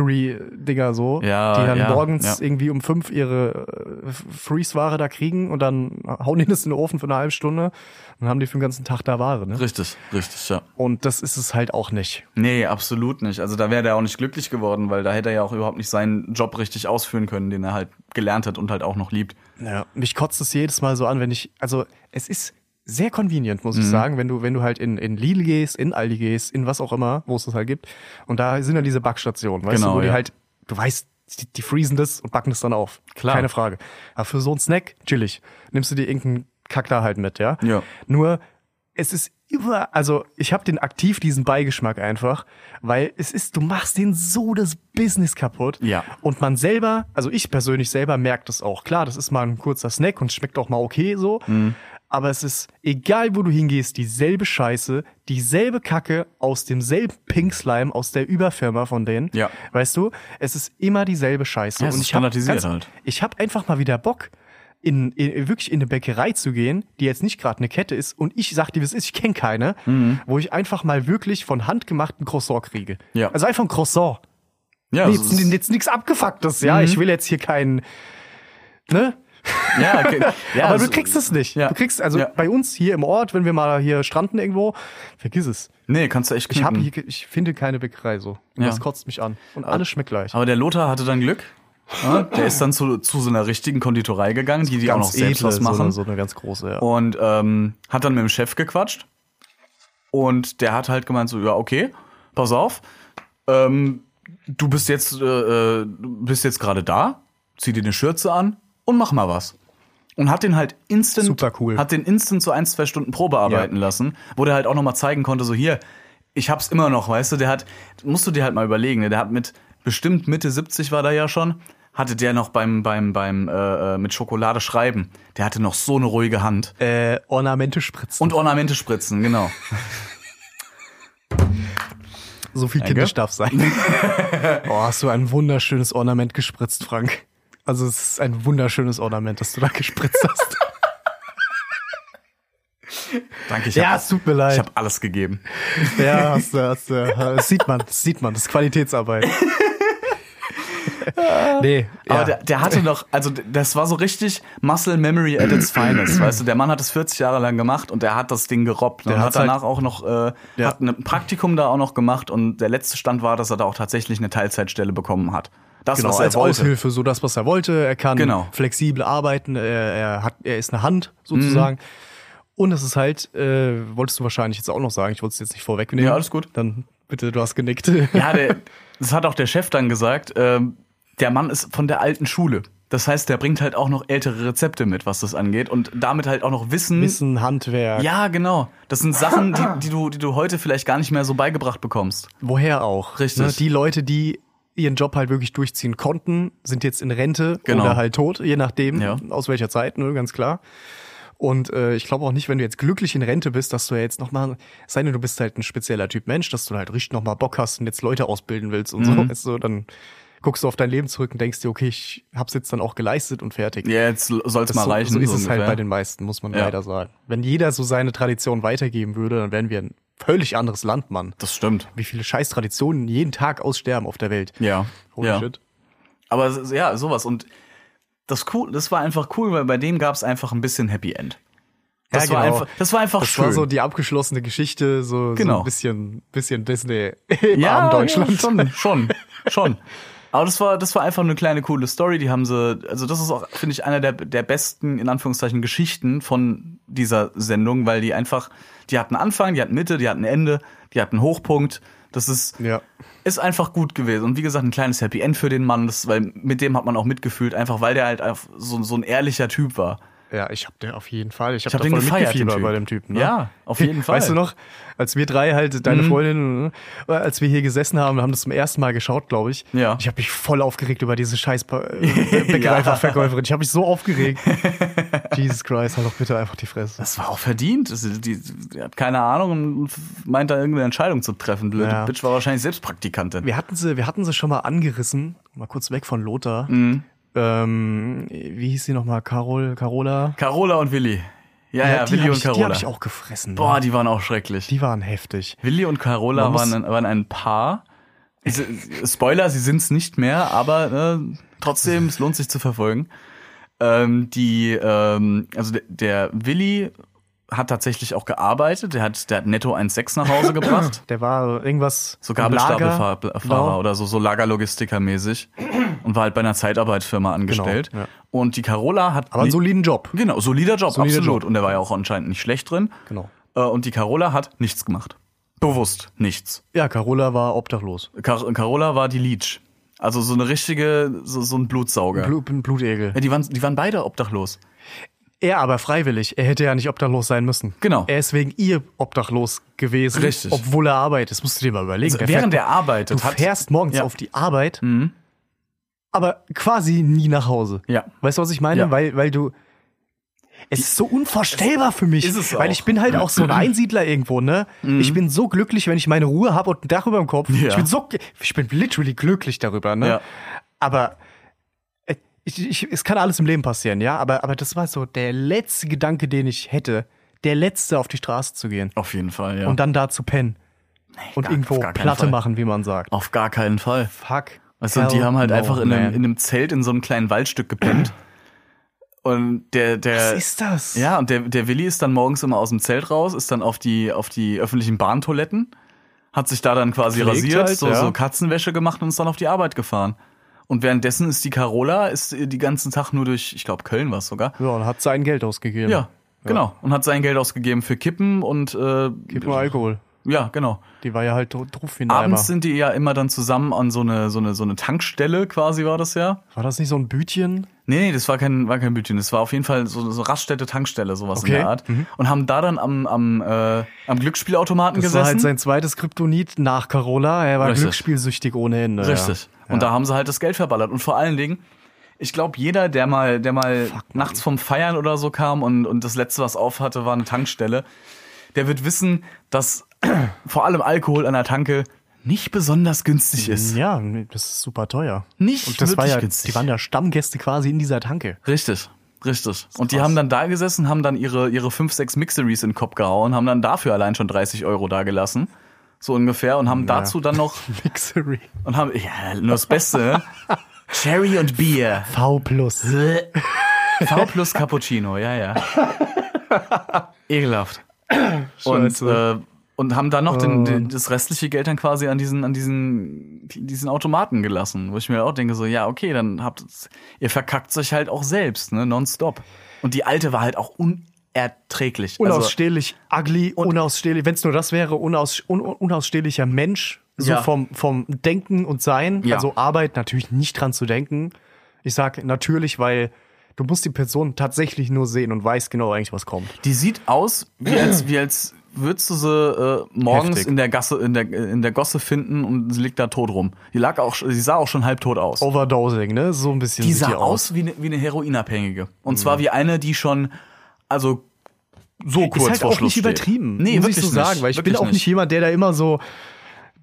Speaker 5: Backfactory-Dinger so,
Speaker 4: Ja,
Speaker 5: die dann
Speaker 4: ja,
Speaker 5: morgens
Speaker 4: ja.
Speaker 5: irgendwie um fünf ihre äh, F- Freeze-Ware da kriegen und dann hauen die das in den Ofen für eine halbe Stunde und dann haben die für den ganzen Tag da Ware. Ne?
Speaker 4: Richtig, richtig, ja.
Speaker 5: Und das ist es halt auch nicht.
Speaker 4: Nee, absolut nicht. Also da wäre der auch nicht glücklich geworden, weil da hätte er ja auch überhaupt nicht seinen Job richtig ausführen können, den er halt gelernt hat und halt auch noch liebt.
Speaker 5: Ja, mich kotzt es jedes Mal so an, wenn ich, also es ist sehr convenient, muss ich
Speaker 4: Mhm.
Speaker 5: sagen, wenn du, wenn du halt in, in Lidl gehst, in Aldi gehst, in was auch immer, wo es das halt gibt. Und da sind ja diese Backstationen, weißt
Speaker 4: Genau,
Speaker 5: du, wo die
Speaker 4: ja.
Speaker 5: halt, du weißt, die, die freezen das und backen das dann auf.
Speaker 4: Klar.
Speaker 5: Keine Frage. Aber für so einen Snack, chillig, nimmst du dir irgendeinen Kack da halt mit, ja?
Speaker 4: Ja.
Speaker 5: Nur, es ist immer, also ich habe den aktiv diesen Beigeschmack einfach, weil es ist, du machst den so das Business kaputt.
Speaker 4: Ja.
Speaker 5: Und man selber, also ich persönlich selber merkt es auch. Klar, das ist mal ein kurzer Snack und schmeckt auch mal okay so.
Speaker 4: Mhm.
Speaker 5: Aber es ist, egal wo du hingehst, dieselbe Scheiße, dieselbe Kacke aus demselben Pink Slime, aus der Überfirma von denen.
Speaker 4: Ja.
Speaker 5: Weißt du, es ist immer dieselbe Scheiße.
Speaker 4: Ja, es ist
Speaker 5: hab
Speaker 4: standardisiert
Speaker 5: ganz-
Speaker 4: halt.
Speaker 5: ich habe einfach mal wieder Bock, in, in, wirklich in eine Bäckerei zu gehen, die jetzt nicht gerade eine Kette ist und ich sag dir, wie es ist, ich kenne keine,
Speaker 4: Mhm.
Speaker 5: wo ich einfach mal wirklich von Hand gemachten Croissant kriege.
Speaker 4: Ja.
Speaker 5: Also einfach ein Croissant.
Speaker 4: Ja,
Speaker 5: Nee,
Speaker 4: es
Speaker 5: jetzt,
Speaker 4: ist- Mhm.
Speaker 5: jetzt nichts Abgefucktes, ja. Ich will jetzt hier keinen, ne?
Speaker 4: ja, okay. ja also,
Speaker 5: Aber
Speaker 4: es-
Speaker 5: du kriegst es nicht.
Speaker 4: ja.
Speaker 5: Du kriegst, also
Speaker 4: Ja.
Speaker 5: bei uns hier im Ort, wenn wir mal hier stranden irgendwo, vergiss es.
Speaker 4: Nee, kannst du echt
Speaker 5: Ich, hab
Speaker 4: knicken.
Speaker 5: hier, ich finde keine Bäckerei so. Und
Speaker 4: Mhm. Ja.
Speaker 5: Das kotzt mich an. Und alles schmeckt gleich.
Speaker 4: Aber der Lothar hatte dann Glück. Ja, der ist dann zu, zu so einer richtigen Konditorei gegangen, die die auch noch selbst was
Speaker 5: So eine,
Speaker 4: machen.
Speaker 5: so eine ganz große, ja.
Speaker 4: Und ähm, hat dann mit dem Chef gequatscht. Und der hat halt gemeint so, ja, okay, pass auf. Ähm, du bist jetzt, äh, äh, du bist jetzt gerade da, zieh dir eine Schürze an und mach mal was. Und hat den halt instant,
Speaker 5: Super cool.
Speaker 4: hat den instant so ein, zwei Stunden Probe arbeiten
Speaker 5: Ja.
Speaker 4: lassen, wo der halt auch nochmal zeigen konnte, so hier, ich hab's immer noch, weißt du, der hat, musst du dir halt mal überlegen, ne, der hat mit, bestimmt Mitte 70 war der ja schon, hatte der noch beim, beim, beim, äh, äh, mit Schokolade schreiben, der hatte noch so eine ruhige Hand.
Speaker 5: Äh, Ornamente spritzen.
Speaker 4: Und Ornamente spritzen, genau.
Speaker 5: So viel
Speaker 4: Danke.
Speaker 5: kindisch darf sein. oh, hast du ein wunderschönes Ornament gespritzt, Frank. Also es ist ein wunderschönes Ornament, das du da gespritzt hast.
Speaker 4: Danke, ich
Speaker 5: Ja,
Speaker 4: hab-
Speaker 5: es tut mir leid.
Speaker 4: Ich habe alles gegeben.
Speaker 5: ja, hast du, hast du. Das sieht man, das sieht man. Das ist Qualitätsarbeit. nee,
Speaker 4: Aber
Speaker 5: ja.
Speaker 4: der, der hatte noch, also d- das war so richtig Muscle Memory at its finest, weißt du, der Mann hat es 40 Jahre lang gemacht und der hat das Ding gerobbt. Der und hat
Speaker 5: hat's halt-
Speaker 4: danach auch noch, äh, hat ein Praktikum da auch noch gemacht und der letzte Stand war, dass er da auch tatsächlich eine Teilzeitstelle bekommen hat. Das,
Speaker 5: genau,
Speaker 4: was er
Speaker 5: als
Speaker 4: wollte.
Speaker 5: Aushilfe, so das, was er wollte. Er kann
Speaker 4: Genau.
Speaker 5: flexibel arbeiten, er, er, hat, er ist eine Hand sozusagen. Und es ist halt, äh, wolltest du wahrscheinlich jetzt auch noch sagen, ich wollte es jetzt nicht vorwegnehmen.
Speaker 4: Ja, alles gut.
Speaker 5: Dann bitte, du hast genickt.
Speaker 4: Ja, der, das hat auch der Chef dann gesagt, ähm, der Mann ist von der alten Schule. Das heißt, der bringt halt auch noch ältere Rezepte mit, was das angeht und damit halt auch noch
Speaker 5: Wissen, Handwerk,
Speaker 4: Ja, genau. Das sind Sachen, die, die, du, die du heute vielleicht gar nicht mehr so beigebracht bekommst.
Speaker 5: Woher auch? Ne,
Speaker 4: Richtig.
Speaker 5: die Leute, die ihren Job halt wirklich durchziehen konnten, sind jetzt in Rente
Speaker 4: Genau.
Speaker 5: oder halt tot, je nachdem,
Speaker 4: Ja.
Speaker 5: aus welcher Zeit, ne, ganz klar. Und äh, ich glaube auch nicht, wenn du jetzt glücklich in Rente bist, dass du ja jetzt nochmal, sei denn, du bist halt ein spezieller Typ Mensch, dass du halt richtig nochmal Bock hast und jetzt Leute ausbilden willst und
Speaker 4: Mhm.
Speaker 5: so, weißt du, dann guckst du auf dein Leben zurück und denkst dir, okay, ich hab's jetzt dann auch geleistet und fertig.
Speaker 4: Ja, jetzt soll's
Speaker 5: Das
Speaker 4: mal
Speaker 5: so,
Speaker 4: reichen.
Speaker 5: So ist
Speaker 4: so
Speaker 5: es halt
Speaker 4: ungefähr.
Speaker 5: bei den meisten, muss man
Speaker 4: Ja.
Speaker 5: leider sagen. Wenn jeder so seine Tradition weitergeben würde, dann wären wir ein völlig anderes Land, Mann
Speaker 4: Das stimmt.
Speaker 5: wie viele scheiß Traditionen jeden Tag aussterben auf der Welt.
Speaker 4: Ja.
Speaker 5: Holy
Speaker 4: ja.
Speaker 5: shit.
Speaker 4: Aber es ist- ja, sowas. Und das, cool, das war einfach cool, weil bei dem gab's einfach ein bisschen Happy End. Das,
Speaker 5: Ja,
Speaker 4: war,
Speaker 5: genau.
Speaker 4: einfach, das war einfach
Speaker 5: Das
Speaker 4: schön.
Speaker 5: war so die abgeschlossene Geschichte, so, so
Speaker 4: Genau.
Speaker 5: ein bisschen, bisschen Disney im
Speaker 4: ja,
Speaker 5: armen
Speaker 4: Ja,
Speaker 5: Deutschland.
Speaker 4: schon, schon, schon. Aber das war, das war einfach eine kleine coole Story. Die haben sie, also das ist auch, finde ich, einer der, der besten, in Anführungszeichen, Geschichten von dieser Sendung, weil die einfach, die hatten Anfang, die hatten Mitte, die hatten Ende, die hatten Hochpunkt. Das ist,
Speaker 5: Ja.
Speaker 4: ist einfach gut gewesen. Und wie gesagt, ein kleines Happy End für den Mann, das, weil mit dem hat man auch mitgefühlt, einfach weil der halt auf- so, so ein ehrlicher Typ war.
Speaker 5: Ja, ich hab den auf jeden Fall. Ich hab,
Speaker 4: Ich habe
Speaker 5: da
Speaker 4: den
Speaker 5: voll
Speaker 4: gefeiert, den
Speaker 5: mitgefiebert
Speaker 4: Typ.
Speaker 5: bei dem Typen. Ne?
Speaker 4: Ja, auf jeden Fall. Mhm.
Speaker 5: Weißt du noch, als wir drei halt, deine Freundin, ne, als wir hier gesessen haben, wir haben das zum ersten Mal geschaut, glaube ich.
Speaker 4: Ja.
Speaker 5: Ich habe mich voll aufgeregt über diese scheiß Pa- äh, Bäckereiverkäuferin. Ich habe mich so aufgeregt. Jesus Christ, halt doch bitte einfach die Fresse.
Speaker 4: Das war auch verdient. Das, die, die hat keine Ahnung und meint da irgendeine Entscheidung zu treffen. Blöde
Speaker 5: Ja.
Speaker 4: Bitch war wahrscheinlich selbst Praktikantin.
Speaker 5: Wir hatten sie, wir hatten sie schon mal angerissen. Mal kurz weg von Lothar.
Speaker 4: Mhm.
Speaker 5: Ähm, wie hieß sie nochmal? Carol, Carola?
Speaker 4: Carola und Willi. Ja, ja,
Speaker 5: die
Speaker 4: Willi
Speaker 5: hab
Speaker 4: und
Speaker 5: ich, Die
Speaker 4: Carola.
Speaker 5: habe ich auch gefressen.
Speaker 4: Boah,
Speaker 5: ne?
Speaker 4: die waren auch schrecklich.
Speaker 5: die waren heftig.
Speaker 4: Willi und Carola
Speaker 5: Man muss-
Speaker 4: waren, ein- waren ein Paar. Sie- Spoiler, sie sind's nicht mehr, aber äh, trotzdem, es lohnt sich zu verfolgen. Ähm, die, ähm, also de- der Willi hat tatsächlich auch gearbeitet. Der hat, der hat netto 1,6 nach Hause gebracht.
Speaker 5: Der war irgendwas.
Speaker 4: So
Speaker 5: am
Speaker 4: Gabelstapelfahrer
Speaker 5: Lager. Genau.
Speaker 4: Fahrer oder so, so Lagerlogistiker-mäßig. Und war halt bei einer Zeitarbeitfirma angestellt.
Speaker 5: Genau, ja.
Speaker 4: Und die Carola hat.
Speaker 5: Aber einen soliden Job.
Speaker 4: Genau, solider Job,
Speaker 5: Solider
Speaker 4: absolut.
Speaker 5: Job.
Speaker 4: Und der war ja auch anscheinend nicht schlecht drin.
Speaker 5: Genau.
Speaker 4: Äh, Und die Carola hat nichts gemacht. Bewusst nichts.
Speaker 5: Ja, Carola war obdachlos.
Speaker 4: Car Carola war die Leech. Also so eine richtige, so, so ein Blutsauger.
Speaker 5: Blu- ein Blutegel.
Speaker 4: ja, die, waren, die waren beide obdachlos.
Speaker 5: Er aber freiwillig. Er hätte ja nicht obdachlos sein müssen.
Speaker 4: Genau.
Speaker 5: Er ist wegen ihr obdachlos gewesen.
Speaker 4: Richtig.
Speaker 5: Obwohl er arbeitet. Das musst du dir mal überlegen.
Speaker 4: Also während
Speaker 5: fährt-
Speaker 4: er arbeitet
Speaker 5: Du
Speaker 4: hat-
Speaker 5: fährst morgens
Speaker 4: Ja. Mhm.
Speaker 5: auf die Arbeit, aber quasi nie nach Hause.
Speaker 4: Ja.
Speaker 5: Weißt du, was ich meine?
Speaker 4: Ja.
Speaker 5: Weil, weil du. Es ist so unvorstellbar für mich.
Speaker 4: Ist es auch. Mhm.
Speaker 5: Weil ich bin halt auch so ein Einsiedler irgendwo, ne? Ich bin so glücklich, wenn ich meine Ruhe habe und ein Dach über dem Kopf.
Speaker 4: Ja.
Speaker 5: Ich bin so. gl- Ich bin literally glücklich darüber, ne?
Speaker 4: Ja.
Speaker 5: Aber äh, ich, ich, es kann alles im Leben passieren, ja. Aber, aber das war so der letzte Gedanke, den ich hätte, der letzte auf die Straße zu gehen
Speaker 4: Auf jeden Fall, ja.
Speaker 5: und dann da zu pennen und
Speaker 4: gar-
Speaker 5: irgendwo
Speaker 4: auf gar keinen
Speaker 5: Platte
Speaker 4: Fall.
Speaker 5: machen, wie man sagt.
Speaker 4: Auf gar keinen Fall.
Speaker 5: Fuck.
Speaker 4: Also
Speaker 5: hell
Speaker 4: die haben halt
Speaker 5: no,
Speaker 4: einfach in einem,
Speaker 5: man.
Speaker 4: in einem Zelt in so einem kleinen Waldstück gepennt. Und der,
Speaker 5: Was
Speaker 4: der.
Speaker 5: ist das?
Speaker 4: Ja, und der, der Willi ist dann morgens immer aus dem Zelt raus, ist dann auf die, auf die öffentlichen Bahntoiletten, hat sich da dann quasi
Speaker 5: Gepflegt
Speaker 4: rasiert,
Speaker 5: halt,
Speaker 4: so,
Speaker 5: ja.
Speaker 4: so Katzenwäsche gemacht und ist dann auf die Arbeit gefahren. Und währenddessen ist die Carola, ist äh, die ganzen Tag nur durch, ich glaube, Köln war es sogar.
Speaker 5: Ja, und hat sein Geld ausgegeben.
Speaker 4: Ja, genau. Und hat sein Geld ausgegeben für Kippen und äh,
Speaker 5: Gib mal Alkohol.
Speaker 4: ja, genau.
Speaker 5: Die war ja halt drauf
Speaker 4: Abends sind die ja immer dann zusammen an so eine, so eine, so eine Tankstelle quasi war das ja.
Speaker 5: War das nicht so ein Bütchen?
Speaker 4: Nee, nee, das war kein, war kein Bütchen. Das war auf jeden Fall so, so Raststätte, Tankstelle, sowas in
Speaker 5: Okay. mhm.
Speaker 4: der Art. Und haben da dann am, am, äh, am Glücksspielautomaten
Speaker 5: Das
Speaker 4: gesessen.
Speaker 5: war halt sein zweites Kryptonit nach Carola. Er war
Speaker 4: Richtig.
Speaker 5: glücksspielsüchtig ohne Ende.
Speaker 4: Richtig.
Speaker 5: Ja.
Speaker 4: Und da haben sie halt das Geld verballert. Und vor allen Dingen, ich glaube, jeder, der mal, der mal nachts vom Feiern oder so kam und, und das letzte, was auf hatte, war eine Tankstelle, der wird wissen, dass vor allem Alkohol an der Tanke nicht besonders günstig ist.
Speaker 5: Ja, das ist super teuer.
Speaker 4: Nicht
Speaker 5: Und das war
Speaker 4: wirklich
Speaker 5: ja,
Speaker 4: günstig.
Speaker 5: die waren ja Stammgäste quasi in dieser Tanke.
Speaker 4: Richtig, richtig. Und die haben dann da gesessen, haben dann ihre, ihre fünf, sechs Mixeries in den Kopf gehauen, haben dann dafür allein schon 30 Euro dagelassen. So ungefähr. Und haben dazu dann noch,
Speaker 5: Mixery.
Speaker 4: und haben, ja, nur das Beste, ne? Cherry und Bier.
Speaker 5: V plus.
Speaker 4: V plus Cappuccino, ja, ja. Ekelhaft. Und, äh, und haben dann noch den, den, das restliche Geld dann quasi an diesen, an diesen, diesen Automaten gelassen, wo ich mir auch denke, so, ja, okay, dann habt ihr verkackt euch halt auch selbst, ne, nonstop. Und die alte war halt auch unerträglich. Also,
Speaker 5: Unausstehlich, ugly, unausstehlich. Wenn es nur das wäre, unaus, un, un- unausstehlicher Mensch, so
Speaker 4: Ja.
Speaker 5: vom, vom Denken und Sein.
Speaker 4: Ja.
Speaker 5: Also Arbeit natürlich nicht dran zu denken. Ich sag natürlich, weil du musst die Person tatsächlich nur sehen und weißt genau eigentlich, was kommt.
Speaker 4: Die sieht aus, wie als, wie als würdest du sie äh, morgens
Speaker 5: Heftig.
Speaker 4: in der Gasse, in der, in der Gosse finden und sie liegt da tot rum. Die lag auch, sie sah auch schon halb tot aus.
Speaker 5: Overdosing, ne? So ein bisschen
Speaker 4: Die
Speaker 5: sieht
Speaker 4: sah aus wie eine, wie eine Heroinabhängige. Und
Speaker 5: Mhm.
Speaker 4: zwar wie eine, die schon, also so kurz
Speaker 5: Ist halt
Speaker 4: vor
Speaker 5: auch
Speaker 4: Schluss
Speaker 5: nicht übertrieben,
Speaker 4: steht. Nee,
Speaker 5: muss ich
Speaker 4: wirklich
Speaker 5: so
Speaker 4: nicht.
Speaker 5: sagen, weil ich
Speaker 4: Wirklich
Speaker 5: bin auch nicht.
Speaker 4: nicht
Speaker 5: jemand, der da immer so,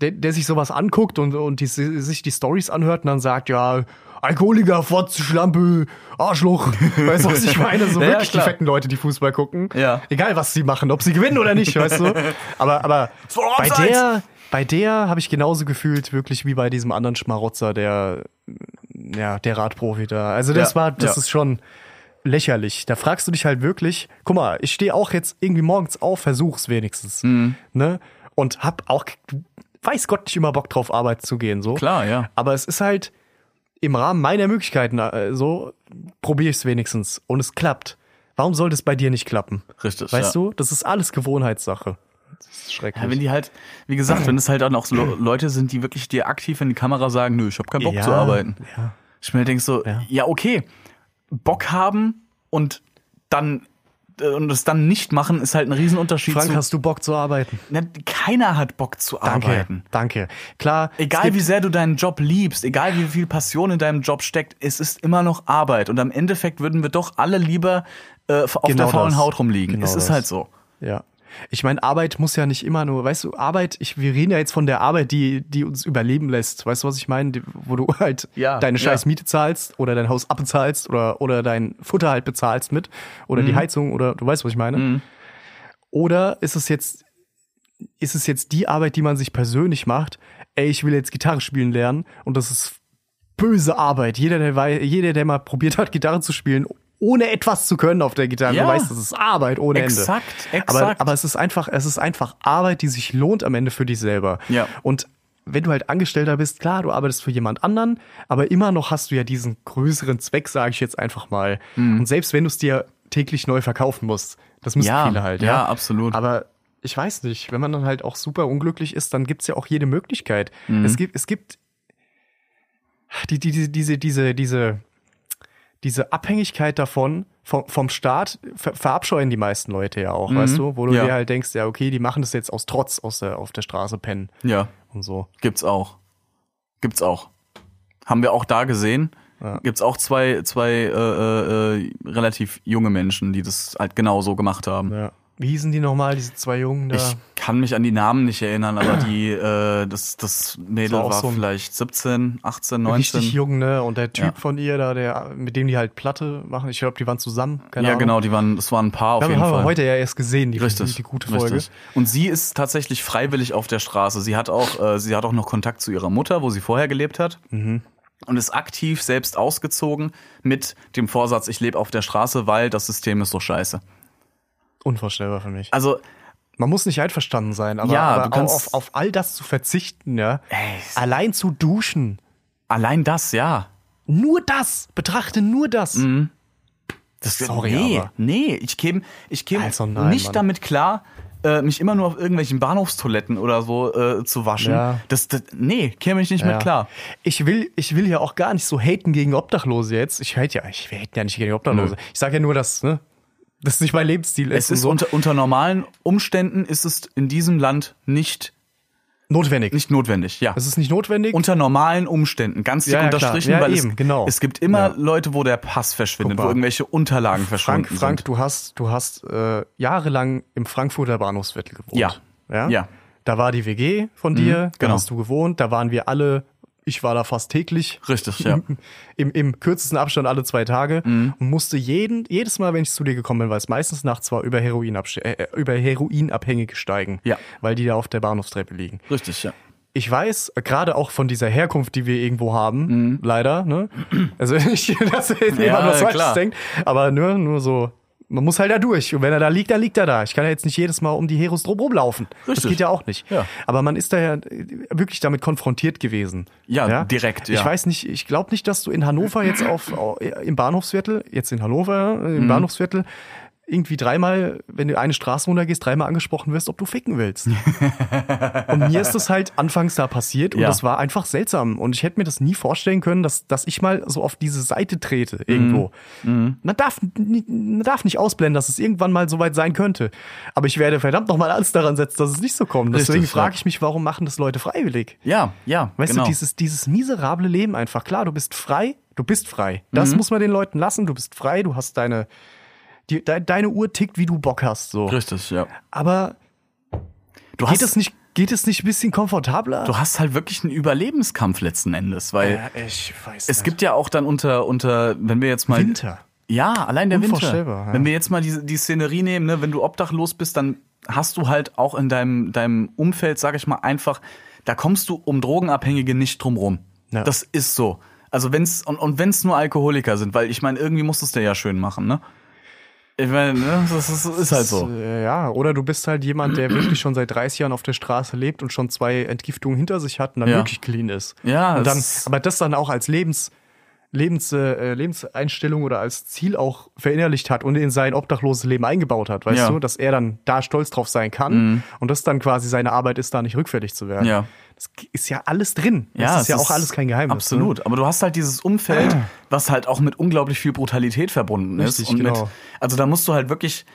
Speaker 5: der, der sich sowas anguckt und, und die, sich die Stories anhört und dann sagt, ja, Alkoholiker, Fotze, Schlampe, Arschloch, weißt du, was ich meine? So
Speaker 4: Ja, ja,
Speaker 5: wirklich die
Speaker 4: klar.
Speaker 5: fetten Leute, die Fußball gucken.
Speaker 4: Ja.
Speaker 5: Egal, was sie machen, ob sie gewinnen oder nicht, weißt du. Aber, aber
Speaker 4: So,
Speaker 5: bei
Speaker 4: abseits.
Speaker 5: der, bei der habe ich genauso gefühlt, wirklich wie bei diesem anderen Schmarotzer, der, ja, der Radprofi da. Also das
Speaker 4: Ja,
Speaker 5: war, das
Speaker 4: ja.
Speaker 5: ist schon, lächerlich. Da fragst du dich halt wirklich, guck mal, ich stehe auch jetzt irgendwie morgens auf, versuch's wenigstens.
Speaker 4: Mhm.
Speaker 5: Ne? Und hab auch, weiß Gott, nicht immer Bock drauf, Arbeit zu gehen. So.
Speaker 4: Klar, ja.
Speaker 5: Aber es ist halt im Rahmen meiner Möglichkeiten, äh, so probier ich's wenigstens. Und es klappt. Warum sollte es bei dir nicht klappen?
Speaker 4: Richtig,
Speaker 5: Weißt
Speaker 4: ja.
Speaker 5: du, das ist alles Gewohnheitssache. Das ist schrecklich.
Speaker 4: Ja, wenn die halt, wie gesagt, wenn es halt dann auch so Le- Leute sind, die wirklich dir aktiv in die Kamera sagen, nö, ich habe keinen Bock
Speaker 5: Ja,
Speaker 4: zu arbeiten. halt
Speaker 5: Ja.
Speaker 4: Ich mir denk so, ja. okay, Bock haben und dann äh, und es dann nicht machen, ist halt ein Riesenunterschied.
Speaker 5: Frank,
Speaker 4: zu,
Speaker 5: hast du Bock zu arbeiten?
Speaker 4: Na, keiner hat Bock zu arbeiten.
Speaker 5: Danke. Klar. es
Speaker 4: Egal
Speaker 5: gibt-
Speaker 4: wie sehr du deinen Job liebst, egal wie viel Passion in deinem Job steckt, es ist immer noch Arbeit. Und am Endeffekt würden wir doch alle lieber äh, auf der
Speaker 5: Genau
Speaker 4: faulen
Speaker 5: das.
Speaker 4: Haut rumliegen.
Speaker 5: Genau
Speaker 4: es ist
Speaker 5: das.
Speaker 4: halt so.
Speaker 5: Ja. Ich meine, Arbeit muss ja nicht immer nur, weißt du, Arbeit, ich, wir reden ja jetzt von der Arbeit, die, die uns überleben lässt. Weißt du, was ich meine? Die- Wo du halt
Speaker 4: Ja,
Speaker 5: deine scheiß
Speaker 4: ja.
Speaker 5: Miete zahlst oder dein Haus abbezahlst oder, oder dein Futter halt bezahlst mit oder
Speaker 4: Mhm.
Speaker 5: die Heizung oder du weißt, was ich meine. Oder ist es jetzt, ist es jetzt die Arbeit, die man sich persönlich macht? Ey, ich will jetzt Gitarre spielen lernen und das ist böse Arbeit. Jeder, der, wei- jeder, der mal probiert hat, Gitarre zu spielen, ohne etwas zu können auf der Gitarre,
Speaker 4: Ja.
Speaker 5: weiß, das ist Arbeit ohne Ende.
Speaker 4: Exakt,
Speaker 5: Aber,
Speaker 4: exakt.
Speaker 5: aber es ist einfach, es ist einfach Arbeit, die sich lohnt am Ende für dich selber.
Speaker 4: Ja.
Speaker 5: Und wenn du halt Angestellter bist, klar, du arbeitest für jemand anderen, aber immer noch hast du ja diesen größeren Zweck, sage ich jetzt einfach mal.
Speaker 4: Mhm.
Speaker 5: Und selbst wenn du es dir täglich neu verkaufen musst, das müssen
Speaker 4: Ja,
Speaker 5: viele halt.
Speaker 4: ja,
Speaker 5: Ja,
Speaker 4: absolut.
Speaker 5: Aber ich weiß nicht, wenn man dann halt auch super unglücklich ist, dann gibt es ja auch jede Möglichkeit.
Speaker 4: Mhm.
Speaker 5: Es gibt, es gibt die, die, die, diese, diese, diese, diese Abhängigkeit davon, vom, vom Staat, ver verabscheuen die meisten Leute ja auch, weißt du? Wo du
Speaker 4: Mhm. Ja.
Speaker 5: dir halt denkst, ja, okay, die machen das jetzt aus Trotz aus der, auf der Straße pennen
Speaker 4: Ja,
Speaker 5: und so.
Speaker 4: gibt's auch. Gibt's auch. Haben wir auch da gesehen. Gibt's auch zwei, zwei äh, äh, äh, relativ junge Menschen, die das halt genau so gemacht haben.
Speaker 5: Ja. Wie hießen die nochmal, diese zwei Jungen da?
Speaker 4: Ich kann mich an die Namen nicht erinnern, aber die, äh, das, das Mädel
Speaker 5: war auch
Speaker 4: war,
Speaker 5: so ein-
Speaker 4: vielleicht 17, 18,
Speaker 5: Richtig
Speaker 4: 19.
Speaker 5: jung, ne? Und der Typ
Speaker 4: Ja.
Speaker 5: von ihr da, der, mit dem die halt Platte machen, ich glaube, die waren zusammen. Keine
Speaker 4: Ja,
Speaker 5: Ahnung.
Speaker 4: genau, die waren, das waren ein paar auf
Speaker 5: Haben,
Speaker 4: jeden
Speaker 5: haben
Speaker 4: Fall.
Speaker 5: wir heute ja erst gesehen, die,
Speaker 4: Richtig,
Speaker 5: die, die gute Folge.
Speaker 4: Richtig. Und sie ist tatsächlich freiwillig auf der Straße. Sie hat auch, äh, sie hat auch noch Kontakt zu ihrer Mutter, wo sie vorher gelebt hat.
Speaker 5: Mhm.
Speaker 4: Und ist aktiv selbst ausgezogen mit dem Vorsatz, ich lebe auf der Straße, weil das System ist so scheiße.
Speaker 5: Unvorstellbar für mich.
Speaker 4: Also,
Speaker 5: Man muss nicht einverstanden sein, aber,
Speaker 4: Ja,
Speaker 5: aber
Speaker 4: du kannst-
Speaker 5: auf, auf all das zu verzichten, ja.
Speaker 4: Ey, es-
Speaker 5: Allein zu duschen.
Speaker 4: allein das, ja.
Speaker 5: Nur das. Betrachte nur das.
Speaker 4: Mhm. Das,
Speaker 5: Sorry,
Speaker 4: nee,
Speaker 5: aber-
Speaker 4: nee, ich käme ich käm
Speaker 5: Also nein,
Speaker 4: nicht
Speaker 5: Mann.
Speaker 4: damit klar, äh, mich immer nur auf irgendwelchen Bahnhofstoiletten oder so äh, zu waschen.
Speaker 5: Ja.
Speaker 4: Das, das, nee, käme ich nicht
Speaker 5: Ja.
Speaker 4: mit klar.
Speaker 5: Ich will, ich will ja auch gar nicht so haten gegen Obdachlose jetzt. Ich hate ja, ich wir haten ja nicht gegen Obdachlose.
Speaker 4: Nö.
Speaker 5: Ich sage ja nur, dass, ne, das nicht mein Lebensstil ist.
Speaker 4: Es ist unter, unter normalen Umständen ist es in diesem Land nicht,
Speaker 5: notwendig.
Speaker 4: nicht notwendig. Ja.
Speaker 5: es ist nicht notwendig.
Speaker 4: unter normalen Umständen, ganz dick
Speaker 5: Ja, ja, klar.
Speaker 4: unterstrichen,
Speaker 5: Ja,
Speaker 4: weil
Speaker 5: eben,
Speaker 4: es,
Speaker 5: genau.
Speaker 4: es gibt immer
Speaker 5: Ja.
Speaker 4: Leute, wo der Pass verschwindet,
Speaker 5: Guck
Speaker 4: wo
Speaker 5: mal.
Speaker 4: irgendwelche Unterlagen verschwinden
Speaker 5: Frank, Frank,
Speaker 4: sind.
Speaker 5: du hast, du hast äh, jahrelang im Frankfurter Bahnhofsviertel gewohnt.
Speaker 4: Ja.
Speaker 5: ja.
Speaker 4: Ja.
Speaker 5: Da war die WG von dir, da
Speaker 4: genau.
Speaker 5: hast du gewohnt, da waren wir alle, ich war da fast täglich.
Speaker 4: Richtig, ja.
Speaker 5: Im, im, Im kürzesten Abstand alle zwei Tage und musste jeden, jedes Mal, wenn ich zu dir gekommen bin, weil es meistens nachts war, über, Heroin äh, über Heroinabhängige steigen,
Speaker 4: Ja.
Speaker 5: weil die da auf der Bahnhofstreppe liegen
Speaker 4: Richtig, ja.
Speaker 5: ich weiß, gerade auch von dieser Herkunft, die wir irgendwo haben,
Speaker 4: Mhm.
Speaker 5: leider, ne? Also nicht, dass jetzt jemand was Falsches
Speaker 4: klar.
Speaker 5: denkt, aber nur, nur so, man muss halt da durch. Und wenn er da liegt, dann liegt er da. Ich kann ja jetzt nicht jedes Mal um die Heros drum rumlaufen. Das
Speaker 4: Richtig.
Speaker 5: geht ja auch nicht.
Speaker 4: Ja.
Speaker 5: Aber man ist da ja äh, wirklich damit konfrontiert gewesen.
Speaker 4: Ja, direkt,
Speaker 5: Ich
Speaker 4: ja.
Speaker 5: weiß nicht, ich glaube nicht, dass du in Hannover jetzt auf, au- im Bahnhofsviertel, jetzt in Hannover, äh,
Speaker 4: Mhm.
Speaker 5: im Bahnhofsviertel, irgendwie dreimal, wenn du eine Straße runtergehst, dreimal angesprochen wirst, ob du ficken willst. Und mir ist das halt anfangs da passiert und
Speaker 4: Ja.
Speaker 5: das war einfach seltsam. Und ich hätte mir das nie vorstellen können, dass, dass ich mal so auf diese Seite trete irgendwo.
Speaker 4: Mhm.
Speaker 5: Man, darf, ni- man darf nicht ausblenden, dass es irgendwann mal so weit sein könnte. Aber ich werde verdammt nochmal alles daran setzen, dass es nicht so kommt. Deswegen
Speaker 4: Richtig, ja.
Speaker 5: frage ich mich, warum machen das Leute freiwillig?
Speaker 4: Ja, ja.
Speaker 5: Weißt
Speaker 4: genau.
Speaker 5: du, dieses, dieses miserable Leben einfach. Klar, du bist frei, du bist frei. Das
Speaker 4: Mhm.
Speaker 5: muss man den Leuten lassen. Du bist frei, du hast deine, die, de, deine Uhr tickt, wie du Bock hast. So.
Speaker 4: Richtig, ja.
Speaker 5: Aber
Speaker 4: Du
Speaker 5: geht
Speaker 4: hast,
Speaker 5: es, nicht, geht es nicht ein bisschen komfortabler?
Speaker 4: du hast halt wirklich einen Überlebenskampf letzten Endes, weil
Speaker 5: Ja, ich weiß
Speaker 4: Äh, es gibt ja auch dann unter, unter, wenn wir jetzt mal.
Speaker 5: Winter.
Speaker 4: Ja, allein der Winter.
Speaker 5: Unvorstellbar, ja.
Speaker 4: Wenn wir jetzt mal die, die Szenerie nehmen, ne, wenn du obdachlos bist, dann hast du halt auch in deinem, deinem Umfeld, sag ich mal, einfach, da kommst du um Drogenabhängige nicht drum rum.
Speaker 5: Ja.
Speaker 4: Das ist so. Also wenn's, und, und wenn's nur Alkoholiker sind, weil ich meine, irgendwie musst du es dir ja schön machen, ne? Ich meine, ne, das ist, ist halt so.
Speaker 5: Äh, Ja, oder du bist halt jemand, der wirklich schon seit 30 Jahren auf der Straße lebt und schon zwei Entgiftungen hinter sich hat und dann
Speaker 4: Ja.
Speaker 5: wirklich clean ist.
Speaker 4: Ja,
Speaker 5: und dann,
Speaker 4: es ist-
Speaker 5: aber das dann auch als Lebens, Lebens, äh, Lebenseinstellung oder als Ziel auch verinnerlicht hat und in sein obdachloses Leben eingebaut hat, weißt
Speaker 4: Ja. Mhm.
Speaker 5: du, dass er dann da stolz drauf sein kann und das dann quasi seine Arbeit ist, da nicht rückfällig zu werden.
Speaker 4: Ja.
Speaker 5: Das ist ja alles drin. das ist
Speaker 4: es
Speaker 5: ja auch alles kein Geheimnis. ne? Ah.
Speaker 4: Absolut. Aber du hast halt dieses Umfeld, was halt auch mit unglaublich viel Brutalität verbunden ist.
Speaker 5: Richtig,
Speaker 4: und mit,
Speaker 5: genau.
Speaker 4: also da musst du halt wirklich,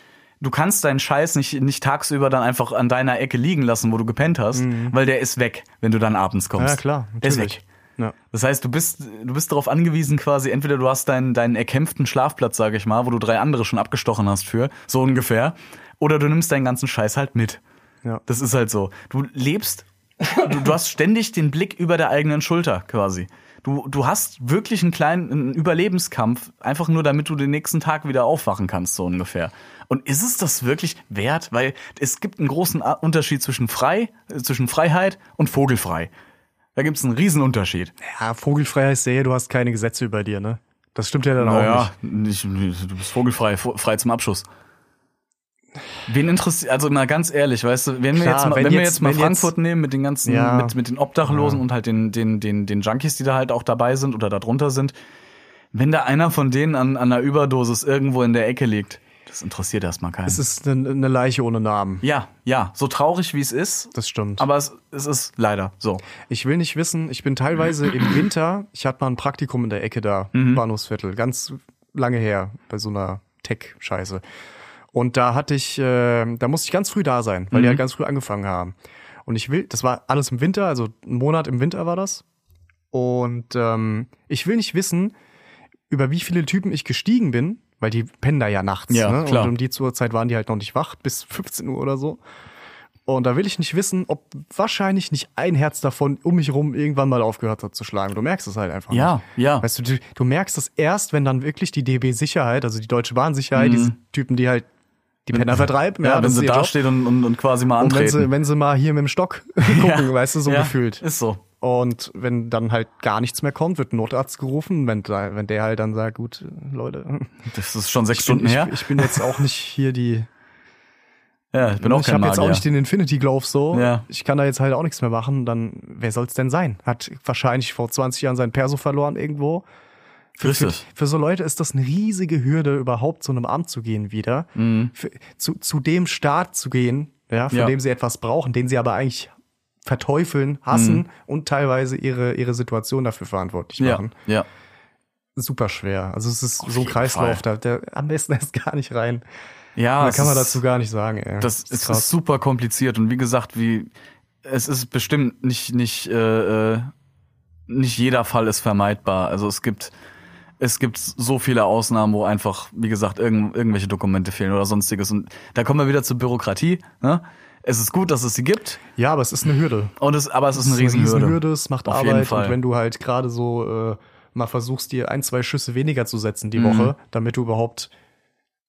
Speaker 4: du kannst deinen Scheiß nicht, nicht tagsüber dann einfach an deiner Ecke liegen lassen, wo du gepennt hast, weil der ist weg, wenn du dann abends
Speaker 5: Ne?
Speaker 4: kommst.
Speaker 5: Mhm. Ja, klar.
Speaker 4: Der ist
Speaker 5: natürlich.
Speaker 4: weg.
Speaker 5: Ja.
Speaker 4: Das heißt, du bist, du bist darauf angewiesen, quasi, entweder du hast deinen, deinen erkämpften Schlafplatz, sage ich mal, wo du drei andere schon abgestochen hast für, so ungefähr, oder du nimmst deinen ganzen Scheiß halt mit.
Speaker 5: Ja.
Speaker 4: Das ist halt so. Du lebst, du, du hast ständig den Blick über der eigenen Schulter quasi. Du, du hast wirklich einen kleinen einen Überlebenskampf, einfach nur damit du den nächsten Tag wieder aufwachen kannst, so ungefähr. Und ist es das wirklich wert? Weil es gibt einen großen A- Unterschied zwischen frei, äh, zwischen Freiheit und vogelfrei. Da gibt es einen riesen Unterschied.
Speaker 5: ja, vogelfrei heißt ja, du hast keine Gesetze über dir, ne? Das stimmt ja dann auch nicht.
Speaker 4: nicht. nicht- du bist vogelfrei, vo- frei zum Abschuss. Wen interessiert, also mal ganz ehrlich, weißt du, wenn wir
Speaker 5: Klar,
Speaker 4: jetzt mal, wenn
Speaker 5: wenn
Speaker 4: wir
Speaker 5: jetzt-
Speaker 4: jetzt mal
Speaker 5: wenn
Speaker 4: Frankfurt
Speaker 5: jetzt-
Speaker 4: nehmen mit den ganzen,
Speaker 5: Ja.
Speaker 4: mit, mit den Obdachlosen und halt den, den, den, den Junkies, die da halt auch dabei sind oder da drunter sind, wenn da einer von denen an, an einer Überdosis irgendwo in der Ecke liegt, das interessiert erstmal keinen.
Speaker 5: Es ist eine, eine Leiche ohne Namen.
Speaker 4: ja, ja, so traurig wie es ist,
Speaker 5: Das stimmt.
Speaker 4: aber es, es ist leider so.
Speaker 5: Ich will nicht wissen, ich bin teilweise im Winter, ich hatte mal ein Praktikum in der Ecke da,
Speaker 4: Mhm.
Speaker 5: Bahnhofsviertel, ganz lange her, bei so einer Tech-Scheiße. Und da hatte ich, äh, da musste ich ganz früh da sein,
Speaker 4: Mhm.
Speaker 5: weil die halt ganz früh angefangen haben. Und ich will, das war alles im Winter, also ein Monat im Winter war das. Und ähm, ich will nicht wissen, über wie viele Typen ich gestiegen bin, weil die pennen da ja nachts.
Speaker 4: Ja,
Speaker 5: ne?
Speaker 4: klar.
Speaker 5: Und um die Uhrzeit waren die halt noch nicht wach, bis 15 Uhr oder so. Und da will ich nicht wissen, ob wahrscheinlich nicht ein Herz davon um mich rum irgendwann mal aufgehört hat zu schlagen. Du merkst es halt einfach.
Speaker 4: Ja,
Speaker 5: nicht.
Speaker 4: ja.
Speaker 5: Weißt du, du, du merkst es erst, wenn dann wirklich die DB-Sicherheit, also die Deutsche Bahn-Sicherheit, diese Typen, die halt die Penner vertreiben,
Speaker 4: Ja, Mhm. wenn
Speaker 5: das ist
Speaker 4: sie
Speaker 5: ihr Job.
Speaker 4: dasteht und, und, und quasi mal
Speaker 5: Und wenn
Speaker 4: antreten.
Speaker 5: sie, wenn sie mal hier mit dem Stock gucken, weißt du, so
Speaker 4: ja,
Speaker 5: gefühlt.
Speaker 4: Ist so.
Speaker 5: Und wenn dann halt gar nichts mehr kommt, wird ein Notarzt gerufen, wenn, da- wenn der halt dann sagt, gut, Leute,
Speaker 4: Das ist schon sechs
Speaker 5: ich
Speaker 4: Stunden
Speaker 5: bin, ich,
Speaker 4: her.
Speaker 5: ich bin jetzt auch nicht hier die,
Speaker 4: ja, ich bin auch
Speaker 5: ich
Speaker 4: kein
Speaker 5: habe jetzt
Speaker 4: Magier.
Speaker 5: auch nicht den Infinity Glove so,
Speaker 4: Ja.
Speaker 5: ich kann da jetzt halt auch nichts mehr machen, dann wer soll's denn sein? Hat wahrscheinlich vor 20 Jahren sein Perso verloren irgendwo. Für,
Speaker 4: Richtig.
Speaker 5: für so Leute ist das eine riesige Hürde, überhaupt zu einem Amt zu gehen wieder, für, zu, zu dem Staat zu gehen, ja, von
Speaker 4: Mhm. Ja.
Speaker 5: dem sie etwas brauchen, den sie aber eigentlich verteufeln, hassen und teilweise ihre, ihre Situation dafür verantwortlich
Speaker 4: Mhm. Ja,
Speaker 5: machen.
Speaker 4: ja.
Speaker 5: Super schwer. Also es ist so ein
Speaker 4: jeden
Speaker 5: Kreislauf, da, der am besten erst gar nicht rein.
Speaker 4: Ja,
Speaker 5: Da
Speaker 4: Ah, es
Speaker 5: kann man
Speaker 4: ist-
Speaker 5: dazu gar nicht sagen. Ey.
Speaker 4: Das ist,
Speaker 5: krass.
Speaker 4: super kompliziert und wie gesagt, wie es ist bestimmt nicht nicht äh, äh, nicht jeder Fall ist vermeidbar. Also es gibt es gibt so viele Ausnahmen, wo einfach wie gesagt irgend, irgendwelche Dokumente fehlen oder sonstiges und da kommen wir wieder zur Bürokratie. Ne? Es ist gut, dass es sie gibt
Speaker 5: Ja, aber es ist eine Hürde.
Speaker 4: und es aber es ist eine
Speaker 5: Es ist eine
Speaker 4: Riesenhürde.
Speaker 5: Riesenhürde, es macht
Speaker 4: Auf
Speaker 5: Arbeit
Speaker 4: jeden Fall.
Speaker 5: und wenn du halt gerade so äh, mal versuchst, dir ein, zwei Schüsse weniger zu setzen die
Speaker 4: Mhm.
Speaker 5: Woche, damit du überhaupt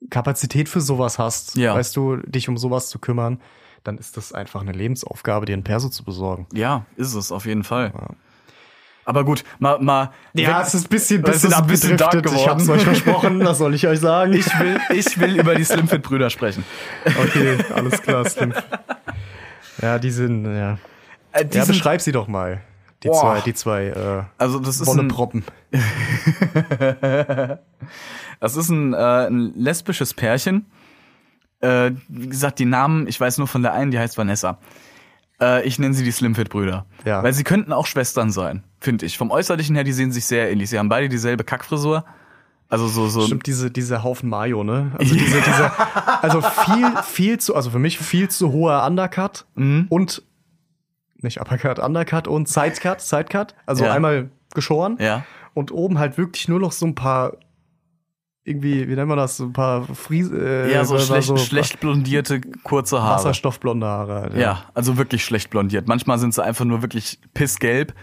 Speaker 5: Kapazität für sowas hast,
Speaker 4: Ja.
Speaker 5: weißt du, dich um sowas zu kümmern, dann ist das einfach eine Lebensaufgabe, dir ein Perso zu besorgen.
Speaker 4: Ja, ist es auf jeden Fall. Aber gut, mal mal wenn-
Speaker 5: ist ein bisschen,
Speaker 4: bisschen abgedriftet,
Speaker 5: Ich hab's euch versprochen, was soll ich euch sagen?
Speaker 4: ich will ich will über die Slimfit Brüder sprechen.
Speaker 5: okay, alles klar, stimmt. Ja, die sind, ja.
Speaker 4: Äh, die
Speaker 5: ja,
Speaker 4: sind-
Speaker 5: beschreib sie doch mal. Die
Speaker 4: Boah.
Speaker 5: zwei, die zwei,
Speaker 4: also das
Speaker 5: äh,
Speaker 4: ist ein,
Speaker 5: Wonneproppen.
Speaker 4: Das ist ein, äh, ein lesbisches Pärchen. Äh, wie gesagt, die Namen, ich weiß nur von der einen, die heißt Vanessa. Äh, ich nenne sie die Slimfit-Brüder.
Speaker 5: Ja.
Speaker 4: Weil sie könnten auch Schwestern sein, finde ich. Vom Äußerlichen her, die sehen sich sehr ähnlich. Sie haben beide dieselbe Kackfrisur. Also so, so.
Speaker 5: Stimmt, diese, diese Haufen Mayo, ne? Also, diese, diese, also viel, viel zu, also für mich viel zu hoher Undercut
Speaker 4: Mhm.
Speaker 5: und nicht Uppercut, Undercut und Sidecut, Sidecut. Also
Speaker 4: Ja.
Speaker 5: einmal geschoren
Speaker 4: Ja.
Speaker 5: und oben halt wirklich nur noch so ein paar, irgendwie, wie nennt man das, so ein paar Fries, äh,
Speaker 4: Ja, so, schlecht,
Speaker 5: so
Speaker 4: schlecht blondierte, kurze Haare.
Speaker 5: Wasserstoffblonde Haare. halt, Alter.
Speaker 4: Ja, also wirklich schlecht blondiert. Manchmal sind sie einfach nur wirklich pissgelb.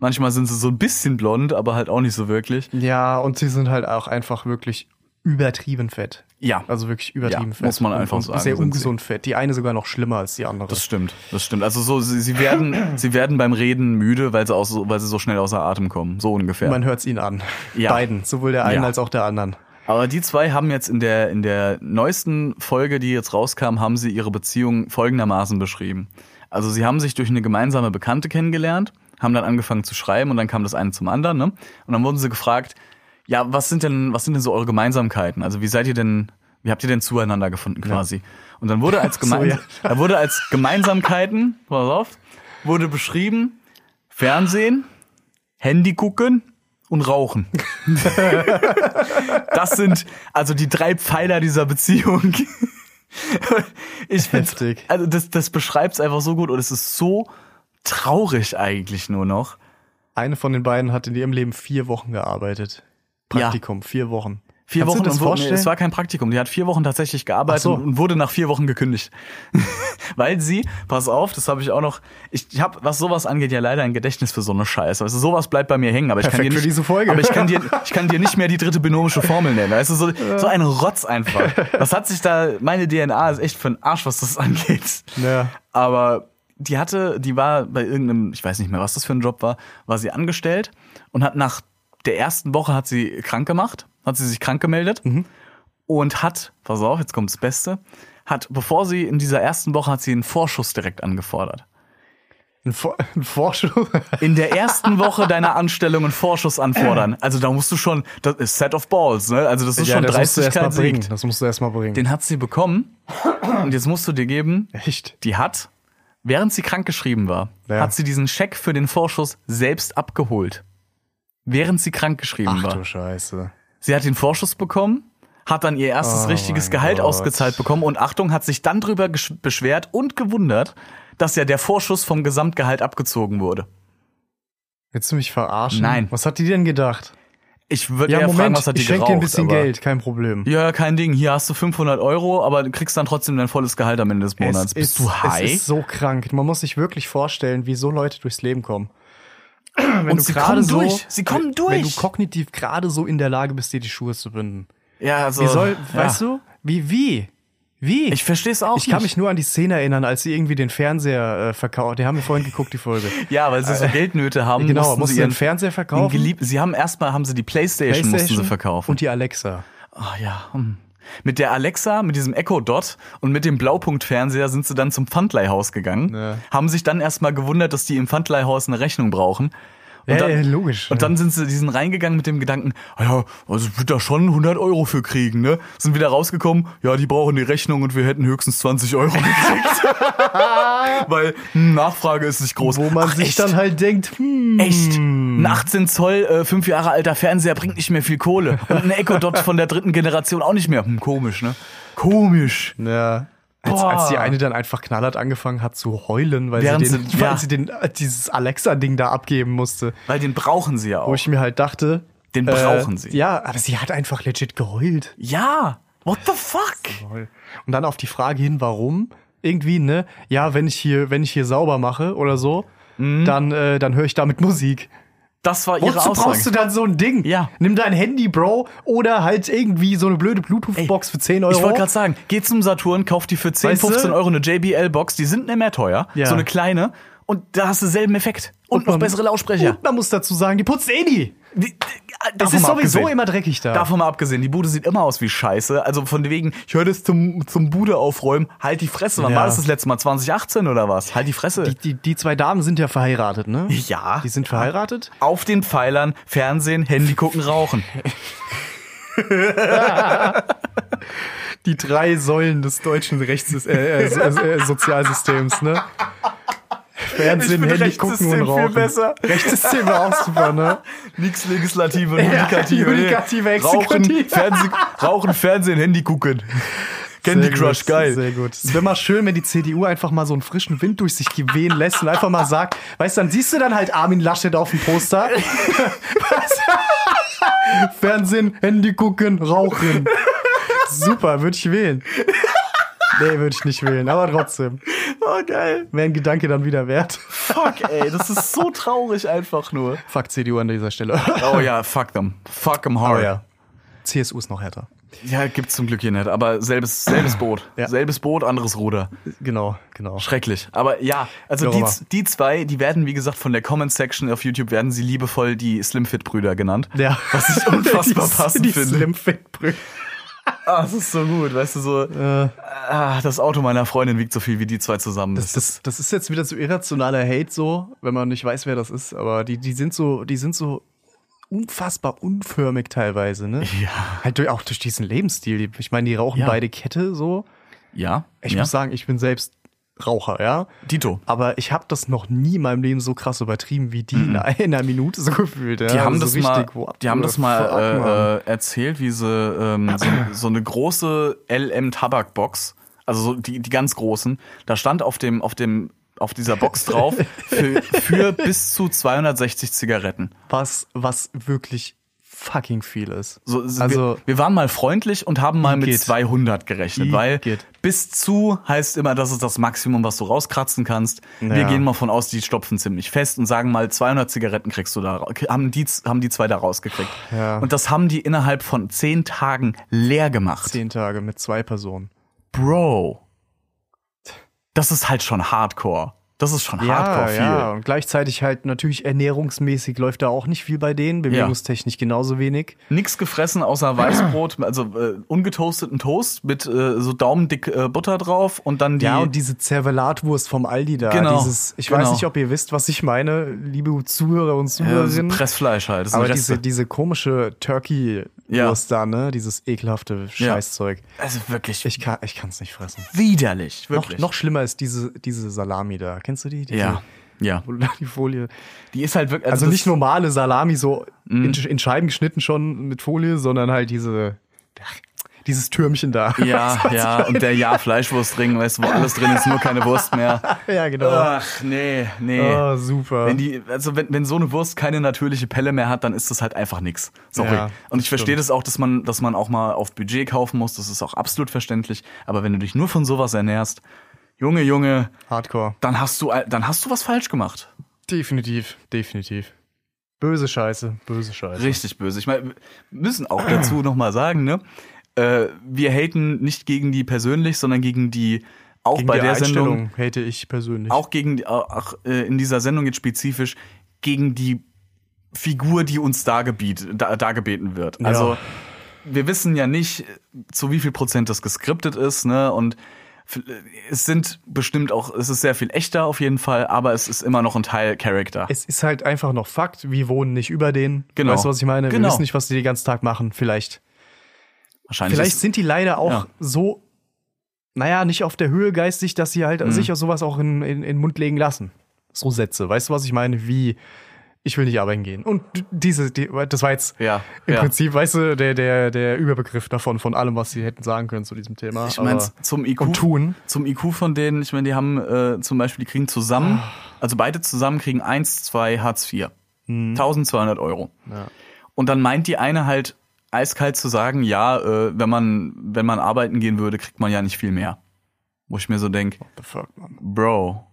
Speaker 4: Manchmal sind sie so ein bisschen blond, aber halt auch nicht so wirklich.
Speaker 5: Ja, und sie sind halt auch einfach wirklich übertrieben fett.
Speaker 4: Ja.
Speaker 5: Also wirklich übertrieben
Speaker 4: Ja,
Speaker 5: fett.
Speaker 4: muss man
Speaker 5: Und-
Speaker 4: einfach
Speaker 5: und
Speaker 4: sagen,
Speaker 5: Sehr
Speaker 4: sind sie.
Speaker 5: ungesund fett. Die eine sogar noch schlimmer als die andere.
Speaker 4: Das stimmt, das stimmt. Also so, sie, sie werden, sie werden beim Reden müde, weil sie auch so, weil sie so schnell außer Atem kommen, so ungefähr.
Speaker 5: Man hört es ihnen an.
Speaker 4: Ja.
Speaker 5: Beiden, sowohl der einen
Speaker 4: Ja.
Speaker 5: als auch der anderen.
Speaker 4: Aber die zwei haben jetzt in der in der neuesten Folge, die jetzt rauskam, haben sie ihre Beziehung folgendermaßen beschrieben. Also sie haben sich durch eine gemeinsame Bekannte kennengelernt, haben dann angefangen zu schreiben und dann kam das eine zum anderen. Ne? Und dann wurden sie gefragt, ja, was sind denn, was sind denn so eure Gemeinsamkeiten? Also wie seid ihr denn, wie habt ihr denn zueinander gefunden quasi? Und dann wurde als, gemein
Speaker 5: ja.
Speaker 4: da wurde als Gemeinsamkeiten, pass auf, wurde beschrieben, Fernsehen, Handy gucken und rauchen. das sind also die drei Pfeiler dieser Beziehung. Ich find's,
Speaker 5: Heftig.
Speaker 4: also das, das beschreibt's einfach so gut und es ist so traurig eigentlich nur noch.
Speaker 5: Eine von den beiden hat in ihrem Leben vier Wochen gearbeitet. Praktikum, vier Wochen.
Speaker 4: Vier
Speaker 5: Kannst
Speaker 4: Wochen
Speaker 5: du das
Speaker 4: und wurde, nee,
Speaker 5: vorstellen?
Speaker 4: es war kein Praktikum. Die hat vier Wochen tatsächlich gearbeitet
Speaker 5: Ach so.
Speaker 4: und wurde nach vier Wochen gekündigt. Weil sie, pass auf, das habe ich auch noch, ich, ich habe, was sowas angeht, ja leider ein Gedächtnis für so eine Scheiße. Weißt du, sowas bleibt bei mir hängen, aber ich kann
Speaker 5: Perfekt
Speaker 4: dir
Speaker 5: für
Speaker 4: nicht,
Speaker 5: diese Folge.
Speaker 4: aber ich kann dir, ich kann dir nicht mehr die dritte binomische Formel nennen. Weißt du, so, so ein Rotz einfach. Das hat sich da, meine DNA ist echt für den Arsch, was das angeht.
Speaker 5: Ja.
Speaker 4: Aber die hatte, die war bei irgendeinem, ich weiß nicht mehr, was das für ein Job war, war sie angestellt und hat nach der ersten Woche hat sie krank gemacht, hat sie sich krank gemeldet und hat, pass auf, jetzt kommt das Beste, hat, bevor sie in dieser ersten Woche hat sie einen Vorschuss direkt angefordert.
Speaker 5: Ein, Vor ein Vorschuss.
Speaker 4: In der ersten Woche deiner Anstellung einen Vorschuss anfordern. Also da musst du schon, das ist Set of Balls, ne? Also das ist schon
Speaker 5: das musst du
Speaker 4: 30
Speaker 5: erst mal bringen.
Speaker 4: siegt.
Speaker 5: Das musst du erstmal bringen.
Speaker 4: Den hat sie bekommen und jetzt musst du dir geben,
Speaker 5: Echt?
Speaker 4: die hat, während sie krankgeschrieben war,
Speaker 5: Ja.
Speaker 4: hat sie diesen Scheck für den Vorschuss selbst abgeholt. Während sie krankgeschrieben
Speaker 5: Ach
Speaker 4: war.
Speaker 5: du Scheiße.
Speaker 4: Sie hat den Vorschuss bekommen, hat dann ihr erstes
Speaker 5: Oh
Speaker 4: richtiges
Speaker 5: mein
Speaker 4: Gehalt
Speaker 5: Gott.
Speaker 4: ausgezahlt bekommen und Achtung, hat sich dann drüber gesch- beschwert und gewundert, dass ja der Vorschuss vom Gesamtgehalt abgezogen wurde.
Speaker 5: Willst du mich verarschen?
Speaker 4: Nein.
Speaker 5: Was hat die denn gedacht?
Speaker 4: Ich würde ja, eher fragen, was hat die
Speaker 5: ich schenke
Speaker 4: geraucht,
Speaker 5: dir ein bisschen
Speaker 4: aber-
Speaker 5: Geld, kein Problem.
Speaker 4: Ja, kein Ding. Hier hast du 500 Euro, aber du kriegst dann trotzdem dein volles Gehalt am Ende des Monats.
Speaker 5: ist,
Speaker 4: Bist du high?
Speaker 5: Es ist so krank. Man muss sich wirklich vorstellen, wie so Leute durchs Leben kommen. Wenn
Speaker 4: Und sie kommen durch. Sie kommen
Speaker 5: Wenn
Speaker 4: durch.
Speaker 5: du kognitiv gerade so in der Lage bist, dir die Schuhe zu binden.
Speaker 4: ja, also,
Speaker 5: Wie soll,
Speaker 4: ja.
Speaker 5: weißt du, wie, wie? Wie?
Speaker 4: Ich verstehe es auch
Speaker 5: Ich kann mich
Speaker 4: nicht.
Speaker 5: nur an die Szene erinnern, als sie irgendwie den Fernseher äh, verkauft. Die haben wir vorhin geguckt, die Folge.
Speaker 4: Ja, weil sie so Geldnöte haben.
Speaker 5: Äh, genau,
Speaker 4: mussten
Speaker 5: mussten
Speaker 4: sie ihren
Speaker 5: den Fernseher verkaufen.
Speaker 4: den gelieb- sie haben erstmal haben sie die Playstation, mussten sie verkaufen.
Speaker 5: Und die Alexa.
Speaker 4: Ah ja. hm. Mit der Alexa, mit diesem Echo Dot und mit dem Blaupunktfernseher sind sie dann zum Pfandleihhaus gegangen.
Speaker 5: Ja.
Speaker 4: Haben sich dann erstmal gewundert, dass die im Pfandleihhaus eine Rechnung brauchen. Und
Speaker 5: Ja, ja, logisch.
Speaker 4: Und dann sind sie diesen reingegangen mit dem Gedanken, ah ja, also ich würde da schon 100 Euro für kriegen, ne? Sind wieder rausgekommen, ja, die brauchen die Rechnung und wir hätten höchstens 20 Euro gekriegt. Weil hm, Nachfrage ist nicht groß.
Speaker 5: Wo man
Speaker 4: Ach,
Speaker 5: sich
Speaker 4: echt?
Speaker 5: dann halt denkt, hm,
Speaker 4: Echt? Ein 18 Zoll, äh, fünf Jahre alter Fernseher bringt nicht mehr viel Kohle. Und ein Echo Dot von der dritten Generation auch nicht mehr. Hm, komisch, ne? Komisch.
Speaker 5: Ja. Als,
Speaker 4: Boah.
Speaker 5: als die eine dann einfach knallhart angefangen hat zu heulen, weil
Speaker 4: Während
Speaker 5: sie, den,
Speaker 4: sie- ja.
Speaker 5: weil sie den, äh, dieses Alexa-Ding da abgeben musste.
Speaker 4: Weil den brauchen sie ja
Speaker 5: Wo
Speaker 4: auch.
Speaker 5: ich mir halt dachte.
Speaker 4: Den brauchen sie.
Speaker 5: Ja, aber sie hat einfach legit geheult.
Speaker 4: Ja. What the fuck?
Speaker 5: Und dann auf die Frage hin, warum? Irgendwie, ne? Ja, wenn ich hier, wenn ich hier sauber mache oder so, dann, äh, dann höre ich damit Musik.
Speaker 4: Das war Mhm. ihre
Speaker 5: Wozu brauchst du
Speaker 4: Aussage.
Speaker 5: dann so ein Ding?
Speaker 4: Ja.
Speaker 5: Nimm dein Handy, Bro, oder halt irgendwie so eine blöde Bluetooth-Box
Speaker 4: Ey,
Speaker 5: für 10 Euro.
Speaker 4: Ich wollte gerade sagen, geh zum Saturn, kauf die für 10,
Speaker 5: Weißt du?
Speaker 4: 15 Euro eine JBL-Box, die sind nicht mehr teuer.
Speaker 5: Ja.
Speaker 4: So eine kleine. Und da hast du selben Effekt. Und, noch
Speaker 5: man-
Speaker 4: bessere Lautsprecher.
Speaker 5: Und man muss dazu sagen, die putzt eh nie.
Speaker 4: Die- die-
Speaker 5: Das
Speaker 4: davon
Speaker 5: ist
Speaker 4: mal
Speaker 5: sowieso
Speaker 4: abgesehen.
Speaker 5: immer dreckig da.
Speaker 4: Davon mal abgesehen, die Bude sieht immer aus wie Scheiße. Also von wegen, ich höre das zum, zum Bude aufräumen. Halt die Fresse. Wann
Speaker 5: Ja.
Speaker 4: war das das letzte Mal? 2018 oder was? Halt die Fresse.
Speaker 5: Die, die, die zwei Damen sind ja verheiratet, ne?
Speaker 4: Ja.
Speaker 5: Die sind verheiratet.
Speaker 4: Auf den Pfeilern, Fernsehen, Handy gucken, rauchen.
Speaker 5: Die drei Säulen des deutschen Rechts äh, äh, so- äh, Sozialsystems, ne? Fernsehen,
Speaker 4: Ich finde
Speaker 5: Handy,
Speaker 4: Rechtssystem
Speaker 5: gucken und
Speaker 4: viel
Speaker 5: rauchen.
Speaker 4: besser.
Speaker 5: Rechtssystem war auch super, ne?
Speaker 4: Nix Legislative, nur
Speaker 5: Ja,
Speaker 4: Judikative. nee.
Speaker 5: Judikative,
Speaker 4: rauchen,
Speaker 5: Exekutive.
Speaker 4: Fernsehen, rauchen, Fernsehen, Handy gucken. Candy
Speaker 5: Sehr
Speaker 4: Crush,
Speaker 5: gut,
Speaker 4: geil.
Speaker 5: Sehr gut. Es wäre mal schön, wenn die CDU einfach mal so einen frischen Wind durch sich wehen lässt und einfach mal sagt, weißt du, dann siehst du dann halt Armin Laschet auf dem Poster. Was? Fernsehen, Handy gucken, rauchen. Super, würde ich wählen. Nee, würde ich nicht wählen, aber trotzdem.
Speaker 4: Oh, geil.
Speaker 5: Wäre ein Gedanke dann wieder wert.
Speaker 4: Fuck, ey, das ist so traurig einfach nur.
Speaker 5: Fuck CDU an dieser Stelle.
Speaker 4: Oh ja, fuck them. Fuck them hard.
Speaker 5: Aber Oh ja. CSU ist noch härter.
Speaker 4: Ja, gibt's zum Glück hier nicht, aber selbes, selbes Boot.
Speaker 5: Ja.
Speaker 4: Selbes Boot, anderes Ruder.
Speaker 5: Genau, genau.
Speaker 4: Schrecklich. Aber ja, also die,
Speaker 5: Darüber.
Speaker 4: die zwei, die werden, wie gesagt, von der Comment-Section auf YouTube werden sie liebevoll die Slimfit-Brüder genannt.
Speaker 5: Ja.
Speaker 4: Was ich unfassbar
Speaker 5: Die-
Speaker 4: passend
Speaker 5: die
Speaker 4: finde.
Speaker 5: Slim Fit Brüder.
Speaker 4: Ah, das ist so gut, weißt du, so, ah, das Auto meiner Freundin wiegt so viel wie die zwei zusammen.
Speaker 5: Das, das, das ist jetzt wieder so irrationaler Hate so, wenn man nicht weiß, wer das ist, aber die, die sind so, die sind so unfassbar unförmig teilweise, ne?
Speaker 4: Ja.
Speaker 5: Halt durch, auch durch diesen Lebensstil. Die- Ich meine, die rauchen
Speaker 4: Ja.
Speaker 5: beide Kette so.
Speaker 4: ja.
Speaker 5: Ich
Speaker 4: ja.
Speaker 5: muss sagen, ich bin selbst Raucher, ja.
Speaker 4: Dito.
Speaker 5: Aber ich habe das noch nie in meinem Leben so krass übertrieben wie die in einer Minute so gefühlt. Ja?
Speaker 4: Mhm. Die haben,
Speaker 5: Also
Speaker 4: das mal,
Speaker 5: richtig, what
Speaker 4: die haben
Speaker 5: the
Speaker 4: das mal
Speaker 5: fuck, Mann.
Speaker 4: äh, äh, erzählt, wie sie ähm, so, so eine große LM-Tabakbox, also so die, die ganz großen, da stand auf dem, auf dem, auf dieser Box drauf für, für bis zu 260 Zigaretten.
Speaker 5: was, was wirklich fucking viel ist.
Speaker 4: So, also
Speaker 5: also,
Speaker 4: wir, wir waren mal freundlich und haben mal mit
Speaker 5: Igitt.
Speaker 4: 200 gerechnet, weil
Speaker 5: Igitt.
Speaker 4: bis zu heißt immer, das ist das Maximum, was du rauskratzen kannst. Wir
Speaker 5: Ja.
Speaker 4: gehen mal von aus, die stopfen ziemlich fest und sagen mal 200 Zigaretten kriegst du da, ra- haben die haben die zwei da rausgekriegt.
Speaker 5: Ja.
Speaker 4: Und das haben die innerhalb von zehn Tagen leer gemacht.
Speaker 5: zehn Tage mit zwei Personen.
Speaker 4: Bro, das ist halt schon Hardcore. Das ist schon Hardcore viel.
Speaker 5: ja. Und gleichzeitig halt natürlich ernährungsmäßig läuft da auch nicht viel bei denen, bewegungstechnisch genauso wenig.
Speaker 4: Nix gefressen außer Weißbrot, also äh, ungetoasteten Toast mit äh, so daumendick äh, Butter drauf und dann die
Speaker 5: ja, und diese Zervelatwurst vom Aldi da.
Speaker 4: Genau,
Speaker 5: Dieses, ich
Speaker 4: genau. Ähm,
Speaker 5: weiß nicht, ob ihr wisst, was ich meine, liebe Zuhörer und
Speaker 4: Ja, so
Speaker 5: Zuhörerinnen.
Speaker 4: Pressfleisch halt. Das sind
Speaker 5: aber
Speaker 4: Reste.
Speaker 5: diese, diese komische Turkey-Wurst da, ne? Dieses ekelhafte Scheißzeug.
Speaker 4: also wirklich
Speaker 5: Ich kann ich kann's nicht fressen.
Speaker 4: widerlich,
Speaker 5: Noch,
Speaker 4: wirklich.
Speaker 5: noch schlimmer ist diese, diese Salami da. Kennst du die? Diese,
Speaker 4: ja, ja.
Speaker 5: Wo du da die Folie.
Speaker 4: Die ist halt wirklich.
Speaker 5: Also
Speaker 4: das- Mm.
Speaker 5: nicht normale Salami, so in, in Scheiben geschnitten schon mit Folie, sondern halt diese, ach, dieses Türmchen da.
Speaker 4: Ja,
Speaker 5: Weißt du, was
Speaker 4: ja.
Speaker 5: ich
Speaker 4: Und der ja Fleischwurstring, weißt du, wo alles drin ist, nur keine Wurst mehr.
Speaker 5: meine? ja, genau.
Speaker 4: Ach nee, Ah, nee.
Speaker 5: Oh, super.
Speaker 4: Wenn die, also wenn, wenn so eine Wurst keine natürliche Pelle mehr hat, dann ist das halt einfach nix. Sorry.
Speaker 5: Ja,
Speaker 4: und ich verstehe das auch, dass man, dass man auch mal auf Budget kaufen muss. Das ist auch absolut verständlich. Aber wenn du dich nur von sowas ernährst, Junge, Junge,
Speaker 5: Hardcore.
Speaker 4: dann hast du, dann hast du was falsch gemacht.
Speaker 5: Definitiv, definitiv. Böse Scheiße, böse Scheiße.
Speaker 4: Richtig böse. Ich meine, wir müssen auch dazu nochmal sagen, ne? Äh, wir haten nicht gegen die persönlich, sondern gegen die, auch bei der Sendung,
Speaker 5: hätte ich persönlich.
Speaker 4: auch gegen, die- auch äh, in dieser Sendung jetzt spezifisch, gegen die Figur, die uns dargebiet, da, dargebeten wird. Also, wir wissen ja nicht, zu wie viel Prozent das geskriptet ist, ne? Und f- äh, es sind bestimmt auch, es ist sehr viel echter auf jeden Fall, aber es ist immer noch ein Teil Charakter.
Speaker 5: es ist halt einfach noch Fakt, wir wohnen nicht über denen.
Speaker 4: Genau.
Speaker 5: Weißt du, was ich meine?
Speaker 4: Genau.
Speaker 5: Wir wissen nicht, was die den ganzen Tag machen. Vielleicht.
Speaker 4: Wahrscheinlich
Speaker 5: Vielleicht
Speaker 4: ist,
Speaker 5: sind die leider auch
Speaker 4: Ja.
Speaker 5: so, naja, nicht auf der Höhe geistig, dass sie halt
Speaker 4: Mhm.
Speaker 5: sich auf sowas auch in, in, in den Mund legen lassen. So Sätze. Weißt du, was ich meine? Wie, ich will nicht arbeiten gehen. Und d- diese, die, das war jetzt
Speaker 4: Ja,
Speaker 5: im
Speaker 4: ja.
Speaker 5: Prinzip, weißt du, der, der, der Überbegriff davon, von allem, was sie hätten sagen können zu diesem Thema.
Speaker 4: Ich meine,
Speaker 5: Aber-
Speaker 4: zum IQ,
Speaker 5: und tun.
Speaker 4: zum IQ von denen, ich meine, die haben äh, zum Beispiel, die kriegen zusammen, also beide zusammen kriegen 1, 2, Hartz IV. 1200 Euro. Und dann meint die eine halt eiskalt zu sagen, ja, äh, wenn man, wenn man arbeiten gehen würde, kriegt man ja nicht viel mehr. Wo ich mir so denk,
Speaker 5: What the fuck, Mann?
Speaker 4: Bro.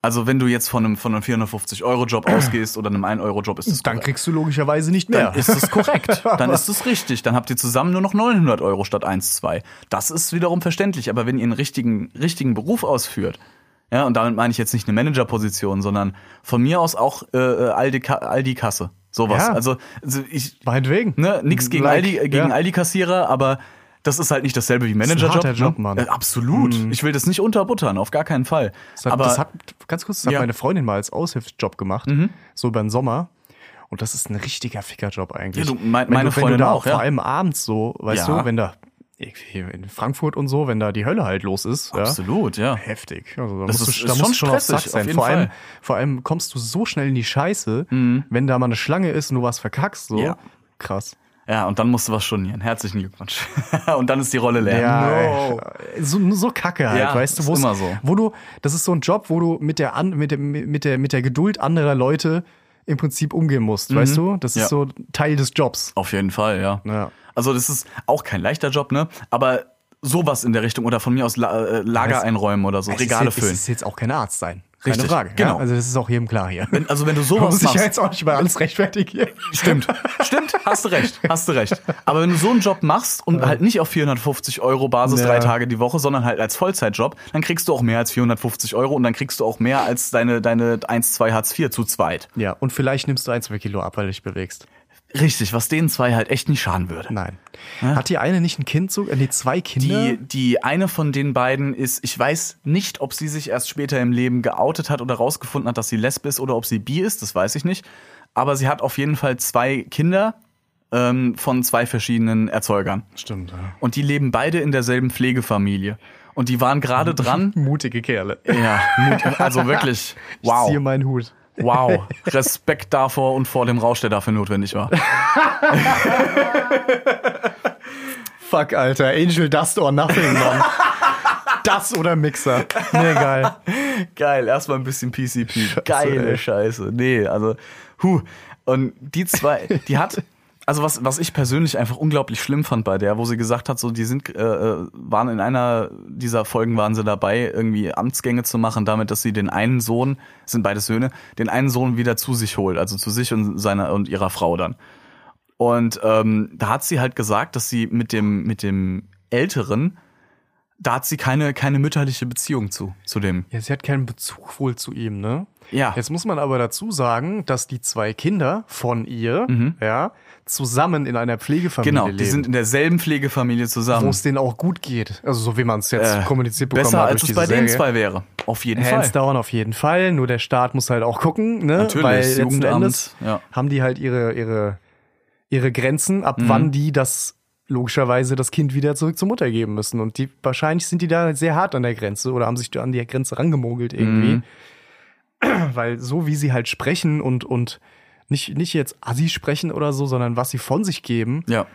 Speaker 4: Also wenn du jetzt von einem, von einem 450-Euro-Job ausgehst oder einem 1-Euro-Job, ist das
Speaker 5: Dann
Speaker 4: korrekt.
Speaker 5: kriegst du logischerweise nicht mehr.
Speaker 4: Dann ist es korrekt. Dann ist es richtig. Dann habt ihr zusammen nur noch 900 Euro statt 1, 2. Das ist wiederum verständlich. Aber wenn ihr einen richtigen, richtigen Beruf ausführt, ja, und damit meine ich jetzt nicht eine Managerposition, sondern von mir aus auch äh, Aldi, Ka- Aldi-Kasse. Sowas.
Speaker 5: Ja.
Speaker 4: Also, also ich,
Speaker 5: Meinetwegen.
Speaker 4: ne, nix gegen
Speaker 5: Like,
Speaker 4: Aldi, äh, gegen
Speaker 5: ja.
Speaker 4: Aldi-Kassierer, aber das ist halt nicht dasselbe wie
Speaker 5: ein
Speaker 4: Managerjob.
Speaker 5: harter Job,
Speaker 4: ne?
Speaker 5: Mann.
Speaker 4: Äh, absolut. Ich will das nicht unterbuttern, auf gar keinen Fall.
Speaker 5: Das hat,
Speaker 4: aber
Speaker 5: halt das hat, ganz kurz, das hat
Speaker 4: Ja. Mhm.
Speaker 5: meine Freundin mal als Aushilfsjob gemacht, so über den Sommer. Und das ist ein richtiger Fickerjob eigentlich.
Speaker 4: Ja, du, mein-
Speaker 5: Wenn du-
Speaker 4: meine
Speaker 5: wenn
Speaker 4: Freundin
Speaker 5: du da
Speaker 4: auch, ja.
Speaker 5: Vor allem abends so, weißt
Speaker 4: Ja.
Speaker 5: du, wenn da irgendwie in Frankfurt und so, wenn da die Hölle halt los ist. Ja.
Speaker 4: absolut, ja.
Speaker 5: Heftig. Also da
Speaker 4: Das
Speaker 5: musst
Speaker 4: ist-
Speaker 5: du, da
Speaker 4: ist
Speaker 5: musst
Speaker 4: schon
Speaker 5: du schon auf Sack
Speaker 4: stressig, auf
Speaker 5: sein.
Speaker 4: jeden
Speaker 5: vor, allem,
Speaker 4: Fall. Mhm.
Speaker 5: vor allem kommst du so schnell in die Scheiße, wenn da mal eine Schlange ist und du was verkackst. So.
Speaker 4: Ja.
Speaker 5: Krass.
Speaker 4: Ja, und dann musst du was stornieren. Herzlichen Glückwunsch. und dann ist die Rolle leer.
Speaker 5: Ja, ey. so, so kacke halt,
Speaker 4: Ja,
Speaker 5: weißt du,
Speaker 4: ist
Speaker 5: wo es-
Speaker 4: immer so.
Speaker 5: wo du, das ist so ein Job, wo du mit der, an, mit der, mit der, mit der Geduld anderer Leute im Prinzip umgehen musst, weißt du? Das
Speaker 4: Ja.
Speaker 5: ist so Teil des Jobs.
Speaker 4: Auf jeden Fall, ja.
Speaker 5: Ja.
Speaker 4: Also das ist auch kein leichter Job, ne? Aber sowas in der Richtung oder von mir aus La äh, Lager
Speaker 5: Es-
Speaker 4: einräumen oder so,
Speaker 5: Es
Speaker 4: Regale
Speaker 5: ist, jetzt-
Speaker 4: füllen.
Speaker 5: Es ist jetzt auch kein Arzt sein. Keine
Speaker 4: Richtig,
Speaker 5: Frage.
Speaker 4: genau.
Speaker 5: Ja? Also das ist auch jedem klar hier.
Speaker 4: Wenn- also wenn du
Speaker 5: Man
Speaker 4: sowas
Speaker 5: muss sich ja
Speaker 4: machst,
Speaker 5: jetzt auch nicht bei alles rechtfertigen.
Speaker 4: stimmt, stimmt, hast du recht, hast du recht. Aber wenn du so einen Job machst und halt nicht auf 450 Euro Basis
Speaker 5: Ja.
Speaker 4: drei Tage die Woche, sondern halt als Vollzeitjob, dann kriegst du auch mehr als 450 Euro und dann kriegst du auch mehr als deine deine 1, 2 Hartz IV zu zweit.
Speaker 5: Ja, und vielleicht nimmst du ein, zwei Kilo ab, weil du dich bewegst.
Speaker 4: Richtig, was denen zwei halt echt nicht schaden würde.
Speaker 5: Nein. Hat die eine nicht ein Kind sogar? Nee, zwei Kinder?
Speaker 4: Die, die eine von den beiden ist, ich weiß nicht, ob sie sich erst später im Leben geoutet hat oder rausgefunden hat, dass sie lesb ist oder ob sie bi ist, das weiß ich nicht. Aber sie hat auf jeden Fall zwei Kinder ähm, von zwei verschiedenen Erzeugern.
Speaker 5: Stimmt, ja.
Speaker 4: Und die leben beide in derselben Pflegefamilie. Und die waren gerade dran.
Speaker 5: Mutige Kerle.
Speaker 4: Ja, Mut, also wirklich.
Speaker 5: Ich
Speaker 4: Wow.
Speaker 5: ziehe meinen Hut.
Speaker 4: Wow, Respekt davor und vor dem Rausch, der dafür notwendig war.
Speaker 5: Fuck, Alter. Angel Dust or Nothing, Mann. das oder Mixer. Nee, geil.
Speaker 4: Geil, erstmal ein bisschen PCP.
Speaker 5: ey.
Speaker 4: Geile Scheiße. Nee, also, hu. Und die zwei, die hat, also was, was ich persönlich einfach unglaublich schlimm fand bei der, wo sie gesagt hat, so, die sind, äh, äh, waren in einer dieser Folgen waren sie dabei, irgendwie Amtsgänge zu machen, damit, dass sie den einen Sohn, sind beide Söhne, den einen Sohn wieder zu sich holt, also zu sich und seiner und ihrer Frau dann. Und ähm, da hat sie halt gesagt, dass sie mit dem, mit dem Älteren, da hat sie keine, keine mütterliche Beziehung zu, zu dem.
Speaker 5: Ja, sie hat keinen Bezug wohl zu ihm, ne?
Speaker 4: Ja.
Speaker 5: Jetzt muss man aber dazu sagen, dass die zwei Kinder von ihr, ja, zusammen in einer Pflegefamilie
Speaker 4: Genau,
Speaker 5: leben.
Speaker 4: die sind in derselben Pflegefamilie
Speaker 5: wo
Speaker 4: zusammen.
Speaker 5: es denen auch gut geht. Also so wie man es jetzt
Speaker 4: Äh,
Speaker 5: kommuniziert bekommen
Speaker 4: Besser
Speaker 5: hat
Speaker 4: als
Speaker 5: durch
Speaker 4: es
Speaker 5: diese
Speaker 4: bei den
Speaker 5: Serie.
Speaker 4: zwei wäre. Auf jeden
Speaker 5: Hands
Speaker 4: Fall.
Speaker 5: down auf jeden Fall. Nur der Staat muss halt auch gucken, ne?
Speaker 4: Natürlich,
Speaker 5: Weil letzten
Speaker 4: Jugendamt,
Speaker 5: Endes
Speaker 4: ja.
Speaker 5: haben die halt ihre, ihre, ihre Grenzen,
Speaker 4: Mhm.
Speaker 5: ab wann die das logischerweise das Kind wieder zurück zur Mutter geben müssen. Und die wahrscheinlich sind die da sehr hart an der Grenze oder haben sich da an die Grenze rangemogelt irgendwie.
Speaker 4: Mhm.
Speaker 5: Weil so wie sie halt sprechen und, und nicht, nicht jetzt Assi sprechen oder so, sondern was sie von sich geben,
Speaker 4: Ja.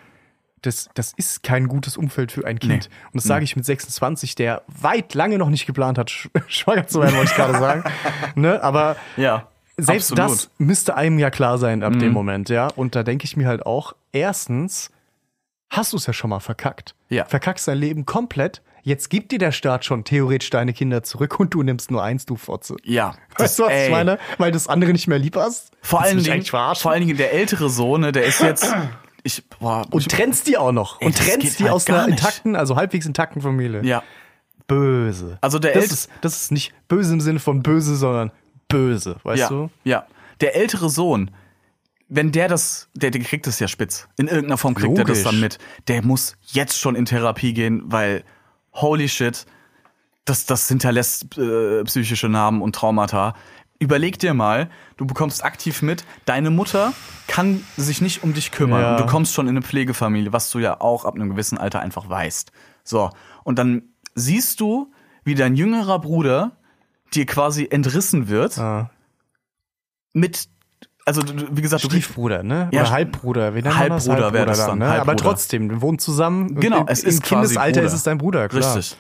Speaker 5: das, das ist kein gutes Umfeld für ein Kind. Und das sage ich mit 26, der weit lange noch nicht geplant hat, sch schwanger zu werden, wollte ich gerade sagen. ne? Aber
Speaker 4: Ja.
Speaker 5: selbst
Speaker 4: absolut. Mhm.
Speaker 5: das müsste einem ja klar sein ab dem Moment, ja. Und da denke ich mir halt auch, erstens, hast du es ja schon mal verkackt.
Speaker 4: Ja.
Speaker 5: Verkackst dein Leben komplett. Jetzt gibt dir der Staat schon theoretisch deine Kinder zurück und du nimmst nur eins, du Fotze.
Speaker 4: Ja.
Speaker 5: Weißt du, was
Speaker 4: Äh, ey,
Speaker 5: ich meine? Weil du das andere nicht mehr lieb hast.
Speaker 4: Vor
Speaker 5: Willst du
Speaker 4: allen,
Speaker 5: mich
Speaker 4: Dingen,
Speaker 5: eigentlich verarschen?
Speaker 4: vor allen Dingen der ältere Sohn, ne, der ist jetzt. Ich, boah,
Speaker 5: Und
Speaker 4: ich,
Speaker 5: trennst die auch noch. und
Speaker 4: das
Speaker 5: trennst
Speaker 4: geht
Speaker 5: die
Speaker 4: halt
Speaker 5: aus einer
Speaker 4: gar nicht.
Speaker 5: intakten, also halbwegs intakten Familie.
Speaker 4: ja.
Speaker 5: Böse.
Speaker 4: Also der
Speaker 5: das
Speaker 4: Ält-
Speaker 5: ist, das ist nicht böse im Sinne von böse, sondern böse, weißt
Speaker 4: ja,
Speaker 5: du?
Speaker 4: ja. Der ältere Sohn, wenn der das, der, der kriegt das ja spitz. In irgendeiner Form kriegt er das
Speaker 5: Logisch.
Speaker 4: dann mit. Der muss jetzt schon in Therapie gehen, weil holy shit, das, das hinterlässt äh, psychische Narben und Traumata. Überleg dir mal, du bekommst aktiv mit, deine Mutter kann sich nicht um dich kümmern.
Speaker 5: Ja.
Speaker 4: Und du kommst schon in eine Pflegefamilie, was du ja auch ab einem gewissen Alter einfach weißt. So, und dann siehst du, wie dein jüngerer Bruder dir quasi entrissen wird
Speaker 5: Ah.
Speaker 4: mit, also du- du- wie gesagt, du kriegst,
Speaker 5: Stiefbruder, ne?
Speaker 4: Ja,
Speaker 5: Oder Halbbruder. Wie nennt man das?
Speaker 4: Halbbruder wär das dann,
Speaker 5: ne? Aber
Speaker 4: Halbbruder.
Speaker 5: trotzdem, wir wohnen zusammen.
Speaker 4: Genau,
Speaker 5: Im,
Speaker 4: es
Speaker 5: im
Speaker 4: ist quasi
Speaker 5: Kindesalter
Speaker 4: Bruder.
Speaker 5: ist es dein Bruder, klar.
Speaker 4: richtig.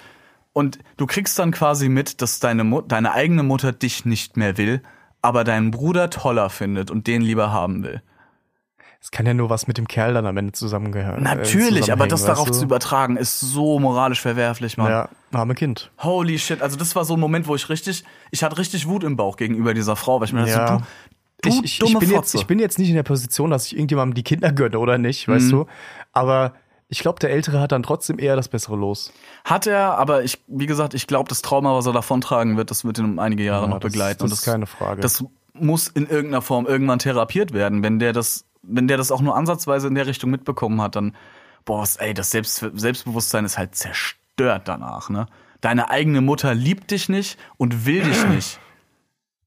Speaker 4: Und du kriegst dann quasi mit, dass deine, Mu deine eigene Mutter dich nicht mehr will, aber deinen Bruder toller findet und den lieber haben will.
Speaker 5: Es kann ja nur was mit dem Kerl dann am Ende zusammengehören. äh,
Speaker 4: Natürlich, aber das
Speaker 5: zusammenhängen,
Speaker 4: darauf
Speaker 5: weißt
Speaker 4: zu
Speaker 5: du?
Speaker 4: übertragen, ist so moralisch verwerflich, Mann.
Speaker 5: Ja, arme Kind.
Speaker 4: Holy shit, also das war so ein Moment, wo ich richtig, ich hatte richtig Wut im Bauch gegenüber dieser Frau, weil ich mir dachte,
Speaker 5: Ja.
Speaker 4: so, du, du
Speaker 5: ich, ich, ich,
Speaker 4: dumme
Speaker 5: bin jetzt,
Speaker 4: Fotze.
Speaker 5: ich bin jetzt nicht in der Position, dass ich irgendjemandem die Kinder gönne oder nicht,
Speaker 4: Mhm.
Speaker 5: weißt du? Aber ich glaube, der Ältere hat dann trotzdem eher das bessere Los.
Speaker 4: Hat er, aber ich, wie gesagt, ich glaube, das Trauma, was er davontragen wird, das wird ihn um einige Jahre
Speaker 5: Ja,
Speaker 4: noch
Speaker 5: das-
Speaker 4: begleiten.
Speaker 5: das
Speaker 4: Und
Speaker 5: ist keine Frage.
Speaker 4: Das muss in irgendeiner Form irgendwann therapiert werden. Wenn der das, wenn der das auch nur ansatzweise in der Richtung mitbekommen hat, dann, boah, was, ey, das Selbst, Selbstbewusstsein ist halt zerstört danach, ne? Deine eigene Mutter liebt dich nicht und will dich nicht.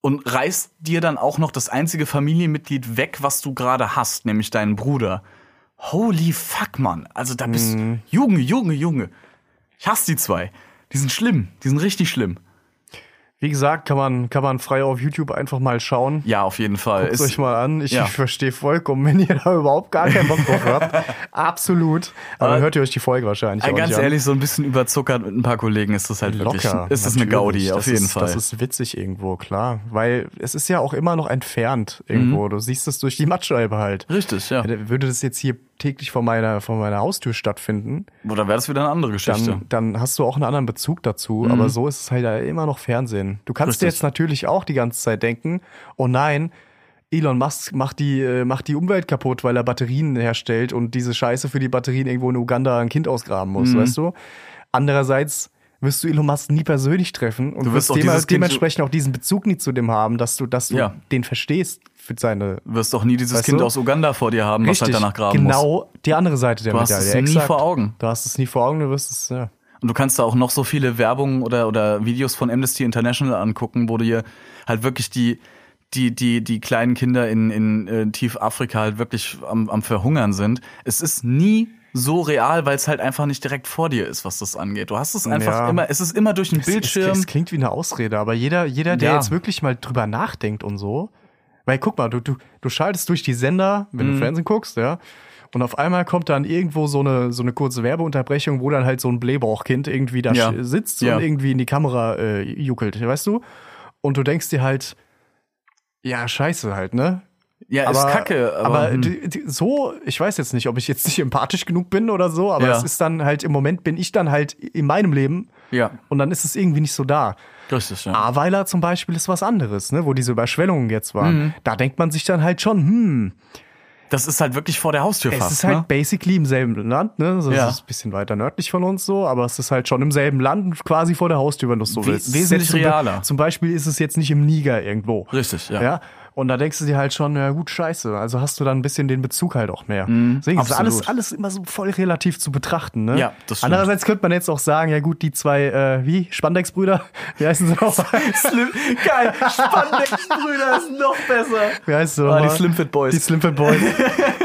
Speaker 4: Und reißt dir dann auch noch das einzige Familienmitglied weg, was du gerade hast, nämlich deinen Bruder. Holy fuck, Mann. Also da bist
Speaker 5: Mhm.
Speaker 4: Junge, Junge, Junge. Ich hasse die zwei. Die sind schlimm. Die sind richtig schlimm.
Speaker 5: Wie gesagt, kann man, kann man frei auf YouTube einfach mal schauen.
Speaker 4: Ja, auf jeden Fall.
Speaker 5: Guckt
Speaker 4: Ist-
Speaker 5: euch mal an. Ich,
Speaker 4: ja.
Speaker 5: ich verstehe vollkommen, wenn ihr da überhaupt gar keinen Bock drauf habt. Absolut. Aber dann
Speaker 4: Aber-
Speaker 5: hört ihr euch die Folge wahrscheinlich
Speaker 4: Äh,
Speaker 5: auch
Speaker 4: ganz
Speaker 5: nicht
Speaker 4: ehrlich, so ein bisschen überzuckert mit ein paar Kollegen ist das halt
Speaker 5: an.
Speaker 4: wirklich.
Speaker 5: Locker.
Speaker 4: Ist das eine
Speaker 5: natürlich.
Speaker 4: Gaudi,
Speaker 5: Das
Speaker 4: auf jeden
Speaker 5: ist,
Speaker 4: Fall.
Speaker 5: Das ist witzig irgendwo, klar. Weil es ist ja auch immer noch entfernt irgendwo. Du siehst es durch die Mattscheibe halt.
Speaker 4: richtig, Mhm. ja.
Speaker 5: Würde das jetzt hier täglich vor meiner, vor meiner Haustür stattfinden,
Speaker 4: Oder wäre das wieder eine andere Geschichte?
Speaker 5: dann, dann hast du auch einen anderen Bezug dazu. Aber so ist es halt immer noch Fernsehen. Du kannst dir
Speaker 4: Mhm. Richtig.
Speaker 5: jetzt natürlich auch die ganze Zeit denken, oh nein, Elon Musk macht die, äh, macht die Umwelt kaputt, weil er Batterien
Speaker 4: Mhm.
Speaker 5: herstellt und diese Scheiße für die Batterien irgendwo in Uganda ein Kind ausgraben muss, weißt du? Andererseits wirst du Elon Musk nie persönlich treffen und
Speaker 4: Du wirst
Speaker 5: wirst
Speaker 4: auch
Speaker 5: dema-
Speaker 4: dieses Kind so-
Speaker 5: dementsprechend auch diesen Bezug nie zu dem haben, dass du, dass du
Speaker 4: Ja.
Speaker 5: den verstehst für seine.
Speaker 4: Du wirst doch nie dieses
Speaker 5: Weißt
Speaker 4: Kind
Speaker 5: du?
Speaker 4: aus Uganda vor dir haben, was halt danach graben muss.
Speaker 5: genau die andere Seite der
Speaker 4: Du hast
Speaker 5: Medaille.
Speaker 4: es nie
Speaker 5: exakt.
Speaker 4: vor Augen.
Speaker 5: Du hast es nie vor Augen, du wirst es, ja.
Speaker 4: Und du kannst da auch noch so viele Werbungen oder, oder Videos von Amnesty International angucken, wo du dir halt wirklich die, die, die, die kleinen Kinder in, in äh, Tiefafrika halt wirklich am, am Verhungern sind. Es ist nie so real, weil es halt einfach nicht direkt vor dir ist, was das angeht. Du hast es einfach
Speaker 5: Ja.
Speaker 4: immer, es ist immer durch den
Speaker 5: Es- Es,
Speaker 4: Bildschirm.
Speaker 5: es klingt wie eine Ausrede, aber jeder, jeder der
Speaker 4: Ja.
Speaker 5: jetzt wirklich mal drüber nachdenkt und so, weil guck mal, du, du, du schaltest durch die Sender, wenn
Speaker 4: Mhm.
Speaker 5: du Fernsehen guckst, ja, und auf einmal kommt dann irgendwo so eine, so eine kurze Werbeunterbrechung, wo dann halt so ein Blähbauchkind irgendwie da
Speaker 4: Ja.
Speaker 5: sch- sitzt
Speaker 4: Ja.
Speaker 5: und irgendwie in die Kamera äh, juckelt, weißt du? Und du denkst dir halt, ja, scheiße halt, ne?
Speaker 4: ja,
Speaker 5: aber,
Speaker 4: Äh, ist kacke. Aber, hm.
Speaker 5: die- die- so, ich weiß jetzt nicht, ob ich jetzt nicht empathisch genug bin oder so, aber
Speaker 4: Ja.
Speaker 5: es ist dann halt, im Moment bin ich dann halt in meinem Leben
Speaker 4: ja,
Speaker 5: und dann ist es irgendwie nicht so da.
Speaker 4: richtig. Ja.
Speaker 5: Ahrweiler zum Beispiel ist was anderes, ne? wo diese Überschwemmungen jetzt waren.
Speaker 4: Mhm.
Speaker 5: Da denkt man sich dann halt schon, hm,
Speaker 4: Das ist halt wirklich vor der Haustür
Speaker 5: es
Speaker 4: fast.
Speaker 5: ist halt
Speaker 4: ne?
Speaker 5: basically im selben Land, ne? Das
Speaker 4: Ja.
Speaker 5: ist ein bisschen weiter nördlich von uns so, aber es ist halt schon im selben Land, quasi vor der Haustür, wenn du es so
Speaker 4: We-
Speaker 5: willst. Es ist
Speaker 4: wesentlich
Speaker 5: jetzt zum Be-
Speaker 4: realer.
Speaker 5: Zum Beispiel ist es jetzt nicht im Niger irgendwo.
Speaker 4: Richtig, ja.
Speaker 5: ja? Und da denkst du dir halt schon, ja gut, scheiße. Also hast du dann ein bisschen den Bezug halt auch mehr. Deswegen ist
Speaker 4: Mhm, absolut.
Speaker 5: alles, alles immer so voll relativ zu betrachten. Ne?
Speaker 4: Ja, das stimmt.
Speaker 5: Andererseits könnte man jetzt auch sagen, ja gut, die zwei, äh, wie, Spandex-Brüder, wie heißen sie noch?
Speaker 4: Slim, geil, Spandex-Brüder ist noch besser.
Speaker 5: Wie heißt sie
Speaker 4: Ah, die
Speaker 5: nochmal?
Speaker 4: Slimfit Boys.
Speaker 5: Die Slimfit Boys.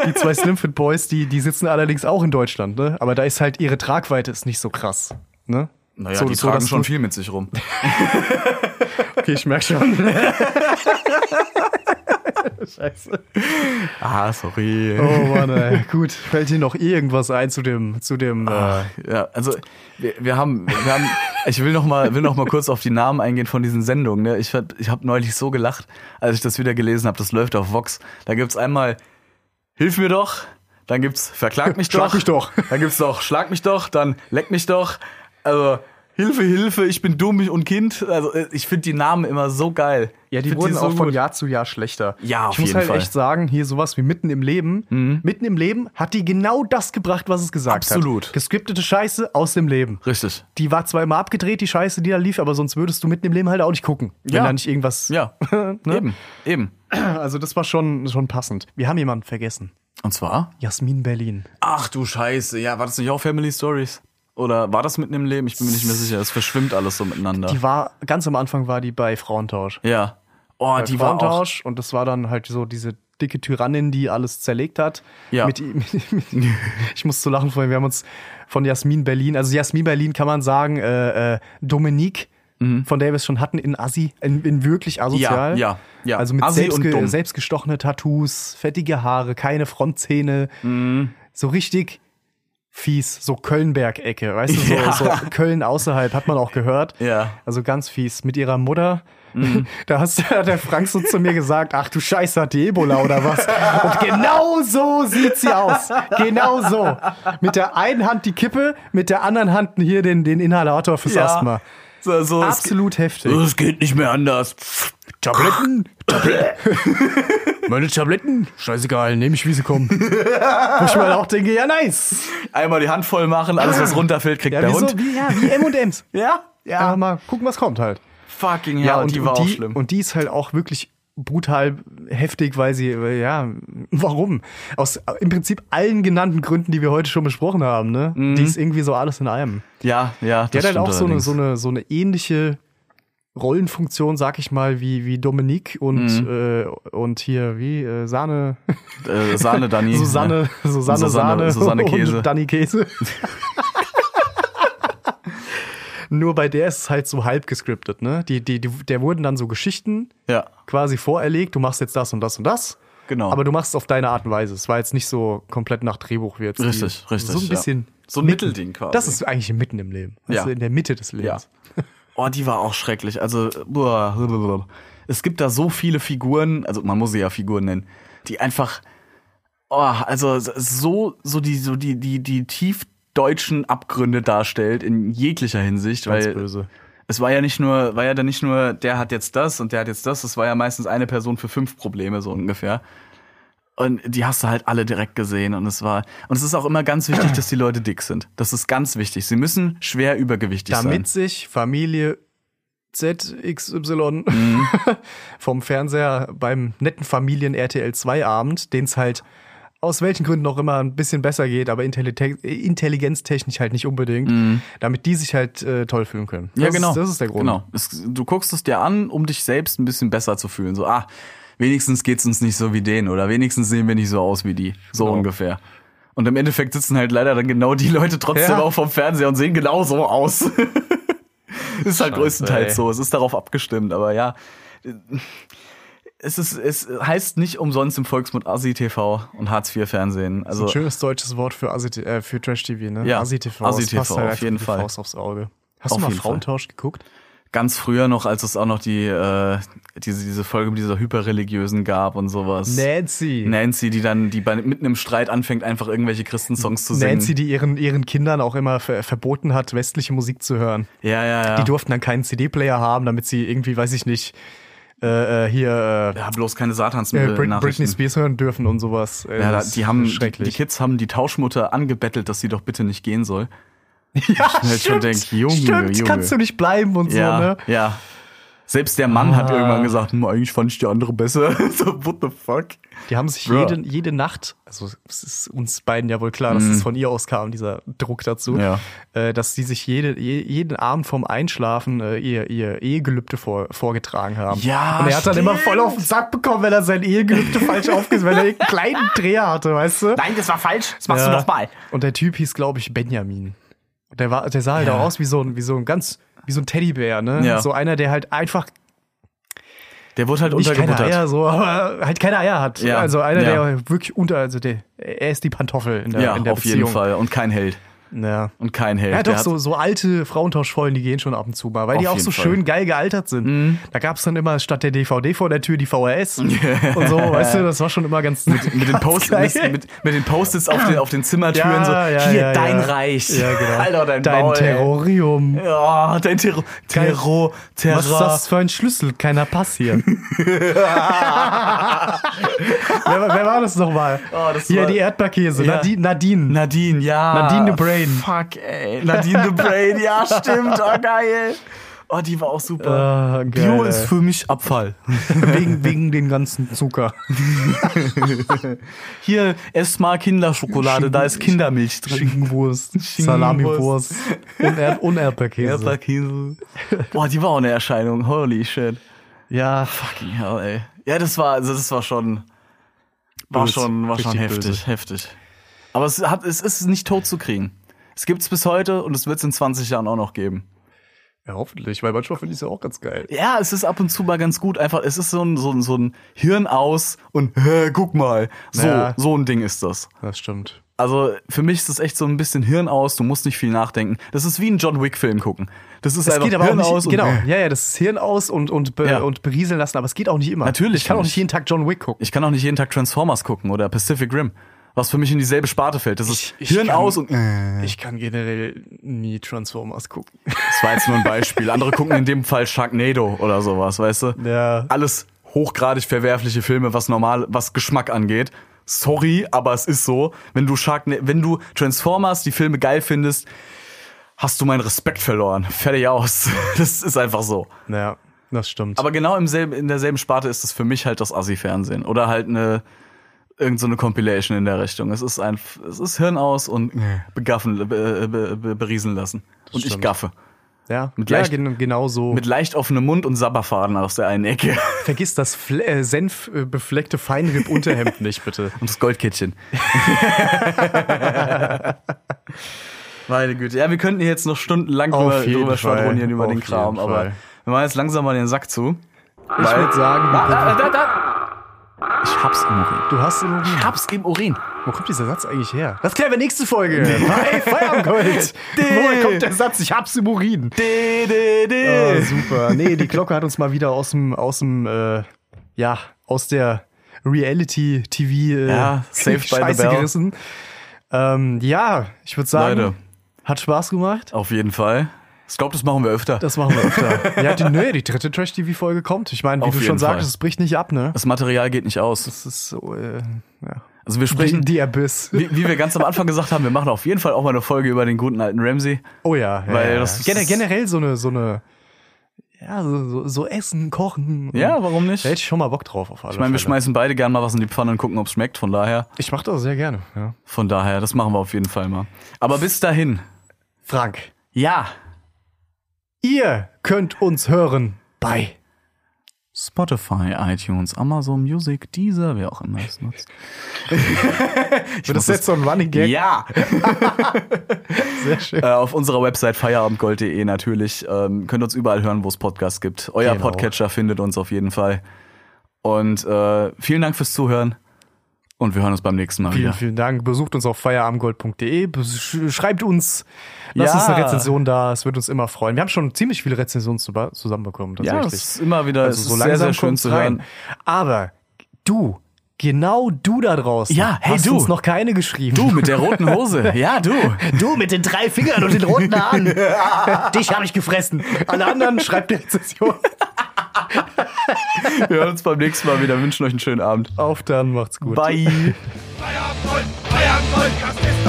Speaker 5: die zwei Slimfit Boys, die, die sitzen allerdings auch in Deutschland, ne? Aber da ist halt ihre Tragweite ist nicht so krass. Ne?
Speaker 4: Naja,
Speaker 5: So-
Speaker 4: die
Speaker 5: so,
Speaker 4: tragen
Speaker 5: dass
Speaker 4: schon
Speaker 5: du-
Speaker 4: viel mit sich rum.
Speaker 5: Okay, ich merke schon. Scheiße.
Speaker 4: Ah, sorry.
Speaker 5: Oh Mann, ey. Gut, fällt dir noch irgendwas ein zu dem, zu dem, äh,
Speaker 4: Ja, also wir, wir haben, wir haben ich will noch mal, will noch mal kurz auf die Namen eingehen von diesen Sendungen. Ne? Ich, werd- ich habe neulich so gelacht, als ich das wieder gelesen habe. Das läuft auf Vox. Da gibt's einmal Hilf mir doch, dann gibt's Verklag mich doch,
Speaker 5: Schlag mich doch.
Speaker 4: dann gibt's noch Schlag mich doch, dann Leck mich doch. Also Hilfe, Hilfe, ich bin dumm und Kind. Also äh, ich finde die Namen immer so geil.
Speaker 5: Ja, die
Speaker 4: Find
Speaker 5: wurden
Speaker 4: so
Speaker 5: auch von
Speaker 4: gut.
Speaker 5: Jahr zu Jahr schlechter.
Speaker 4: Ja, auf
Speaker 5: ich muss
Speaker 4: jeden
Speaker 5: halt
Speaker 4: Fall. Mhm.
Speaker 5: echt sagen, hier sowas wie Mitten im Leben. Mitten im Leben hat die genau das gebracht, was es gesagt hat.
Speaker 4: Absolut.
Speaker 5: Geskriptete Scheiße aus dem Leben.
Speaker 4: Richtig.
Speaker 5: Die war zwar immer abgedreht, die Scheiße, die da lief, aber sonst würdest du mitten im Leben halt auch nicht gucken, wenn
Speaker 4: Ja.
Speaker 5: da nicht irgendwas.
Speaker 4: Ja,
Speaker 5: Ne?
Speaker 4: eben, eben.
Speaker 5: Also das war schon, schon passend. Wir haben jemanden vergessen.
Speaker 4: Und zwar?
Speaker 5: Jasmin Berlin.
Speaker 4: Ach du Scheiße, ja, war das nicht auch Family Stories? Oder war das mitten im Leben? Ich bin mir nicht mehr sicher. Es verschwimmt alles so miteinander.
Speaker 5: Die war, ganz am Anfang war die bei Frauentausch.
Speaker 4: ja. Oh,
Speaker 5: Bei
Speaker 4: die war auch.
Speaker 5: Frauentausch Äh, und das war dann halt so diese dicke Tyrannin, die alles zerlegt hat.
Speaker 4: Ja.
Speaker 5: Mit, mit, mit, ich muss so lachen vorhin, wir haben uns von Jasmin Berlin, also Jasmin Berlin kann man sagen, äh, äh, Dominique, von der wir es schon hatten, in Assi, in, in wirklich asozial.
Speaker 4: Mhm. Ja, ja, ja.
Speaker 5: Also mit
Speaker 4: Assi und
Speaker 5: selbstge
Speaker 4: dumm.
Speaker 5: selbstgestochene Tattoos, fettige Haare, keine Frontzähne,
Speaker 4: Mhm.
Speaker 5: so richtig fies, so Kölnberg-Ecke, weißt du, so,
Speaker 4: Ja.
Speaker 5: so Köln außerhalb, hat man auch gehört.
Speaker 4: Ja.
Speaker 5: Also ganz fies. Mit ihrer Mutter. Da hast, hat der Frank so zu mir gesagt, ach du Scheiße, hat die Ebola oder was? Und genau so sieht sie aus. Genau so. Mit der einen Hand die Kippe, mit der anderen Hand hier den, den Inhalator fürs
Speaker 4: Ja.
Speaker 5: Asthma.
Speaker 4: So,
Speaker 5: Oh,
Speaker 4: so, es
Speaker 5: Absolut
Speaker 4: geht-
Speaker 5: heftig.
Speaker 4: so, Es geht nicht mehr anders.
Speaker 5: Äh, Tabletten, Tabletten. Meine Tabletten, scheißegal, nehme ich, wie sie kommen. Wo ich mir auch denke, ja nice.
Speaker 4: Einmal die Hand voll machen, alles was runterfällt, kriegt
Speaker 5: Ja,
Speaker 4: der
Speaker 5: wie, so,
Speaker 4: Hund.
Speaker 5: wie, ja, wie M&M's.
Speaker 4: Ja? Ja.
Speaker 5: Einfach mal gucken, was kommt halt.
Speaker 4: Fucking hell, die war auch schlimm.
Speaker 5: Und die ist halt auch wirklich brutal heftig, weil sie, weil, ja, warum? Aus im Prinzip allen genannten Gründen, die wir heute schon besprochen haben, ne? Die ist irgendwie so alles in einem.
Speaker 4: ja, ja, Mhm. das
Speaker 5: Die hat halt
Speaker 4: stimmt
Speaker 5: auch so eine,
Speaker 4: allerdings.
Speaker 5: so, eine, so eine ähnliche Rollenfunktion, sag ich mal, wie, wie Dominique und,
Speaker 4: Mhm.
Speaker 5: äh, und hier, wie, äh, Sahne,
Speaker 4: äh, Sahne ne? Dani.
Speaker 5: Susanne, Susanne,
Speaker 4: Susanne-
Speaker 5: Sahne
Speaker 4: Susanne Käse.
Speaker 5: und Danny Käse. Nur bei der ist es halt so halb gescriptet, ne? Die, die, die, der wurden dann so Geschichten
Speaker 4: Ja,
Speaker 5: quasi vorerlegt, du machst jetzt das und das und das.
Speaker 4: genau.
Speaker 5: Aber du machst es auf deine Art und Weise. Es war jetzt nicht so komplett nach Drehbuch wie jetzt. die-
Speaker 4: Richtig, richtig,
Speaker 5: So ein
Speaker 4: ja.
Speaker 5: bisschen.
Speaker 4: So ein
Speaker 5: mitten.
Speaker 4: Mittelding quasi.
Speaker 5: Das ist eigentlich mitten im Leben.
Speaker 4: Ja.
Speaker 5: Also in der Mitte des Lebens.
Speaker 4: Ja. Oh, die war auch schrecklich. Also, boah, blablabla. es gibt da so viele Figuren, also man muss sie ja Figuren nennen, die einfach, oh, also so, so die, so die, die, die tiefdeutschen Abgründe darstellt in jeglicher Hinsicht,
Speaker 5: Ganz
Speaker 4: weil
Speaker 5: böse.
Speaker 4: es war ja nicht nur, war ja dann nicht nur, der hat jetzt das und der hat jetzt das, es war ja meistens eine Person für fünf Probleme, so ungefähr. Und die hast du halt alle direkt gesehen. Und es war, und es ist auch immer ganz wichtig, dass die Leute dick sind. Das ist ganz wichtig. Sie müssen schwer übergewichtig
Speaker 5: Damit
Speaker 4: sein.
Speaker 5: sich Familie ZXY
Speaker 4: Mhm.
Speaker 5: vom Fernseher beim netten Familien RTL 2 Abend, den es halt aus welchen Gründen auch immer ein bisschen besser geht, aber Intellite- intelligenztechnisch halt nicht unbedingt, damit die sich halt äh, toll fühlen können.
Speaker 4: Mhm. Ja,
Speaker 5: das
Speaker 4: genau.
Speaker 5: Ist, das ist der Grund.
Speaker 4: Genau. Es, du guckst es dir an, um dich selbst ein bisschen besser zu fühlen. So, ah, wenigstens geht's uns nicht so wie denen oder wenigstens sehen wir nicht so aus wie die. So
Speaker 5: Genau.
Speaker 4: ungefähr. Und im Endeffekt sitzen halt leider dann genau die Leute trotzdem
Speaker 5: Ja.
Speaker 4: auch vom Fernseher und sehen genau so aus. ist halt
Speaker 5: Scheiße,
Speaker 4: größtenteils
Speaker 5: ey.
Speaker 4: so. Es ist darauf abgestimmt, aber ja. Es, ist, es heißt nicht umsonst im Volksmund Asi-TV und Hartz-IV-Fernsehen. Also,
Speaker 5: Ein schönes deutsches Wort für, Asi, äh, für Trash-TV, ne?
Speaker 4: Ja,
Speaker 5: Asi-TV.
Speaker 4: Asi-TV,
Speaker 5: Das passt halt
Speaker 4: auf
Speaker 5: einfach
Speaker 4: jeden
Speaker 5: wie die
Speaker 4: Fall.
Speaker 5: Faust aufs Auge. Hast
Speaker 4: Auf
Speaker 5: du mal
Speaker 4: jeden Fall.
Speaker 5: Frauentausch geguckt?
Speaker 4: ganz früher noch, als es auch noch die, äh, diese, diese Folge mit dieser Hyperreligiösen gab und sowas.
Speaker 5: Nancy.
Speaker 4: Nancy, die dann, die bei, mitten im Streit anfängt, einfach irgendwelche Christensongs zu singen.
Speaker 5: Nancy, die ihren, ihren Kindern auch immer ver verboten hat, westliche Musik zu hören.
Speaker 4: ja, ja, ja.
Speaker 5: Die durften dann keinen CD-Player haben, damit sie irgendwie, weiß ich nicht, äh, äh, hier
Speaker 4: ja, bloß keine
Speaker 5: äh, äh,
Speaker 4: Satansmittel.
Speaker 5: Brit Britney Spears hören dürfen und sowas. Äh,
Speaker 4: Ja, da,
Speaker 5: das
Speaker 4: die haben, die, die
Speaker 5: schrecklich.
Speaker 4: Kids haben die Tauschmutter angebettelt, dass sie doch bitte nicht gehen soll.
Speaker 5: ja,
Speaker 4: halt schon denkt, Junge,
Speaker 5: stimmt,
Speaker 4: Junge.
Speaker 5: kannst du nicht bleiben und
Speaker 4: Ja,
Speaker 5: so, ne?
Speaker 4: ja. Selbst der Mann hat
Speaker 5: Ah.
Speaker 4: irgendwann gesagt, "Hm, eigentlich fand ich die andere besser. so, what the fuck?
Speaker 5: Die haben sich
Speaker 4: Ja.
Speaker 5: jede, jede Nacht, also es ist uns beiden ja wohl klar, dass es von ihr aus kam, dieser Druck dazu,
Speaker 4: Mhm. Ja.
Speaker 5: äh, dass sie sich jede, je, jeden Abend vorm Einschlafen äh, ihr, ihr Ehegelübde vor, vorgetragen haben.
Speaker 4: Ja,
Speaker 5: Und er hat dann
Speaker 4: stimmt.
Speaker 5: immer voll auf den Sack bekommen, wenn er sein Ehegelübde falsch aufgesetzt wenn er einen kleinen Dreher hatte, weißt du?
Speaker 4: Nein, das war falsch. Das machst
Speaker 5: Ja. Und der Typ hieß, glaube ich, Benjamin. Und Der, war, der sah halt
Speaker 4: Ja.
Speaker 5: auch aus wie so ein, wie so ein ganz, wie so ein Teddybär, ne?
Speaker 4: Ja.
Speaker 5: So einer, der halt einfach
Speaker 4: Der wurde halt
Speaker 5: nicht keine
Speaker 4: untergebuttert.
Speaker 5: Eier so, aber halt keine Eier hat.
Speaker 4: Ja,
Speaker 5: Also einer,
Speaker 4: ja.
Speaker 5: der wirklich unter, also der, er ist die Pantoffel in der,
Speaker 4: ja,
Speaker 5: in der
Speaker 4: auf
Speaker 5: Beziehung.
Speaker 4: jeden Fall. Und kein Held.
Speaker 5: Ja.
Speaker 4: Und kein Held.
Speaker 5: Ja,
Speaker 4: Der
Speaker 5: doch,
Speaker 4: hat-
Speaker 5: so, so alte Frauentauschvollen, die gehen schon ab und zu mal, weil die
Speaker 4: Auf
Speaker 5: auch so
Speaker 4: jeden Fall. Mhm.
Speaker 5: schön geil gealtert sind. Da gab's dann immer statt der DVD vor der Tür die VHS und so, weißt du, das war schon immer ganz Mit,
Speaker 4: mit den Post
Speaker 5: geil.
Speaker 4: mit, mit, mit den Post-its auf den auf den Zimmertüren
Speaker 5: Ja,
Speaker 4: so
Speaker 5: ja,
Speaker 4: hier
Speaker 5: ja,
Speaker 4: dein
Speaker 5: ja.
Speaker 4: Reich.
Speaker 5: Ja, genau.
Speaker 4: Alter, dein,
Speaker 5: Dein
Speaker 4: Maul, ey.
Speaker 5: Terrorium.
Speaker 4: Ja, Oh, dein Terror
Speaker 5: Geil.
Speaker 4: Terror Terror.
Speaker 5: Was ist das für ein Schlüssel? Keiner Pass hier. wer, war- wer war das nochmal?
Speaker 4: Oh, das
Speaker 5: hier,
Speaker 4: war-
Speaker 5: die Erdbeerkäse.
Speaker 4: Ja.
Speaker 5: Nadine. Nadine.
Speaker 4: Nadine, ja.
Speaker 5: Nadine the Brain.
Speaker 4: Fuck, ey. Nadine the Brain, ja, stimmt. Oh, geil. Oh, die war auch super.
Speaker 5: Ah,
Speaker 4: Bio
Speaker 5: geil.
Speaker 4: ist für mich Abfall.
Speaker 5: wegen, wegen den ganzen Zucker.
Speaker 4: Hier, ess mal Kinderschokolade, da ist Kindermilch drin.
Speaker 5: Schinkenwurst,
Speaker 4: Salamiwurst.
Speaker 5: Salamiwurst und, Erd und Erdbeerkäse.
Speaker 4: Erdbeerkäse. Boah, die war auch eine Erscheinung. Holy shit.
Speaker 5: Ja,
Speaker 4: Fucking hell, ey. Ja, das war, also das war schon. War
Speaker 5: Böse.
Speaker 4: schon, war schon
Speaker 5: Richtig
Speaker 4: heftig,
Speaker 5: böse.
Speaker 4: heftig. Aber es, hat, es ist nicht tot zu kriegen. Es gibt's bis heute und es wird's in 20 Jahren auch noch geben.
Speaker 5: ja hoffentlich, weil manchmal finde ich es ja auch ganz geil.
Speaker 4: Ja, es ist ab und zu mal ganz gut. Einfach, es ist so ein, so ein, so ein Hirn aus und hä, guck mal. So,
Speaker 5: Ja.
Speaker 4: so ein Ding ist das.
Speaker 5: Das stimmt.
Speaker 4: Also für mich ist es echt so ein bisschen Hirn aus, du musst nicht viel nachdenken. Das ist wie ein John Wick-Film gucken. Das ist
Speaker 5: Es
Speaker 4: einfach
Speaker 5: geht aber auch
Speaker 4: Hirn
Speaker 5: nicht,
Speaker 4: aus und
Speaker 5: genau,
Speaker 4: hä.
Speaker 5: ja, ja, das Hirn aus und, und, be,
Speaker 4: Ja.
Speaker 5: und berieseln lassen, aber es geht auch nicht immer.
Speaker 4: Natürlich
Speaker 5: Ich kann auch
Speaker 4: nicht.
Speaker 5: nicht jeden Tag John Wick gucken.
Speaker 4: Ich kann auch nicht jeden Tag Transformers gucken oder Pacific Rim, was für mich in dieselbe Sparte fällt. Das ist
Speaker 5: Ich- ich
Speaker 4: Hirn
Speaker 5: kann-
Speaker 4: aus und. äh.
Speaker 5: Ich kann generell nie Transformers gucken.
Speaker 4: Das war jetzt nur ein Beispiel. Andere gucken in dem Fall Sharknado oder sowas, weißt du?
Speaker 5: Ja.
Speaker 4: Alles hochgradig verwerfliche Filme, was normal, was Geschmack angeht. Sorry, aber es ist so. Wenn du Sharkna wenn du Transformers die Filme geil findest, hast du meinen Respekt verloren. Fertig aus. Das ist einfach so.
Speaker 5: Ja, das stimmt.
Speaker 4: Aber genau im selben, in derselben Sparte ist es für mich halt das Assi-Fernsehen. Oder halt eine irgend so eine Compilation in der Richtung. Es ist ein, es ist Hirn aus und begaffen, äh, be, be, be, berieseln lassen. und ich
Speaker 5: stimmt.
Speaker 4: gaffe.
Speaker 5: ja,
Speaker 4: mit
Speaker 5: ja
Speaker 4: leicht-
Speaker 5: gen genau so.
Speaker 4: Mit leicht offenem Mund und Sabberfaden aus der einen Ecke.
Speaker 5: Vergiss das Fle äh, senfbefleckte Feinripp-Unterhemd nicht, bitte.
Speaker 4: Und das Goldkettchen. Meine Güte. Ja, wir könnten hier jetzt noch stundenlang
Speaker 5: Auf
Speaker 4: drüber,
Speaker 5: jeden Fall.
Speaker 4: drüber schwadronieren über
Speaker 5: Auf
Speaker 4: den Kram,
Speaker 5: jeden
Speaker 4: aber
Speaker 5: Fall.
Speaker 4: wir machen jetzt langsam mal den Sack zu.
Speaker 5: Ich würde sagen,
Speaker 4: Da, da, da. Ich hab's im Urin.
Speaker 5: du hast im Moment-
Speaker 4: Ich hab's im Urin.
Speaker 5: Wo kommt dieser Satz eigentlich her? Das klären wir nächste Folge. Bei Feierabendgold. Woher kommt der Satz? Ich hab's im Urin.
Speaker 4: De, de, de.
Speaker 5: Oh, super. Nee, die Glocke hat uns mal wieder aus dem, aus dem, äh, ja, aus der Reality-TV äh,
Speaker 4: Ja, Saved by the
Speaker 5: Scheiße
Speaker 4: Bell.
Speaker 5: gerissen. Ähm, ja, ich würde sagen,
Speaker 4: Leute.
Speaker 5: hat Spaß gemacht.
Speaker 4: Auf jeden Fall. Ich glaube, das machen wir öfter.
Speaker 5: Das machen wir öfter. ja, die, nee, die dritte Trash-TV-Folge kommt. Ich meine, wie
Speaker 4: Auf
Speaker 5: du schon
Speaker 4: jeden Fall.
Speaker 5: sagst, es bricht nicht ab, ne?
Speaker 4: Das Material geht nicht aus.
Speaker 5: Das ist so, äh, ja.
Speaker 4: Also wir sprechen,
Speaker 5: die Abyss.
Speaker 4: wie, wie wir ganz am Anfang gesagt haben, wir machen auf jeden Fall auch mal eine Folge über den guten alten Ramsey.
Speaker 5: Oh ja, ja
Speaker 4: Weil
Speaker 5: ja,
Speaker 4: das
Speaker 5: ja.
Speaker 4: ist-
Speaker 5: Gene- generell so eine, so eine, ja, so, so, so Essen, Kochen. und-
Speaker 4: Ja, warum nicht?
Speaker 5: Da hätte ich schon mal Bock drauf auf alle
Speaker 4: Ich meine, wir
Speaker 5: Fälle.
Speaker 4: schmeißen beide gerne mal was in die Pfanne und gucken, ob es schmeckt. Von daher,
Speaker 5: Ich mach das sehr gerne. Ja.
Speaker 4: von daher, das machen wir auf jeden Fall mal. Aber bis dahin,
Speaker 5: Frank,
Speaker 4: ja,
Speaker 5: ihr könnt uns hören bei
Speaker 4: Spotify, iTunes, Amazon Music, Deezer, wer auch immer es nutzt.
Speaker 5: Wird das jetzt so ein Running Gag?
Speaker 4: Ja,
Speaker 5: Sehr schön.
Speaker 4: äh, auf unserer Website feierabendgold.de natürlich. Ähm, könnt uns überall hören, wo es Podcasts gibt. Euer
Speaker 5: Genau.
Speaker 4: Podcatcher findet uns auf jeden Fall. Und äh, vielen Dank fürs Zuhören. Und wir hören uns beim nächsten Mal
Speaker 5: Vielen,
Speaker 4: wieder.
Speaker 5: vielen Dank. Besucht uns auf feierabendgold.de. Bes- sch- Schreibt uns, lasst
Speaker 4: Ja.
Speaker 5: uns eine Rezension da. Es wird uns immer freuen. Wir haben schon ziemlich viele Rezensionen zuba- zusammenbekommen.
Speaker 4: Ja,
Speaker 5: Tatsächlich.
Speaker 4: es ist immer wieder es
Speaker 5: also
Speaker 4: ist
Speaker 5: so langsam
Speaker 4: sehr, sehr schön
Speaker 5: kommt's
Speaker 4: zu
Speaker 5: rein.
Speaker 4: hören.
Speaker 5: Aber du, genau du da draußen,
Speaker 4: Ja, hey,
Speaker 5: hast
Speaker 4: du.
Speaker 5: uns noch keine geschrieben.
Speaker 4: Du mit der roten Hose. Ja, du.
Speaker 5: Du mit den drei Fingern und den roten Haaren. Dich habe ich gefressen. Alle anderen schreibt die Rezension.
Speaker 4: Wir hören uns beim nächsten Mal wieder. Wünschen euch einen schönen Abend.
Speaker 5: Auf dann, macht's gut.
Speaker 4: Bye.
Speaker 2: Feierabend, Gold, Feierabend, Gold, das ist